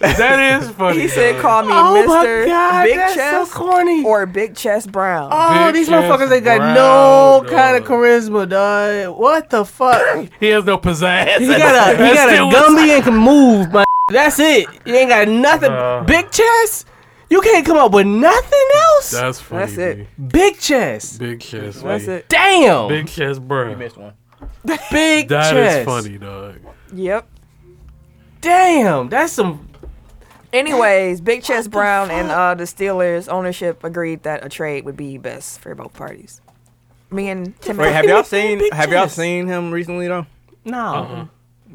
Speaker 4: that is funny.
Speaker 3: He said, "Call me
Speaker 2: Oh my
Speaker 3: Mister
Speaker 2: God,
Speaker 3: Big
Speaker 2: that's so
Speaker 3: Chest
Speaker 2: corny.
Speaker 3: or Big Chest Brown."
Speaker 2: Oh,
Speaker 4: Big
Speaker 2: these
Speaker 4: chest
Speaker 2: motherfuckers ain't got
Speaker 4: brown,
Speaker 2: no kind of
Speaker 4: dog.
Speaker 2: charisma, dog. What the fuck?
Speaker 4: He has no pizzazz.
Speaker 2: He got a he
Speaker 4: That's
Speaker 2: got
Speaker 4: still
Speaker 2: a
Speaker 4: what's-
Speaker 2: Gumby and can move, but that's it. You ain't got nothing.
Speaker 4: Uh.
Speaker 2: Big chest. You can't come up with nothing else.
Speaker 4: That's funny.
Speaker 3: That's it.
Speaker 4: B.
Speaker 2: Big chest.
Speaker 4: Big chest.
Speaker 3: That's it.
Speaker 2: Damn.
Speaker 4: Big chest, bro. That is
Speaker 2: one.
Speaker 3: Big.
Speaker 2: Chest.
Speaker 4: funny, dog.
Speaker 3: Yep.
Speaker 2: Damn. That's some.
Speaker 3: Anyways, Big Chest Brown and uh, the Steelers ownership agreed that a trade would be best for both parties. Me and Tim.
Speaker 2: Wait,
Speaker 5: have y'all seen?
Speaker 2: Big
Speaker 5: Have y'all
Speaker 2: chest.
Speaker 5: seen him recently though?
Speaker 2: No.
Speaker 4: Uh-huh.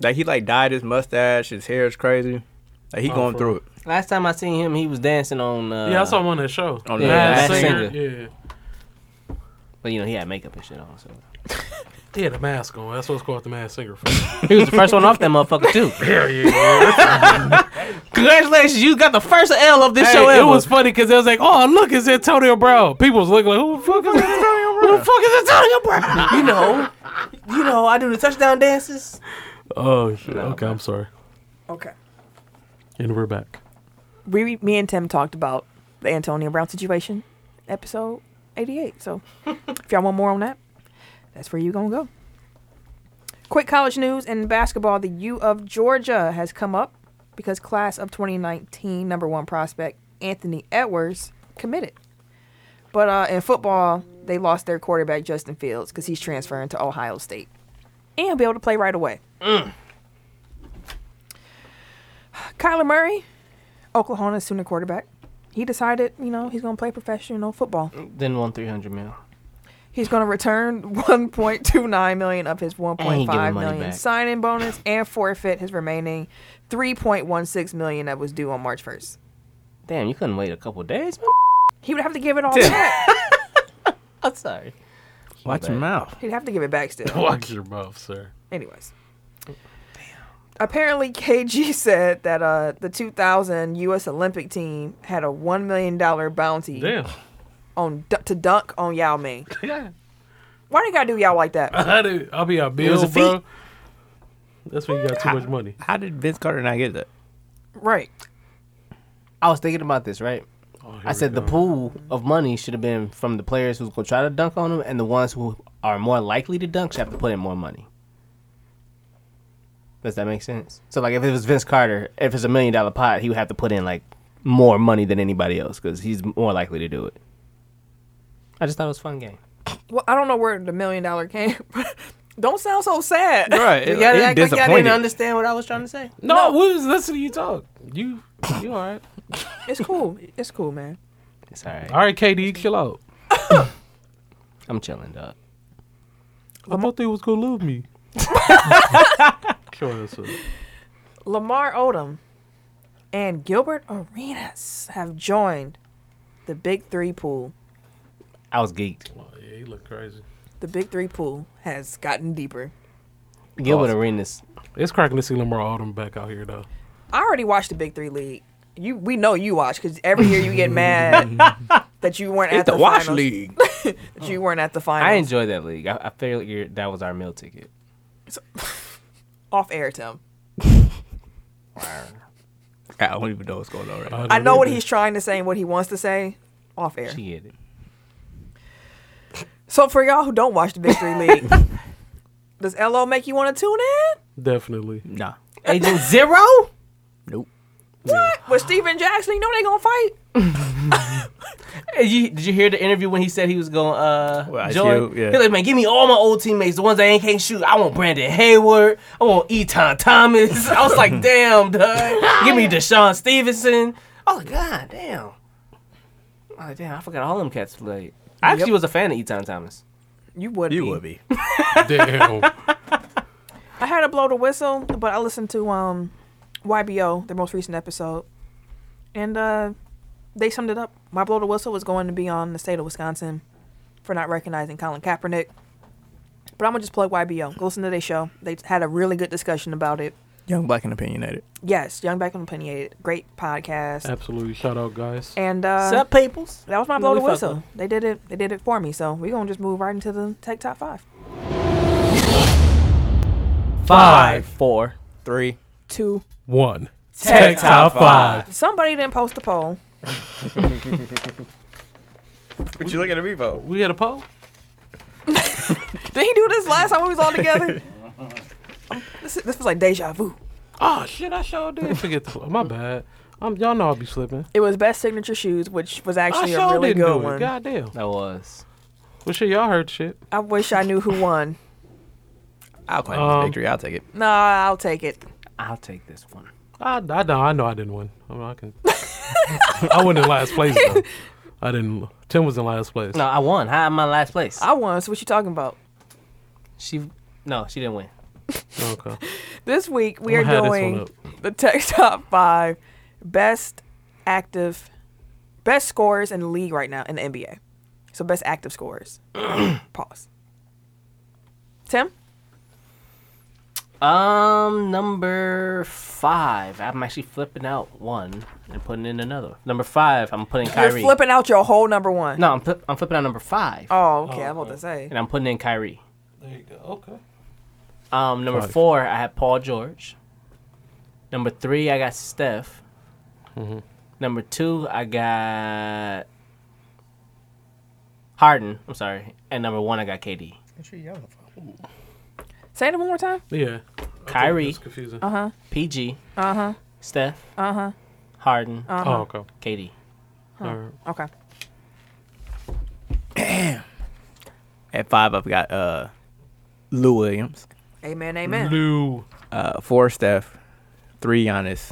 Speaker 5: Like he like dyed his mustache. His hair is crazy. Like he going
Speaker 4: Oh, for
Speaker 5: through it.
Speaker 1: Last time I seen him, he was dancing on. Uh,
Speaker 4: yeah, I saw him on that show.
Speaker 5: on
Speaker 4: yeah,
Speaker 5: the
Speaker 4: Masked
Speaker 1: Masked
Speaker 4: singer. Yeah.
Speaker 1: But you know, he had makeup and shit on. So
Speaker 4: He had a mask on. That's what's called the masked singer. for.
Speaker 1: he was the first one off that motherfucker too.
Speaker 4: yeah, yeah, yeah.
Speaker 1: Congratulations, you got the first L of this
Speaker 4: Hey,
Speaker 1: show ever.
Speaker 4: it was funny because it was like, oh, look, it's Antonio Brown. People was looking like, who the fuck is Antonio Brown?
Speaker 1: the fuck is Antonio Brown? you know, you know, I do the touchdown dances.
Speaker 4: oh, shit. Okay, I'm sorry.
Speaker 3: Okay.
Speaker 4: And we're back.
Speaker 3: We, me and Tim talked about the Antonio Brown situation, episode 88. So if y'all want more on that, that's where you going to go. Quick college news in basketball. The U of Georgia has come up because class of 2019 number one prospect Anthony Edwards committed. But uh, in football, they lost their quarterback Justin Fields because he's transferring to Ohio State. And he'll be able to play right away. Kyler Murray, Oklahoma sooner quarterback. He decided, you know, he's going to play professional football.
Speaker 1: Then one three hundred mil.
Speaker 3: He's going to return 1.29 million of his
Speaker 1: giving
Speaker 3: 1.5
Speaker 1: money
Speaker 3: million
Speaker 1: back.
Speaker 3: sign-in bonus and forfeit his remaining 3.16 million that was due on March 1st.
Speaker 1: Damn, you couldn't wait a couple days. Man?
Speaker 3: He would have to give it all back.
Speaker 1: I'm sorry.
Speaker 2: Watch your mouth.
Speaker 3: He'd have to give it back still.
Speaker 4: Watch your mouth, sir.
Speaker 3: Anyways. Apparently, KG said that uh, the 2000 U.S. Olympic team had a $1 million bounty
Speaker 4: Damn.
Speaker 3: on du- to dunk on Yao Ming.
Speaker 4: Yeah.
Speaker 3: Why do you gotta do Yao like that?
Speaker 4: I do- I'll be out bill,
Speaker 2: a
Speaker 4: bro. That's when you got too much money.
Speaker 2: How did Vince Carter not get that?
Speaker 3: Right.
Speaker 1: I was thinking about this, right? I said
Speaker 4: Oh,
Speaker 1: the pool of money should have been from the players who's gonna try to dunk on them, and the ones who are more likely to dunk should have to put in more money. Does that make sense? So like, if it was Vince Carter, if it's a million dollar pot, he would have to put in like more money than anybody else because he's more likely to do it. I just thought it was a fun game.
Speaker 3: Well, I don't know where the million dollar came. don't sound so sad.
Speaker 2: Right.
Speaker 1: You gotta act like y'all didn't understand what I was trying to say.
Speaker 4: No, we was listening to you talk. You, you all right?
Speaker 3: It's cool. It's cool, man.
Speaker 1: It's all right.
Speaker 4: All right, KD, chill out.
Speaker 1: I'm chilling, dog.
Speaker 4: I thought they was gonna love me. Sure, that's it.
Speaker 3: Lamar Odom and Gilbert Arenas have joined the Big Three pool.
Speaker 1: I was geeked.
Speaker 4: Oh, yeah, he look crazy.
Speaker 3: The Big Three pool has gotten deeper.
Speaker 1: Gilbert Arenas.
Speaker 4: It's cracking to see Lamar Odom back out here though.
Speaker 3: I already watched the Big Three league. You, we know you watch because every year you get mad that you weren't at the, finals.
Speaker 5: league.
Speaker 3: That you weren't at the finals.
Speaker 1: I enjoyed that league. I, I figured that was our meal ticket.
Speaker 3: off air, Tim.
Speaker 2: I don't even know what's going on right now.
Speaker 3: I know what he's trying to say and what he wants to say off air.
Speaker 1: She get it.
Speaker 3: So for y'all who don't watch the Big Three League, does LO make you want to tune in?
Speaker 4: definitely.
Speaker 2: Nah.
Speaker 1: Agent Zero?
Speaker 2: Nope.
Speaker 3: What? With Steven Jackson, you know they gonna fight.
Speaker 1: Hey, you- did you hear the interview when he said he was going to uh,
Speaker 2: Well, I
Speaker 1: join?
Speaker 2: do, yeah.
Speaker 1: He's like, man, give me all my old teammates, the ones that ain't can't shoot. I want Brandon Hayward. I want Eton Thomas. I was like, damn, dog. Give me Deshaun Stevenson. Oh, god damn. Oh, damn, I forgot all them cats played. I actually was a fan of Eton Thomas.
Speaker 3: You would.
Speaker 2: You
Speaker 3: be.
Speaker 2: would be.
Speaker 4: Damn.
Speaker 3: I had to blow the whistle, but I listened to um YBO, their most recent episode, and uh, they summed it up. My blow the whistle was going to be on the state of Wisconsin for not recognizing Colin Kaepernick. But I'm gonna just plug YBO. Go listen to their show. They had a really good discussion about it.
Speaker 2: Young, black, and opinionated.
Speaker 3: Yes, Young Back and Opinionated, great podcast.
Speaker 4: Absolutely. Shout out, guys.
Speaker 3: And uh,
Speaker 1: Sup, peoples?
Speaker 3: That was my
Speaker 1: You
Speaker 3: blow
Speaker 1: know
Speaker 3: the
Speaker 1: we fuck
Speaker 3: whistle. They did it. They did it for me. So we're gonna just move right into the tech top five.
Speaker 1: Five, four.
Speaker 5: Three.
Speaker 3: Two.
Speaker 4: One.
Speaker 2: Tech Top Five.
Speaker 3: Somebody didn't post a poll.
Speaker 5: What you looking at me for?
Speaker 4: We had a poll.
Speaker 3: Did he do this last time we was all together? Um, this, this was like deja vu.
Speaker 4: Oh shit! I sure did forget the poll. My bad. Um, y'all know I'll be slipping.
Speaker 3: It was best signature shoes, which was
Speaker 4: I
Speaker 3: actually
Speaker 4: sure
Speaker 3: a really
Speaker 4: didn't
Speaker 3: good
Speaker 4: do it.
Speaker 3: one.
Speaker 4: Goddamn.
Speaker 1: That was.
Speaker 4: Well, shit, y'all heard shit.
Speaker 3: I wish I knew who won.
Speaker 5: I'll claim
Speaker 4: Um,
Speaker 5: this victory. I'll take it.
Speaker 3: Nah, I'll take it.
Speaker 1: I'll take this one.
Speaker 4: I, I, know- I know I didn't win. I, mean, I can. I wasn't in last place though. I didn't. Tim was in last place.
Speaker 1: No, I won. How am I last place?
Speaker 3: I won. So what you talking about?
Speaker 1: She, no, she didn't win.
Speaker 4: Okay.
Speaker 3: This week we
Speaker 4: I'm
Speaker 3: are
Speaker 4: gonna have this one
Speaker 3: doing the Tech Top Five best active, best scorers in the league right now in the NBA. So best active scorers. Pause. Tim,
Speaker 1: Um, number five. I'm actually flipping out one and putting in another. Number five, I'm putting Kyrie.
Speaker 3: you're flipping out your whole number one.
Speaker 1: no, I'm, flip I'm flipping out number five,
Speaker 3: Oh, okay. I'm about to say.
Speaker 1: and I'm putting in Kyrie.
Speaker 4: There you go. Okay.
Speaker 1: Um, number
Speaker 4: Five.
Speaker 1: four, I had Paul George. Number three, I got Steph. Mm-hmm. Number two, I got Harden. I'm sorry, and number one, I got KD.
Speaker 3: Say it one more time.
Speaker 4: Yeah.
Speaker 1: Kyrie,
Speaker 4: It's confusing.
Speaker 1: PG, uh huh,
Speaker 3: Uh-huh.
Speaker 1: Steph, uh huh, Harden,
Speaker 4: Oh, okay.
Speaker 1: KD.
Speaker 4: All right.
Speaker 3: Okay.
Speaker 2: At five, I've got uh, Lou Williams.
Speaker 3: Amen. Amen.
Speaker 4: Lou.
Speaker 2: Uh, four Steph, three Giannis,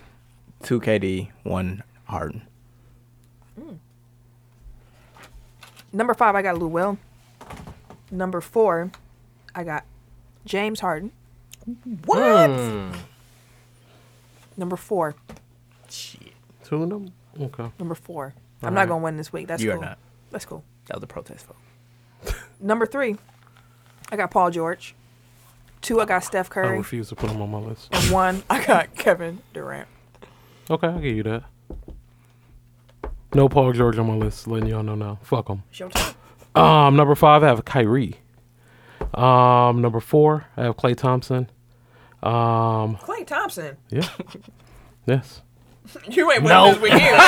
Speaker 2: two KD, one Harden.
Speaker 3: Number five, I got Lou Will. Number four, I got James Harden. What? Number four.
Speaker 4: Two of them. Okay.
Speaker 3: Number four. I'm not
Speaker 4: right.
Speaker 3: gonna win this week. That's
Speaker 2: You are
Speaker 3: cool.
Speaker 2: not.
Speaker 3: That's cool.
Speaker 2: That was a protest vote.
Speaker 3: Number three, I got Paul George. Two, I got Steph
Speaker 4: I
Speaker 3: Curry.
Speaker 4: refuse to put him on my list.
Speaker 3: And one, I got Kevin Durant.
Speaker 4: Okay, I'll give you that. No Paul George on my list. Letting y'all know now. Fuck him.
Speaker 3: Showtime.
Speaker 4: Um, number five, I have Kyrie. Um, number four, I have Clay Thompson. Um,
Speaker 3: Clay Thompson.
Speaker 4: yeah. yes.
Speaker 3: You ain't winning this week here.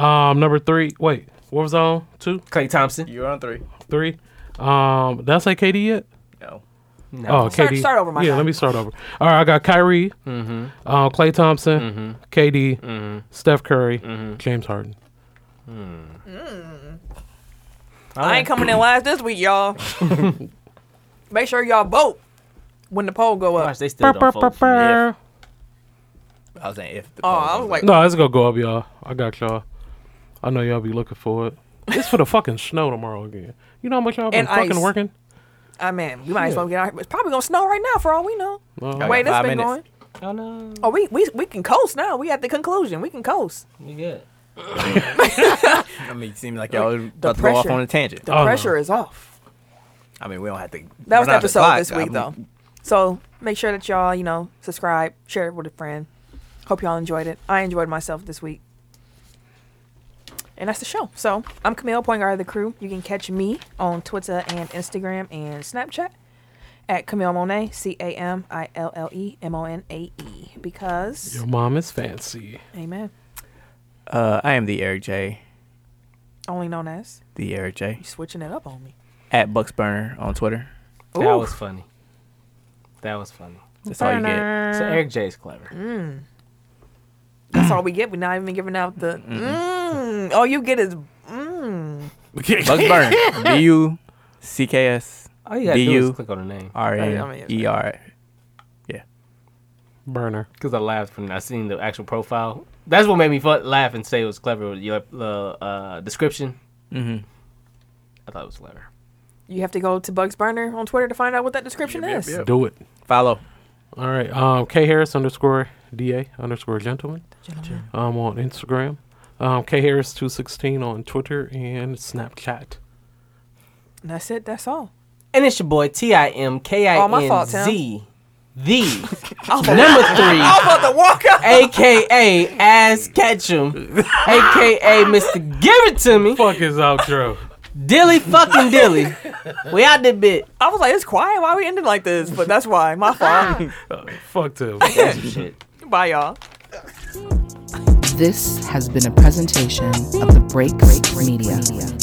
Speaker 4: Um, number three. Wait, what was I on? Two,
Speaker 1: Clay Thompson.
Speaker 5: You're on three.
Speaker 4: three. Um, did I say KD yet?
Speaker 5: No.
Speaker 1: No.
Speaker 4: Oh,
Speaker 3: Start-
Speaker 4: KD.
Speaker 3: start over, my
Speaker 4: Yeah,
Speaker 3: guy.
Speaker 4: let me start over. All right, I got Kyrie, mm-hmm. uh, Clay Thompson,
Speaker 1: Mm-hmm.
Speaker 4: KD, Steph Curry, James Harden.
Speaker 3: I ain't coming in last this week, y'all. Make sure y'all vote when the poll go up.
Speaker 1: Gosh, they still don't vote. for me.
Speaker 5: I was saying if. The
Speaker 3: Oh,
Speaker 5: poll
Speaker 3: I was
Speaker 5: goes
Speaker 3: like,
Speaker 4: No, it's gonna go up, y'all. I got y'all. I know y'all be looking for it. It's for the fucking snow tomorrow again. You know how much y'all been
Speaker 3: And
Speaker 4: fucking
Speaker 3: ice.
Speaker 4: working?
Speaker 3: I mean, ah, we might as well get out. It's probably gonna snow right now, for all we know.
Speaker 4: No.
Speaker 3: The way this
Speaker 5: five
Speaker 3: been
Speaker 5: minutes.
Speaker 3: going.
Speaker 1: Oh no,
Speaker 3: Oh, we, we we can coast now. We at the conclusion. We can coast.
Speaker 1: we good.
Speaker 5: up. I mean, it seemed like y'all was
Speaker 3: The
Speaker 5: about to go off
Speaker 3: pressure.
Speaker 5: on a tangent.
Speaker 3: The
Speaker 4: Oh, no.
Speaker 3: pressure is off.
Speaker 5: I mean, we don't have to.
Speaker 3: That
Speaker 5: we're
Speaker 3: was the
Speaker 5: not
Speaker 3: episode
Speaker 5: clock.
Speaker 3: this week,
Speaker 5: I'm-
Speaker 3: though. So make sure that y'all, you know, subscribe, share it with a friend. Hope y'all enjoyed it. I enjoyed myself this week. And that's the show. So I'm Camille, point guard of the crew. You can catch me on Twitter and Instagram and Snapchat at Camille Monet, C A M I L L E M O N A E. Because,
Speaker 4: Your mom is fancy.
Speaker 3: amen.
Speaker 2: Uh, I am the Eric J.
Speaker 3: Only known as,
Speaker 2: The Eric J.
Speaker 3: you switching it up on me.
Speaker 2: At Bucks Burner on Twitter.
Speaker 1: That
Speaker 3: Ooh.
Speaker 1: was funny. That was funny.
Speaker 2: That's all you get.
Speaker 1: So Eric J is clever.
Speaker 3: That's all we get. We're not even giving out the. Mm. All you get is. Mm.
Speaker 2: Bucks Burner. B U C K S
Speaker 1: All you gotta
Speaker 2: Do
Speaker 1: do
Speaker 2: you-
Speaker 1: is click on the name.
Speaker 2: R
Speaker 3: Right, I mean,
Speaker 2: N
Speaker 3: it's-
Speaker 2: E R.
Speaker 4: Burner.
Speaker 1: Because I laughed when I seen the actual profile. That's what made me fu- laugh and say it was clever. with Your uh, uh, description. Mm-hmm.
Speaker 2: Mhm.
Speaker 1: I thought it was clever.
Speaker 3: You have to go to Bugs Burner on Twitter to find out what that description
Speaker 5: Yep,
Speaker 3: is.
Speaker 5: yep.
Speaker 4: Do it.
Speaker 2: Follow.
Speaker 4: All right. Um, K Harris underscore DA underscore gentleman. Um, on Instagram. Um, K Harris two sixteen on Twitter and Snapchat.
Speaker 3: And that's it. That's all.
Speaker 1: And it's your boy T I M K I
Speaker 3: Oh, my
Speaker 1: N
Speaker 3: fault, Tim. Oh.
Speaker 1: Z the number
Speaker 3: I'm
Speaker 1: three,
Speaker 3: about to walk out.
Speaker 1: aka As Ketchum, aka Mister Give It To Me,
Speaker 4: Fuck his outro.
Speaker 1: Dilly fucking Dilly. We out the bit.
Speaker 3: I was like, it's quiet. Why we ending like this? But that's why. My fault.
Speaker 4: Fuck him.
Speaker 1: That's some shit.
Speaker 3: Bye, y'all.
Speaker 7: This has been a presentation of the Break Break Media.